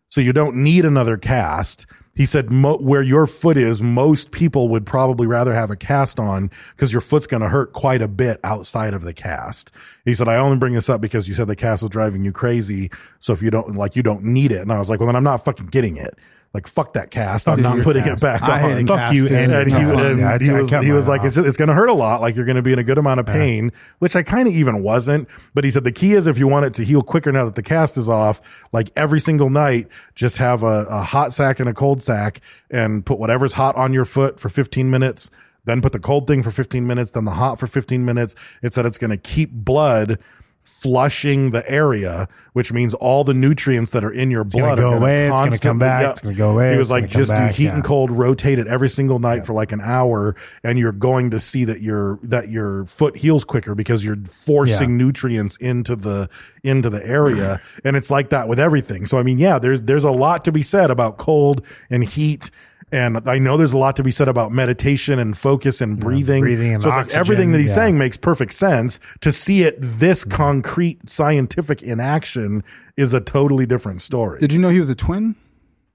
B: so you don't need another cast. He said, Mo- where your foot is, most people would probably rather have a cast on because your foot's going to hurt quite a bit outside of the cast. He said, I only bring this up because you said the cast was driving you crazy. So if you don't like, you don't need it. And I was like, well, then I'm not fucking getting it. Like, fuck that cast. I'm not putting it back
C: I
B: on.
C: hated
B: Fuck
C: cast
B: you.
C: too.
B: And, and he,
C: Yeah,
B: was-
C: I
B: and
A: cut
B: he
A: mine
B: was, he was like,
A: off.
B: it's, it's going to hurt a lot. Like you're going to be in a good amount of pain, which I kind of even wasn't. But he said the key is if you want it to heal quicker now that the cast is off, like every single night, just have a, a hot sack and a cold sack and put whatever's hot on your foot for 15 minutes. Then put the cold thing for 15 minutes, then the hot for 15 minutes. It said it's going to keep blood flushing the area, which means all the nutrients that are in your
A: gonna
B: blood
A: go
B: are gonna
A: away, it's gonna
B: constantly-
A: come back,
B: yeah.
A: it's gonna go away,
B: He was
A: it's
B: like,
A: gonna come
B: just do
A: back,
B: heat and
A: yeah.
B: cold cold, rotate it every single night for like an hour, and you're going to see that your that your foot heals quicker because you're forcing
A: Yeah.
B: nutrients into the into the area, and it's like that with everything. So I mean, yeah, there's there's a lot to be said about cold and heat And I know there's a lot to be said about meditation and focus and breathing.
A: breathing and
B: so it's like
A: oxygen,
B: everything that he's
A: yeah. Mm-hmm.
B: saying makes perfect sense. To see it this concrete, scientific in action is a totally different story.
C: Did you know he was a twin?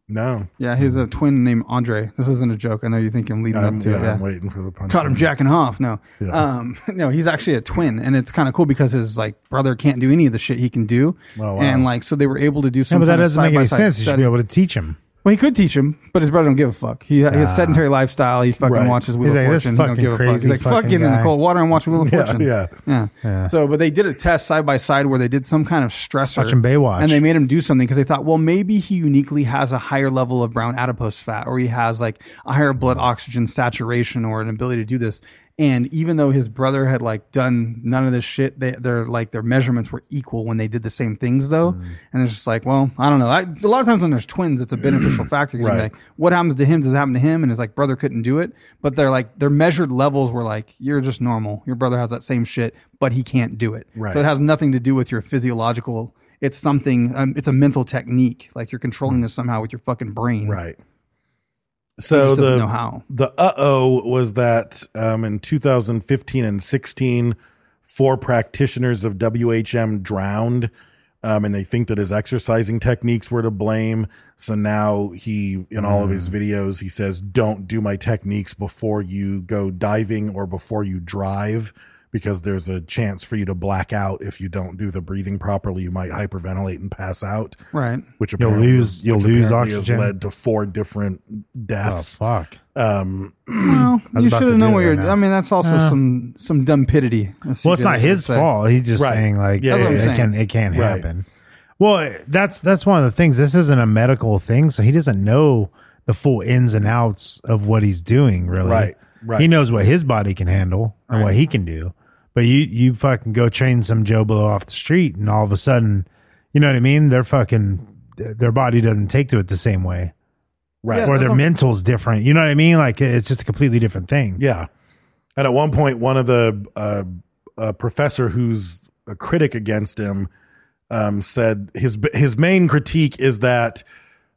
B: No.
C: Yeah, he's a twin named Andre. This isn't a joke. I know you think I'm leading
B: I'm-
C: up to
B: Um, yeah,
C: it. Yeah.
B: I'm waiting for the punch.
C: Caught him jacking off. No,
B: Yeah.
C: um, no, he's actually a twin, and it's kind of cool because his like brother can't do any of the shit he can do,
A: Oh, wow.
C: and like so they were able to do
A: Yeah,
C: some.
A: but that
C: kind of
A: doesn't make any
C: side-by-side
A: sense. You should
C: study.
A: be able to teach him.
C: Well, he could teach him, but his brother don't give a fuck. He he has
A: Ah.
C: sedentary lifestyle. He fucking
A: Right.
C: watches Wheel
A: He's
C: of
A: like, this
C: Fortune. He don't
A: fucking
C: give a fuck. He's
A: crazy
C: like, fuck
A: fucking
C: getting in the
A: guy.
C: cold water and watching Wheel of
A: Yeah,
C: Fortune.
A: yeah.
C: yeah, So, but they did a test side by side where they did some kind of stressor.
A: Watching Baywatch.
C: And they made him do something because they thought, well, maybe he uniquely has a higher level of brown adipose fat, or he has like a higher blood oxygen saturation, or an ability to do this. And even though his brother had like done none of this shit, they, they're like their measurements were equal when they did the same things though.
B: Mm.
C: And it's just like, well, I don't know. I, a lot of times when there's twins, it's a beneficial factor because
B: Right.
C: like, what happens to him does it happen to him, and his like brother couldn't do it. But they're like their measured levels were like, you're just normal. Your brother has that same shit, but he can't do it.
B: Right.
C: So it has nothing to do with your physiological. It's something. Um, it's a mental technique. Like you're controlling this somehow with your fucking brain.
B: Right.
C: He
B: So
C: just doesn't
B: the
C: know how.
B: the uh oh was that um, in 2015 and 16, four practitioners of WHM drowned, um, and they think that his exercising techniques were to blame. So now he, in all of his
C: Hmm.
B: videos, he says, "Don't do my techniques before you go diving or before you drive." Because there's a chance for you to black out if you don't do the breathing properly. You might hyperventilate and pass out.
C: Right.
B: Which
A: You'll
B: apparently,
A: lose- you'll
B: which
A: lose
B: apparently has
A: oxygen.
B: led to four different deaths.
A: Oh, fuck.
B: Um,
C: Well,
A: I was
C: you
A: about
C: should
A: to
C: have known
A: do
C: what
A: that
C: you're.
A: now.
C: I mean, that's also
A: Uh.
C: some some dumbpidity.
A: Well, it's not his fault. He's just
C: Right.
A: saying like
C: That's what I'm
A: it,
C: saying.
A: can it can't
C: Right.
A: happen. Well, that's that's one of the things. This isn't a medical thing, so he doesn't know the full ins and outs of what he's doing. Really,
B: Right, right.
A: He knows what his body can handle and what he can do. But you you fucking go train some Joe Blow off the street, and all of a sudden, you know what I mean? They're fucking their body doesn't take to it the same way,
B: Right. Yeah,
A: or
B: that's
A: their
B: what-
A: mental's different. You know what I mean? Like it's just a completely different thing.
B: Yeah. And at one point, one of the uh, uh, professor who's a critic against him um, said his his main critique is that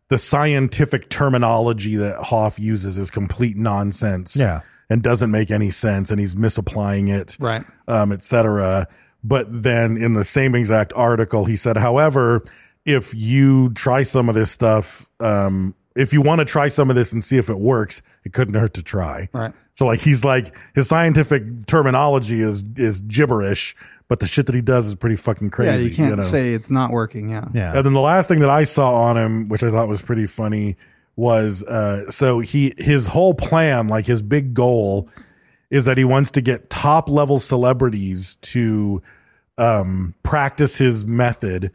B: the scientific terminology that Hoff uses is complete nonsense.
A: Yeah.
B: And doesn't make any sense, and he's misapplying it.
C: Right.
B: um, et cetera. But then in the same exact article, he said, however, if you try some of this stuff, um, if you want to try some of this and see if it works, it couldn't hurt to try.
C: Right.
B: So like he's like his scientific terminology is is gibberish, but the shit that he does is pretty fucking crazy.
C: Yeah, you can't
B: know?
C: say it's not working. Yeah.
A: Yeah.
B: And then the last thing that I saw on him, which I thought was pretty funny, was uh, so he his whole plan, like his big goal, is that he wants to get top level celebrities to um, practice his method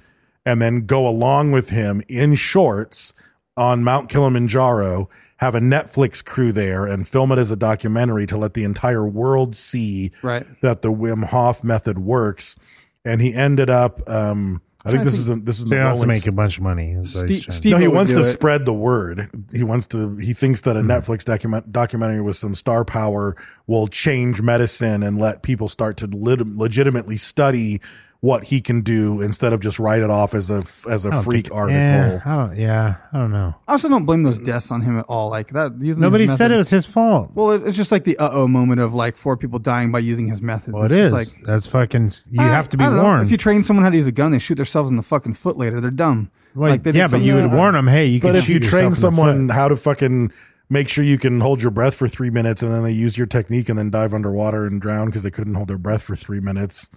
B: and then go along with him in shorts on Mount Kilimanjaro, have a Netflix crew there and film it as a documentary to let the entire world see
C: Right.
B: that the Wim Hof method works. And he ended up, um, I think
C: Trying to
B: this is
C: think-
B: in, this is in
A: So
B: the
A: he wants to
B: Rolling
A: make a
B: Stone-
A: bunch of money. is what he's
C: Ste-
A: trying to
C: Steve
B: no, he
C: would
B: wants
C: do
B: to
C: it.
B: spread the word. He wants to. He thinks that a
A: Hmm.
B: Netflix document, documentary with some star power will change medicine and let people start to lit- legitimately study what he can do instead of just write it off as a as
A: I
B: a
A: don't
B: freak
A: think-
B: article.
A: Oh, Yeah, I don't. Yeah, I don't know.
C: I also don't blame those deaths on him at all. Like that. using
A: Nobody
C: his
A: said
C: method-
A: it was his fault.
C: Well, it- it's just like the uh oh moment of like four people dying by using his method.
A: Well, it is.
C: it's just like
A: That's fucking. You
C: I-
A: have to be
C: I don't know.
A: warned.
C: If you train someone how to use a gun, they shoot themselves in the fucking foot later. They're dumb.
A: Well,
C: they did
A: yeah, but
C: something
A: you would
C: stupid.
A: warn them. Hey, you can.
B: but if
A: shoot
B: you
A: yourself in
B: train
A: the
B: someone
A: foot.
B: how to fucking make sure you can hold your breath for three minutes and then they use your technique and then dive underwater and drown because they couldn't hold their breath for three minutes.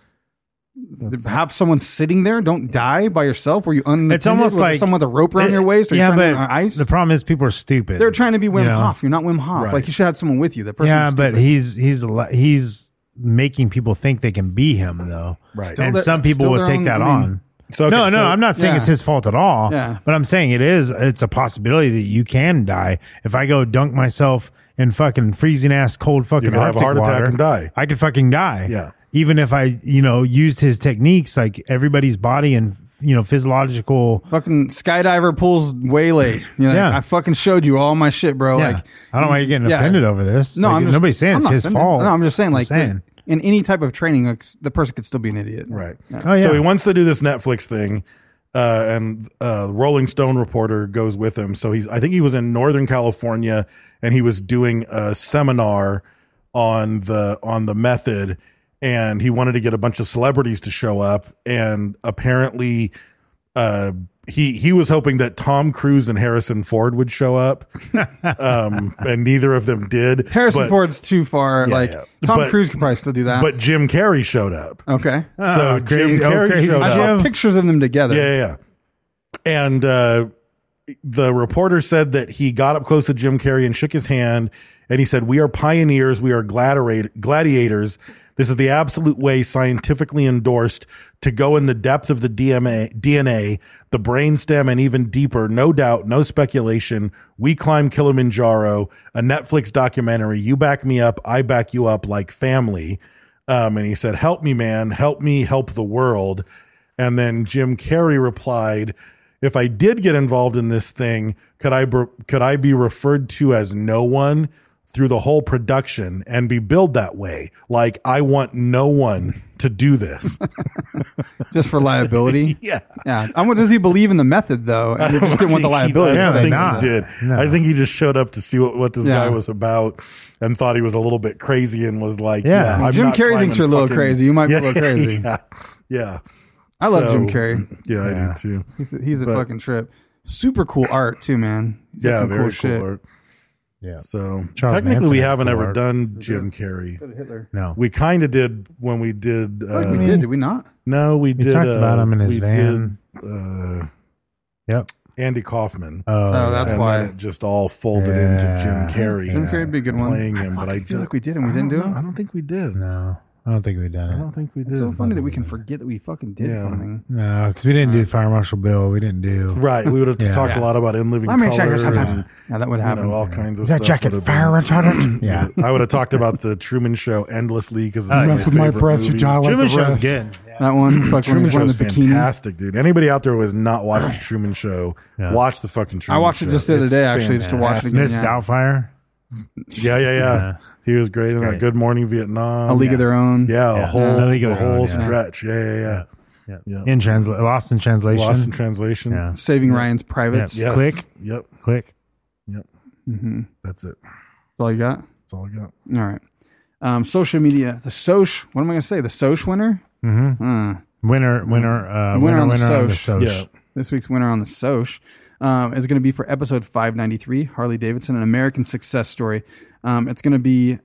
C: have someone sitting there. Don't die by yourself. Were you unattended?
A: it's almost
C: Was there
A: like
C: someone with a rope around
A: it-
C: your waist. Or
A: yeah,
C: yeah,
A: but
C: but on ice.
A: the problem is people are stupid.
C: They're trying to be Wim
A: you know?
C: Hof. You're not Wim Hof.
B: Right.
C: Like you should have someone with you. That person.
A: Yeah,
C: is
A: but
C: stupid.
A: he's he's a lot- he's making people think they can be him though.
B: Right.
A: and
C: Still
A: some
C: their-
A: people
C: still
A: will
C: their
A: take
C: own-
A: that
C: I mean-
A: on.
B: So, okay,
A: no, no,
B: so-
A: I'm not saying
C: Yeah.
A: it's his fault at all.
C: Yeah.
A: But I'm saying it is. It's a possibility that you can die if I go dunk myself in fucking freezing ass cold fucking
B: could have a
A: Arctic
B: heart attack
A: water,
B: and die.
A: I could fucking die.
B: Yeah.
A: Even if I, you know, used his techniques, like everybody's body and you know physiological.
C: fucking skydiver pulls way late. You're like,
A: Yeah.
C: I fucking showed you all my shit, bro.
A: Yeah.
C: Like
A: I don't know why you're getting
C: yeah.
A: offended over this.
C: No,
A: Like,
C: I'm just,
A: nobody's saying
C: I'm
A: it's
C: not
A: his
C: offended.
A: fault.
C: No, I'm just saying, like,
A: saying.
C: in any type of training, like, s- the person could still be an idiot.
B: Right.
C: Yeah.
A: Oh yeah.
B: So he wants to do this Netflix thing. Uh, and uh, Rolling Stone reporter goes with him. So he's, I think he was in Northern California, and he was doing a seminar on the on the method, and he wanted to get a bunch of celebrities to show up, and apparently, uh, he he was hoping that Tom Cruise and Harrison Ford would show up, um, and neither of them did.
C: Harrison
B: But-
C: Ford's too far.
B: Yeah,
C: like
B: yeah.
C: Tom
B: But-
C: Cruise could probably still do that.
B: but Jim Carrey showed up.
C: okay,
A: Uh,
B: so Jim Carrey showed
C: Oh, I
B: up.
C: saw pictures of them together.
B: Yeah, yeah. yeah. And uh, the reporter said that he got up close to Jim Carrey and shook his hand, and he said, "We are pioneers. We are gladera- gladiators. This is the absolute way, scientifically endorsed, to go in the depth of the DMA, DNA, the brainstem, and even deeper. No doubt, no speculation. We climb Kilimanjaro. A Netflix documentary. You back me up. I back you up like family." Um, and he said, "Help me, man. Help me. Help the world." And then Jim Carrey replied, "If I did get involved in this thing, could I br- could I be referred to as no one through the whole production and be billed that way? Like I want no one to do this."
C: just for liability.
B: yeah,
C: yeah. I want. Does he believe in the method though? And he just didn't want the
B: I
C: liability. to
B: don't
C: say
B: think
C: no.
B: he did. I think he just showed up to see what, what this
C: Yeah.
B: guy was about and thought he was a little bit crazy and was like,
A: Yeah.
B: "Yeah, I'm
C: Jim
B: not
C: Carrey
B: climbing
C: thinks you're a little
B: fucking-
C: crazy. You might be a
B: Yeah,
C: little crazy.
B: yeah, yeah.
C: I love Jim
B: So-
C: Carrey.
B: Yeah, I
A: Yeah.
B: do too.
C: He's a, he's a
B: But-
C: fucking trip. Super cool art too, man. He's got
B: yeah,
C: some
B: very
C: cool
B: cool,
C: shit.
B: art.
A: Yeah.
B: So
A: Charles
B: technically,
A: Manson
B: we
A: had
B: haven't
A: cool
B: ever
A: art.
B: done Jim Carrey.
C: Hitler.
A: No.
B: We kind of did when we did.
C: I feel
B: Uh,
C: like we Oh, did. Did we not?
B: No, we, did.
A: talked
B: uh,
A: about him in his
B: we
A: van.
B: Did, uh,
A: Yep.
B: Andy Kaufman.
A: Oh,
C: Oh, that's
B: and
C: why.
B: then it just all folded
A: Yeah.
B: into Jim Carrey.
C: Jim Carrey'd be a good one.
B: Playing him, but I
C: feel
B: do-
C: like we did and we didn't
B: I
C: do
B: don't know. I
C: it.
B: don't think we did.
A: No, I don't think we've done it.
B: I don't think we did.
C: It's so funny that we can forget that we fucking did
B: Yeah.
C: something.
A: No, because we didn't do Fire Marshal Bill. We didn't do.
B: Right, we would have
A: Yeah.
B: talked
C: Yeah.
B: a lot about in living
C: Let me
B: color.
C: check your sometimes.
B: and,
C: Yeah, that would
B: you
C: happen.
B: know, all kinds of
A: Is that
B: stuff
A: jacket
B: would've been-
A: fire retardant? yeah.
B: I would have talked about the Truman Show endlessly because
A: Oh, yeah.
B: mess with my breasts, you
D: jaw like
A: Truman
D: the
A: Show's
D: rest.
A: good.
C: That one, fuck, when
B: Truman
C: he's
B: Show
C: wearing
B: is
C: the bikini.
B: fantastic, dude. Anybody out there who has not watched the Truman Show,
A: Yeah.
B: watch the fucking Truman.
C: I watched it
B: Show.
C: just the other
B: It's
C: day, actually, just to watch it
B: fantastic.
C: again.
A: Miss
C: yeah.
A: Doubtfire.
B: Yeah, yeah, yeah.
A: Yeah.
B: He was great in that.
A: great.
B: Good Morning Vietnam.
C: A League of Their Own.
B: Yeah, a
A: Yeah.
B: whole,
A: A League
B: a
A: of Their
B: whole
A: Own, yeah.
B: stretch. Yeah, yeah, yeah.
A: Yeah.
B: Yeah.
A: In transla- lost in translation.
B: Lost in translation.
A: Yeah.
C: Saving Ryan's Privates.
A: Yeah.
B: Yes.
A: Click.
B: Yep.
A: Click.
B: That's it.
C: That's all you got.
B: That's all I got.
C: All right. Um, social media. The Soch. What am I going to say? The Soch winner? Mm-hmm.
A: Winner. Winner. Uh,
C: Winner
A: winner.
C: on the
A: Winner. on the
C: Soch.
A: Soch.
B: Yeah.
C: This week's winner on the Soch um, is going to be for episode 593 Harley Davidson, an American success story. Um, it's going to be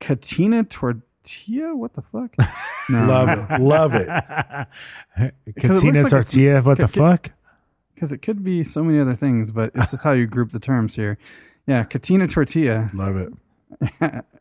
C: Katina Tortilla. What the fuck?
B: Love it. Love it.
C: looks
A: Katina
C: like it's-
A: Tortilla. What the
C: Ka-
A: fuck?
C: Because it could be so many other things, but it's just how you group the terms here. Yeah, Katina Tortilla,
B: Love it.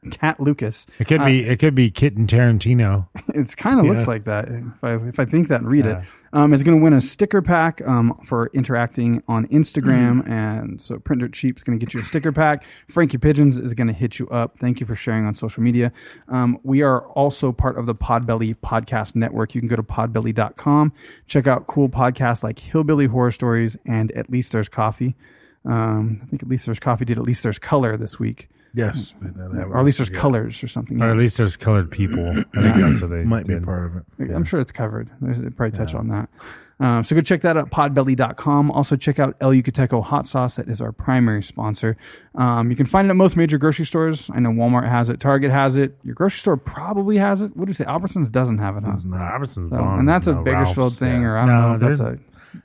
C: Cat Lucas.
A: It could be. It could be Kitten Tarantino.
C: It's kind of
B: Yeah.
C: looks like that. If I, if I think that and read it, um, it's going to win a sticker pack um, for interacting on Instagram. and so Printer Cheap's going to get you a sticker pack. Frankie Pigeons is going to hit you up. Thank you for sharing on social media. Um, we are also part of the Podbelly Podcast Network. You can go to podbelly.com, check out cool podcasts like Hillbilly Horror Stories and At Least There's Coffee. Um, I think At Least There's Coffee did At Least There's Color this week.
B: Yes. they- they have
C: Or at least there's
B: yeah.
C: colors or something.
A: Or at least there's colored people. I think that's what they
B: Might be
A: did.
B: part of it.
C: I'm sure it's covered. There's- They probably touch on that. Um, so go check that out, podbelly.com. Also check out El Yucateco Hot Sauce. That is our primary sponsor. Um, you can find it at most major grocery stores. I know Walmart has it. Target has it. Your grocery store probably has it. What do you say? Albertsons doesn't have it, huh?
A: Robertson's
C: So-
A: Bonds,
C: Oh, and that's a
A: no,
C: Bakersfield
A: Ralph's,
C: thing,
A: yeah.
C: or I don't
A: No,
C: know if that's
A: they're-
C: a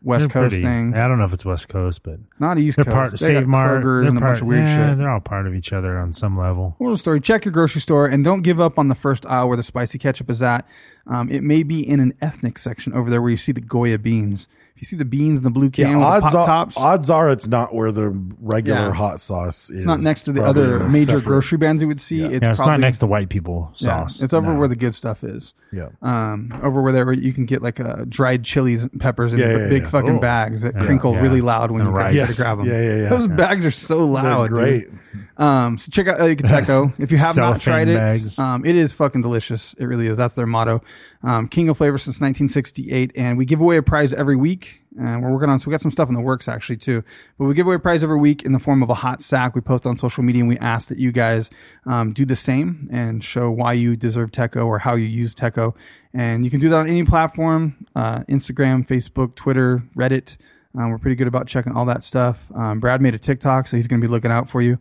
C: West
A: they're
C: Coast
A: pretty-
C: thing.
A: I don't know if it's West Coast, but
C: Not East
A: they're
C: Coast.
A: part
C: They
A: Save
C: got
A: Mart.
C: Kroger's
A: They're
C: and a bunch
A: part-
C: of weird
A: yeah,
C: shit.
A: They're all part of each other on some level.
C: Moral of the story: Check your grocery store and don't give up on the first aisle where the spicy ketchup is at. Um, it may be in an ethnic section over there where you see the goya beans. If you see the beans in the blue can
B: Yeah,
C: with the
B: odds
C: pop
B: are,
C: tops,
B: odds are it's not where the regular
C: Yeah.
B: hot sauce is.
C: it's not next to the
B: Probably
C: other
B: a
C: major
B: separate-
C: grocery brands you would see.
B: Yeah.
C: It's,
A: Yeah, it's
C: probably,
A: not next to white people sauce.
C: Yeah, it's over
B: No.
C: where the good stuff is.
B: Yeah.
C: Um, over where there you can get like uh, dried chilies and peppers in
B: Yeah, yeah,
C: big
B: yeah.
C: fucking
B: Oh.
C: bags that crinkle
A: Yeah.
C: really loud when
A: And
C: you
A: rice.
C: grab-
B: Yes.
C: grab them.
B: Yeah, yeah, yeah.
C: Those bags are so
B: They're
C: loud. dude.
B: great.
C: Um, so check out El Yucateco if you have not tried
A: Cellophane
C: it. Um, it is fucking delicious. It really is. That's their motto. Um, King of Flavor since 1968, and we give away a prize every week. And we're working on. So we got some stuff in the works actually too. But we give away a prize every week in the form of a hot sack. We post on social media, and we ask that you guys um, do the same and show why you deserve Teco or how you use Teco. And you can do that on any platform: uh, Instagram, Facebook, Twitter, Reddit. Um, we're pretty good about checking all that stuff. Um, Brad made a TikTok, so he's going to be looking out for you.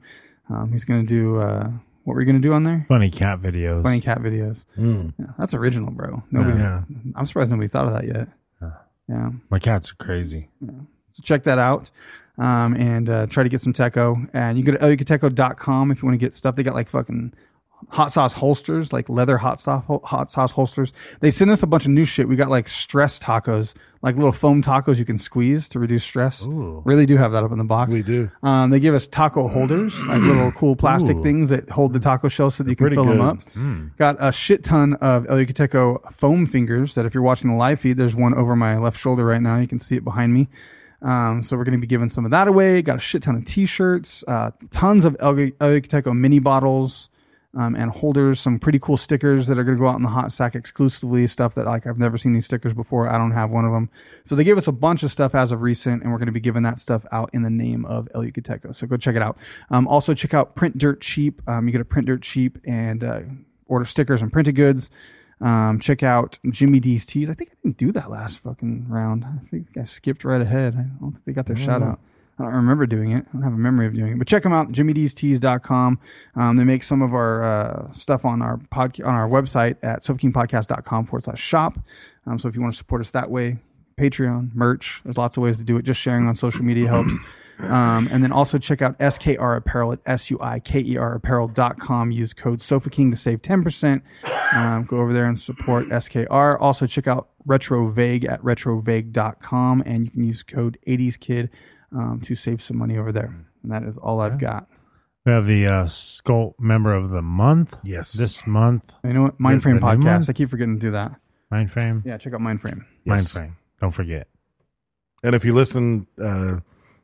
C: Um, he's going to do uh, what we're going to do on there.
A: Funny cat videos.
C: Funny cat videos.
B: Mm.
C: Yeah, that's original, bro. Nobody.
B: Yeah.
C: I'm surprised nobody thought of that yet. Yeah.
A: My cats are crazy.
C: So check that out. Um, and uh, try to get some Teco. And you can go to elyucateco.com if you want to get stuff. They got like fucking hot sauce holsters, like leather hot sauce hot sauce holsters. They sent us a bunch of new shit. We got like stress tacos, like little foam tacos you can squeeze to reduce stress. Really do have that up in the box.
B: We do.
C: Um, they give us taco holders, like little cool plastic
A: Ooh.
C: things that hold the taco shell so that you can
B: Pretty
C: fill them
B: good. Hmm.
C: up. Got a shit ton of El Yucateco foam fingers that if you're watching the live feed, there's one over my left shoulder right now. You can see it behind me. Um, so we're going to be giving some of that away. Got a shit ton of t-shirts, uh, tons of El, El Yucateco mini bottles um, and holders, some pretty cool stickers that are going to go out in the hot sack exclusively, stuff that like I've never seen these stickers before. I don't have one of them. So they gave us a bunch of stuff as of recent, and we're going to be giving that stuff out in the name of El Yucateco. So go check it out. Um, also check out Print Dirt Cheap. Um, you go to Print Dirt Cheap and uh, order stickers and printed goods. Um, check out Jimmy D's Tees. I think I didn't do that last fucking round. I think I skipped right ahead. I don't think they got their shout out. I don't remember doing it. I don't have a memory of doing it. But check them out, jimmydstees.com. Um, they make some of our uh, stuff on our podca- on our website at soapkingpodcast.com forward slash shop. Um, so if you want to support us that way, Patreon, merch, there's lots of ways to do it. Just sharing on social media helps. Um, and then also check out SKR Apparel at S-U-I-K-E-R Apparel.com. Use code SofaKing to save 10%. Um, go over there and support SKR. Also check out RetroVague at RetroVague.com and you can use code 80skid um, to save some money over there. And that is all I've got.
A: We have the uh, Sculpt member of the month.
B: Yes.
A: This month.
C: You know what?
A: Is it
C: Mindframe
A: the new
C: Podcast.
A: month?
C: I keep forgetting to do that.
A: Mindframe.
C: Yeah, check out Mindframe.
B: Yes.
A: Mindframe. Don't forget.
B: And if you listen, uh,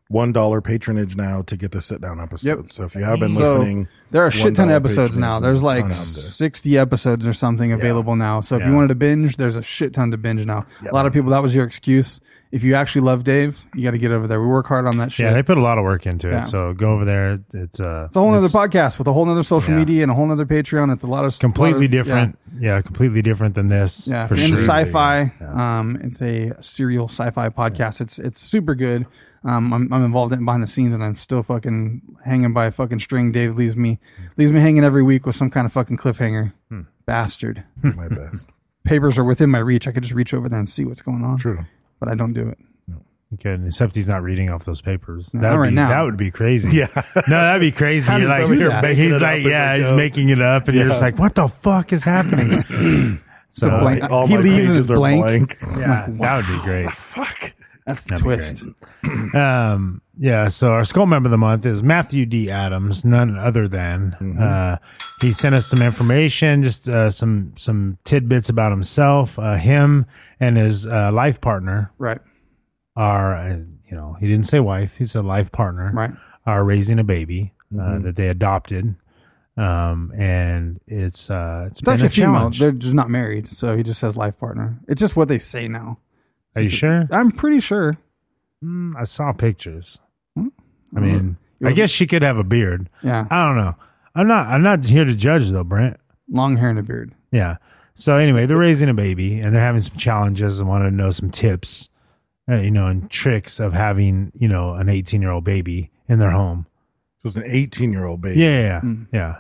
B: one dollar patronage now to get the sit down episode.
C: Yep.
B: So if you have been
C: So,
B: listening,
C: There are a shit ton
B: $1
C: of episodes
B: patronage,
C: now.
B: a
C: There's
B: ton
C: like
B: of them.
C: 60 episodes or something available now. So if you
A: Yeah.
C: wanted to binge, there's a shit ton to binge now. A lot of people, that was your excuse. If you actually love Dave, you got to get over there. We work hard on that shit.
A: Yeah, they put a lot of work into
C: Yeah.
A: it. So go over there. It's uh,
C: it's a whole other podcast with a whole other social
A: Yeah.
C: media and a whole other Patreon. It's a lot of lot
A: completely
C: of- yeah.
A: different. Yeah. completely different than this.
C: Yeah, if
A: for
C: you're into
A: sure.
C: sci-fi, um, it's a serial sci-fi podcast. It's it's super good. Um, I'm, I'm involved in it behind the scenes, and I'm still fucking hanging by a fucking string. Dave leaves me leaves me hanging every week with some kind of fucking cliffhanger, bastard.
B: my best.
C: Papers are within my reach. I could just reach over there and see what's going on.
B: True.
C: but I don't do it.
A: Good, except he's not reading off those papers.
C: No,
A: That
C: not
A: would
C: right
A: be,
C: now.
A: That would be crazy.
B: Yeah.
A: no, that'd be crazy.
B: How
A: You're
B: does somebody
A: like, he's
B: making it up
A: like,
B: as they
A: yeah, he's
B: go?
A: making it up, and you're
B: Yeah.
A: just like, what the fuck is happening? so
C: a blank-
B: All
C: He
B: my
C: leaves and
B: pages
C: it's
B: are
C: blank.
A: yeah, that would be great.
B: Fuck.
C: That's the
A: That'd be
C: twist.
A: Um, yeah, so our skull member of the month is Matthew D. Adams, none other than.
B: Mm-hmm.
A: Uh, he sent us some information, just uh, some some tidbits about himself, uh, him, and his uh, life partner
C: Right.
A: are, uh, you know, he didn't say wife, he said life partner,
C: Right. Mm-hmm.
A: Are raising a baby uh, that they adopted, um, and it's uh, it's
C: It's
A: been
C: actually
A: a
C: a female.
A: challenge.
C: They're just not married, so he just says life partner. It's just what they say now.
A: Are you sure?
C: I'm pretty sure.
A: Mm, I saw pictures. I
C: Mm-hmm.
A: mean, I guess she could have a beard.
C: Yeah.
A: I don't know. I'm not. I'm not here to judge though, Brent.
C: Long hair and a beard.
A: Yeah. So anyway, they're raising a baby and they're having some challenges and wanted to know some tips, uh, you know, and tricks of having you know an 18 year old baby in their home.
B: It was an 18 year old baby.
A: Yeah, yeah, yeah.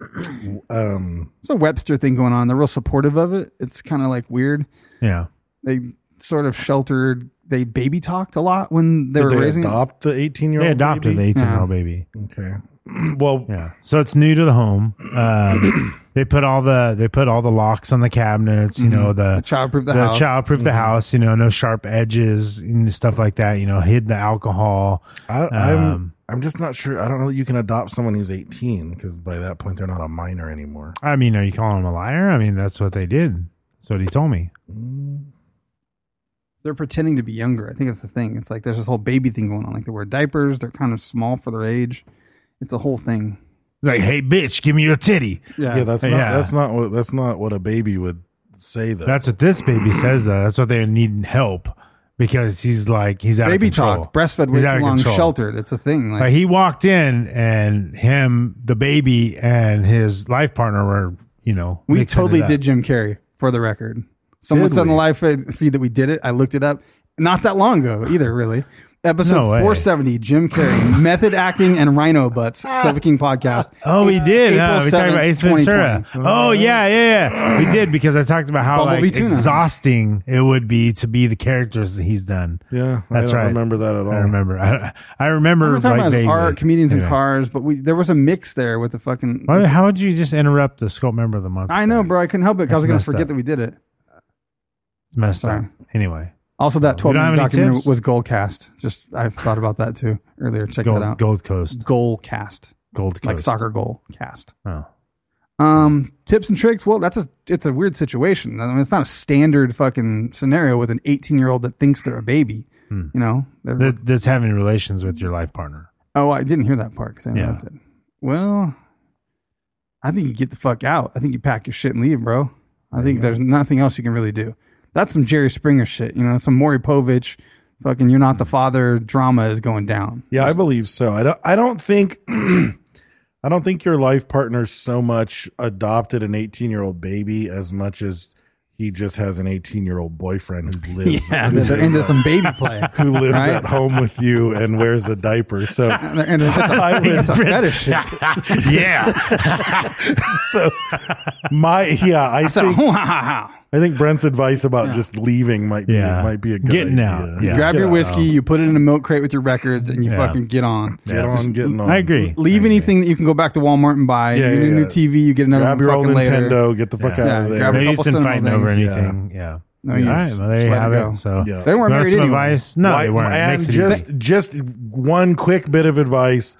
C: Mm-hmm.
A: yeah.
B: Um,
C: It's a Webster thing going on. They're real supportive of it. It's kind of like weird.
A: yeah.
C: They sort of sheltered. They baby talked a lot when they
B: did
C: were
B: they
C: raising. it.
B: adopt the 18 year old?
A: They adopted the 18 year old baby.
B: Okay. well,
A: Yeah. So it's new to the home. Um, they put all the they put all the locks on the cabinets. You know the,
C: Mm-hmm. The childproof the house. Mm-hmm.
A: childproof the house. You know no sharp edges and stuff like that. You know hid the alcohol.
B: I, I'm
A: Um,
B: I'm just not sure. I don't know that you can adopt someone who's 18 because by that point they're not a minor anymore.
A: I mean, are you calling him a liar? I mean, that's what they did. That's what he told me.
C: They're pretending to be younger. I think that's the thing. It's like there's this whole baby thing going on. Like they wear diapers. They're kind of small for their age. It's a whole thing.
A: Like, hey, bitch, give me your titty.
B: Yeah, that's not that's not what that's not what a baby would say. Though
A: That's what this baby says though. That's what they need help because he's like he's out
C: Baby
A: of control.
C: talk, breastfed way
A: He's out
C: too
A: of
C: long,
A: control.
C: sheltered. It's a thing. Like,
A: Like he walked in and him, the baby, and his life partner were you know
C: we
A: mixing it
C: totally
A: up.
C: did Jim Carrey for the record. Someone
A: Did
C: said on the
A: we?
C: live fe- feed that we did it. I looked it up not that long ago either. Really, episode
A: No way.
C: 470, Jim Carrey, method acting and rhino butts, Silver King podcast.
A: Oh, we did.
C: April
A: Huh? We talked
C: 7th,
A: about Ace Ventura.
C: 2020.
A: Oh, yeah, yeah, yeah. We did because I talked about how
C: Bumblebee
A: like,
C: tuna.
A: exhausting it would be to be the characters that he's done.
B: Yeah, I
A: that's
B: don't
A: right.
B: remember that at all.
A: I remember. I, I remember.
C: We're talking
A: like,
C: about
A: vaguely.
C: art, comedians in
A: Anyway.
C: cars, but we there was a mix there with the fucking.
A: Why- How would you just interrupt the sculpt member of the month?
C: I know, bro. I couldn't help it. 'cause
A: That's
C: I was gonna
A: messed
C: forget
A: up.
C: that we did it.
A: It's messed up.
C: Sorry.
A: Anyway,
C: Also, that
A: We don't
C: 12
A: have
C: minute
A: any
C: documentary
A: tips?
C: was Goldcast. Just I thought about that too earlier. Check
A: Gold,
C: that out.
A: Gold Coast.
C: Goalcast,
A: Gold Coast.
C: like soccer goal cast.
A: Oh.
C: Um, tips and tricks. Well, that's a it's a weird situation. I mean, it's not a standard fucking scenario with an 18 year old that thinks they're a baby.
A: Hmm.
C: You know, They're-
A: That, that's having relations with your life partner.
C: Oh, I didn't hear that part because I
A: Yeah.
C: interrupted. Well, I think you get the fuck out. I think you pack your shit and leave, bro. I think there's nothing else you can really do. That's some Jerry Springer shit, you know, some Maury Povich, fucking you're not the father drama is going down.
B: Yeah, I believe so. I don't. I don't think. I don't think your life partner so much adopted an eighteen-year-old baby as much as he just has an eighteen-year-old boyfriend who lives.
C: Yeah,
B: who
C: they're
B: lives
C: into
B: at-
C: some baby play,
B: Who lives
C: right?
B: at home with you and wears a diaper? So
C: And it's a,
B: I would-
C: it's a fetish.
A: yeah.
B: so my yeah, I,
C: said,
B: think
C: "Hoo, ha, ha, ha."
B: I think Brent's advice about just leaving might be
A: Yeah.
B: might be a good
A: Getting
B: idea.
A: out. Yeah.
C: Grab
B: Get
C: your
B: out.
C: whiskey, you put it in a milk crate with your records, and you
A: Yeah.
C: fucking get on.
B: Get on, getting on.
A: I agree.
C: Leave anything that you can go back to Walmart and buy.
B: Yeah,
C: you get
B: yeah,
C: a new
B: yeah.
C: TV, you get another
B: Grab
C: one
B: your old
C: fucking later.
B: Nintendo. Get the fuck
A: Yeah.
B: out of
C: Yeah,
B: there.
C: grab a
A: Maybe
C: couple
A: didn't
C: cinema
A: fighting over
C: things.
A: anything. Yeah.
C: No
A: All
C: use.
A: right. Well, there
C: Just
A: you
C: let it
A: have
C: go.
A: it.
B: Yeah.
A: So
C: They weren't
A: You want
C: married
A: some
C: anyway.
A: advice? No,
B: Why-
A: they weren't.
B: And
A: Makes it
B: just
A: easy.
B: just one quick bit of advice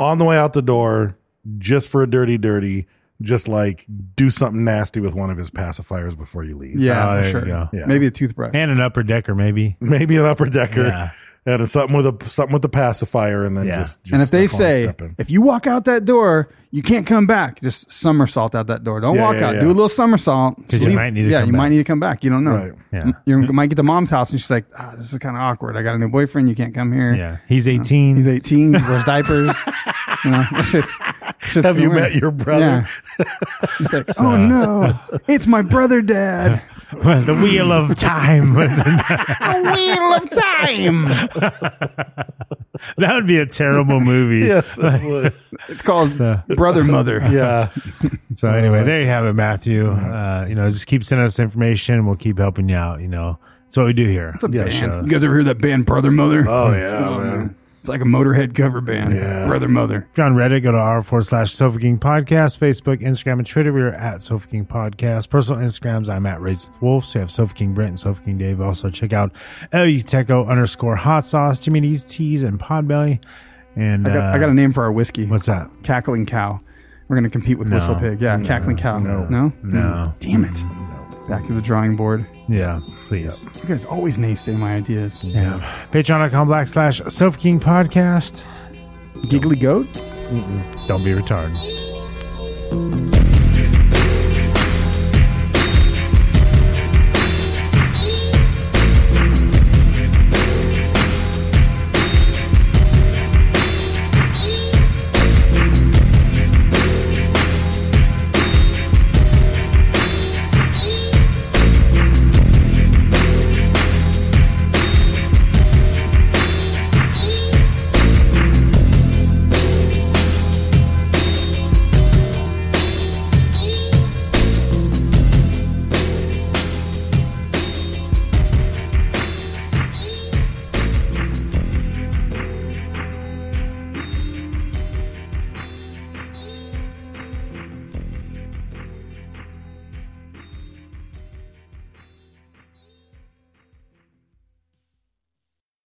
B: on the way out the door, just for a dirty dirty, just like do something nasty with one of his pacifiers before you leave.
C: Yeah,
A: Oh,
C: for
A: there you
C: sure.
A: go.
B: Yeah.
C: Maybe a toothbrush.
A: and an upper decker maybe.
B: Maybe an upper decker.
A: Yeah.
B: And it's something with a something with the pacifier, and then
A: Yeah.
B: just, just
C: and if they
B: step on,
C: say
B: step in.
C: if you walk out that door you can't come back just somersault out that door don't
B: Yeah,
C: walk
B: yeah,
C: out
B: yeah.
C: do a little somersault
A: 'Cause you
C: Leave-
A: might need to
C: yeah
A: come
C: you might
A: back.
C: need to come back you don't know
B: Right.
A: Yeah.
C: M- you might get to mom's house and she's like ah, this is kind of awkward i got a new boyfriend you can't come here
A: Yeah. He's 18.
C: he's 18 he wears diapers you know this shit's, this shit's
B: Have you
C: weird.
B: met your brother?
C: Yeah. he's like oh no it's my brother dad
A: the wheel of time.
C: wheel of time
A: that would be a terrible movie.
B: yes, it would.
C: it's called brother mother
B: yeah.
A: So anyway, there you have it, Matthew. Uh, you know, just keep sending us information. We'll keep helping you out. You know, that's what we do here.
C: It's a
A: Yeah,
C: band.
A: show.
C: You guys ever hear that band Brother Mother?
B: Oh, yeah, man.
C: It's like a Motorhead cover band.
B: Yeah.
C: Brother Mother.
A: John Reddit, go to r forward slash Sofa King Podcast, Facebook, Instagram, and Twitter. We are at Sofa King Podcast. Personal Instagrams, I'm at Raids with Wolves. We have Sofa King Brent and Sofa King Dave. Also, check out LUTECO underscore hot sauce, Jimmy D's Teas, and Podbelly. And
C: I, got,
A: uh,
C: I got a name for our whiskey.
A: What's that?
C: Cackling Cow. We're going to compete with
A: No.
C: Whistle Pig. Yeah, Cackling Cow.
B: No.
C: No? Mm.
A: No.
C: Damn it. Back to the drawing board.
A: Yeah, please.
C: You guys always naysay my ideas.
A: Yeah. Patreon.com black slash Sofa King Podcast.
C: Giggly Goat?
A: Don't be retarded.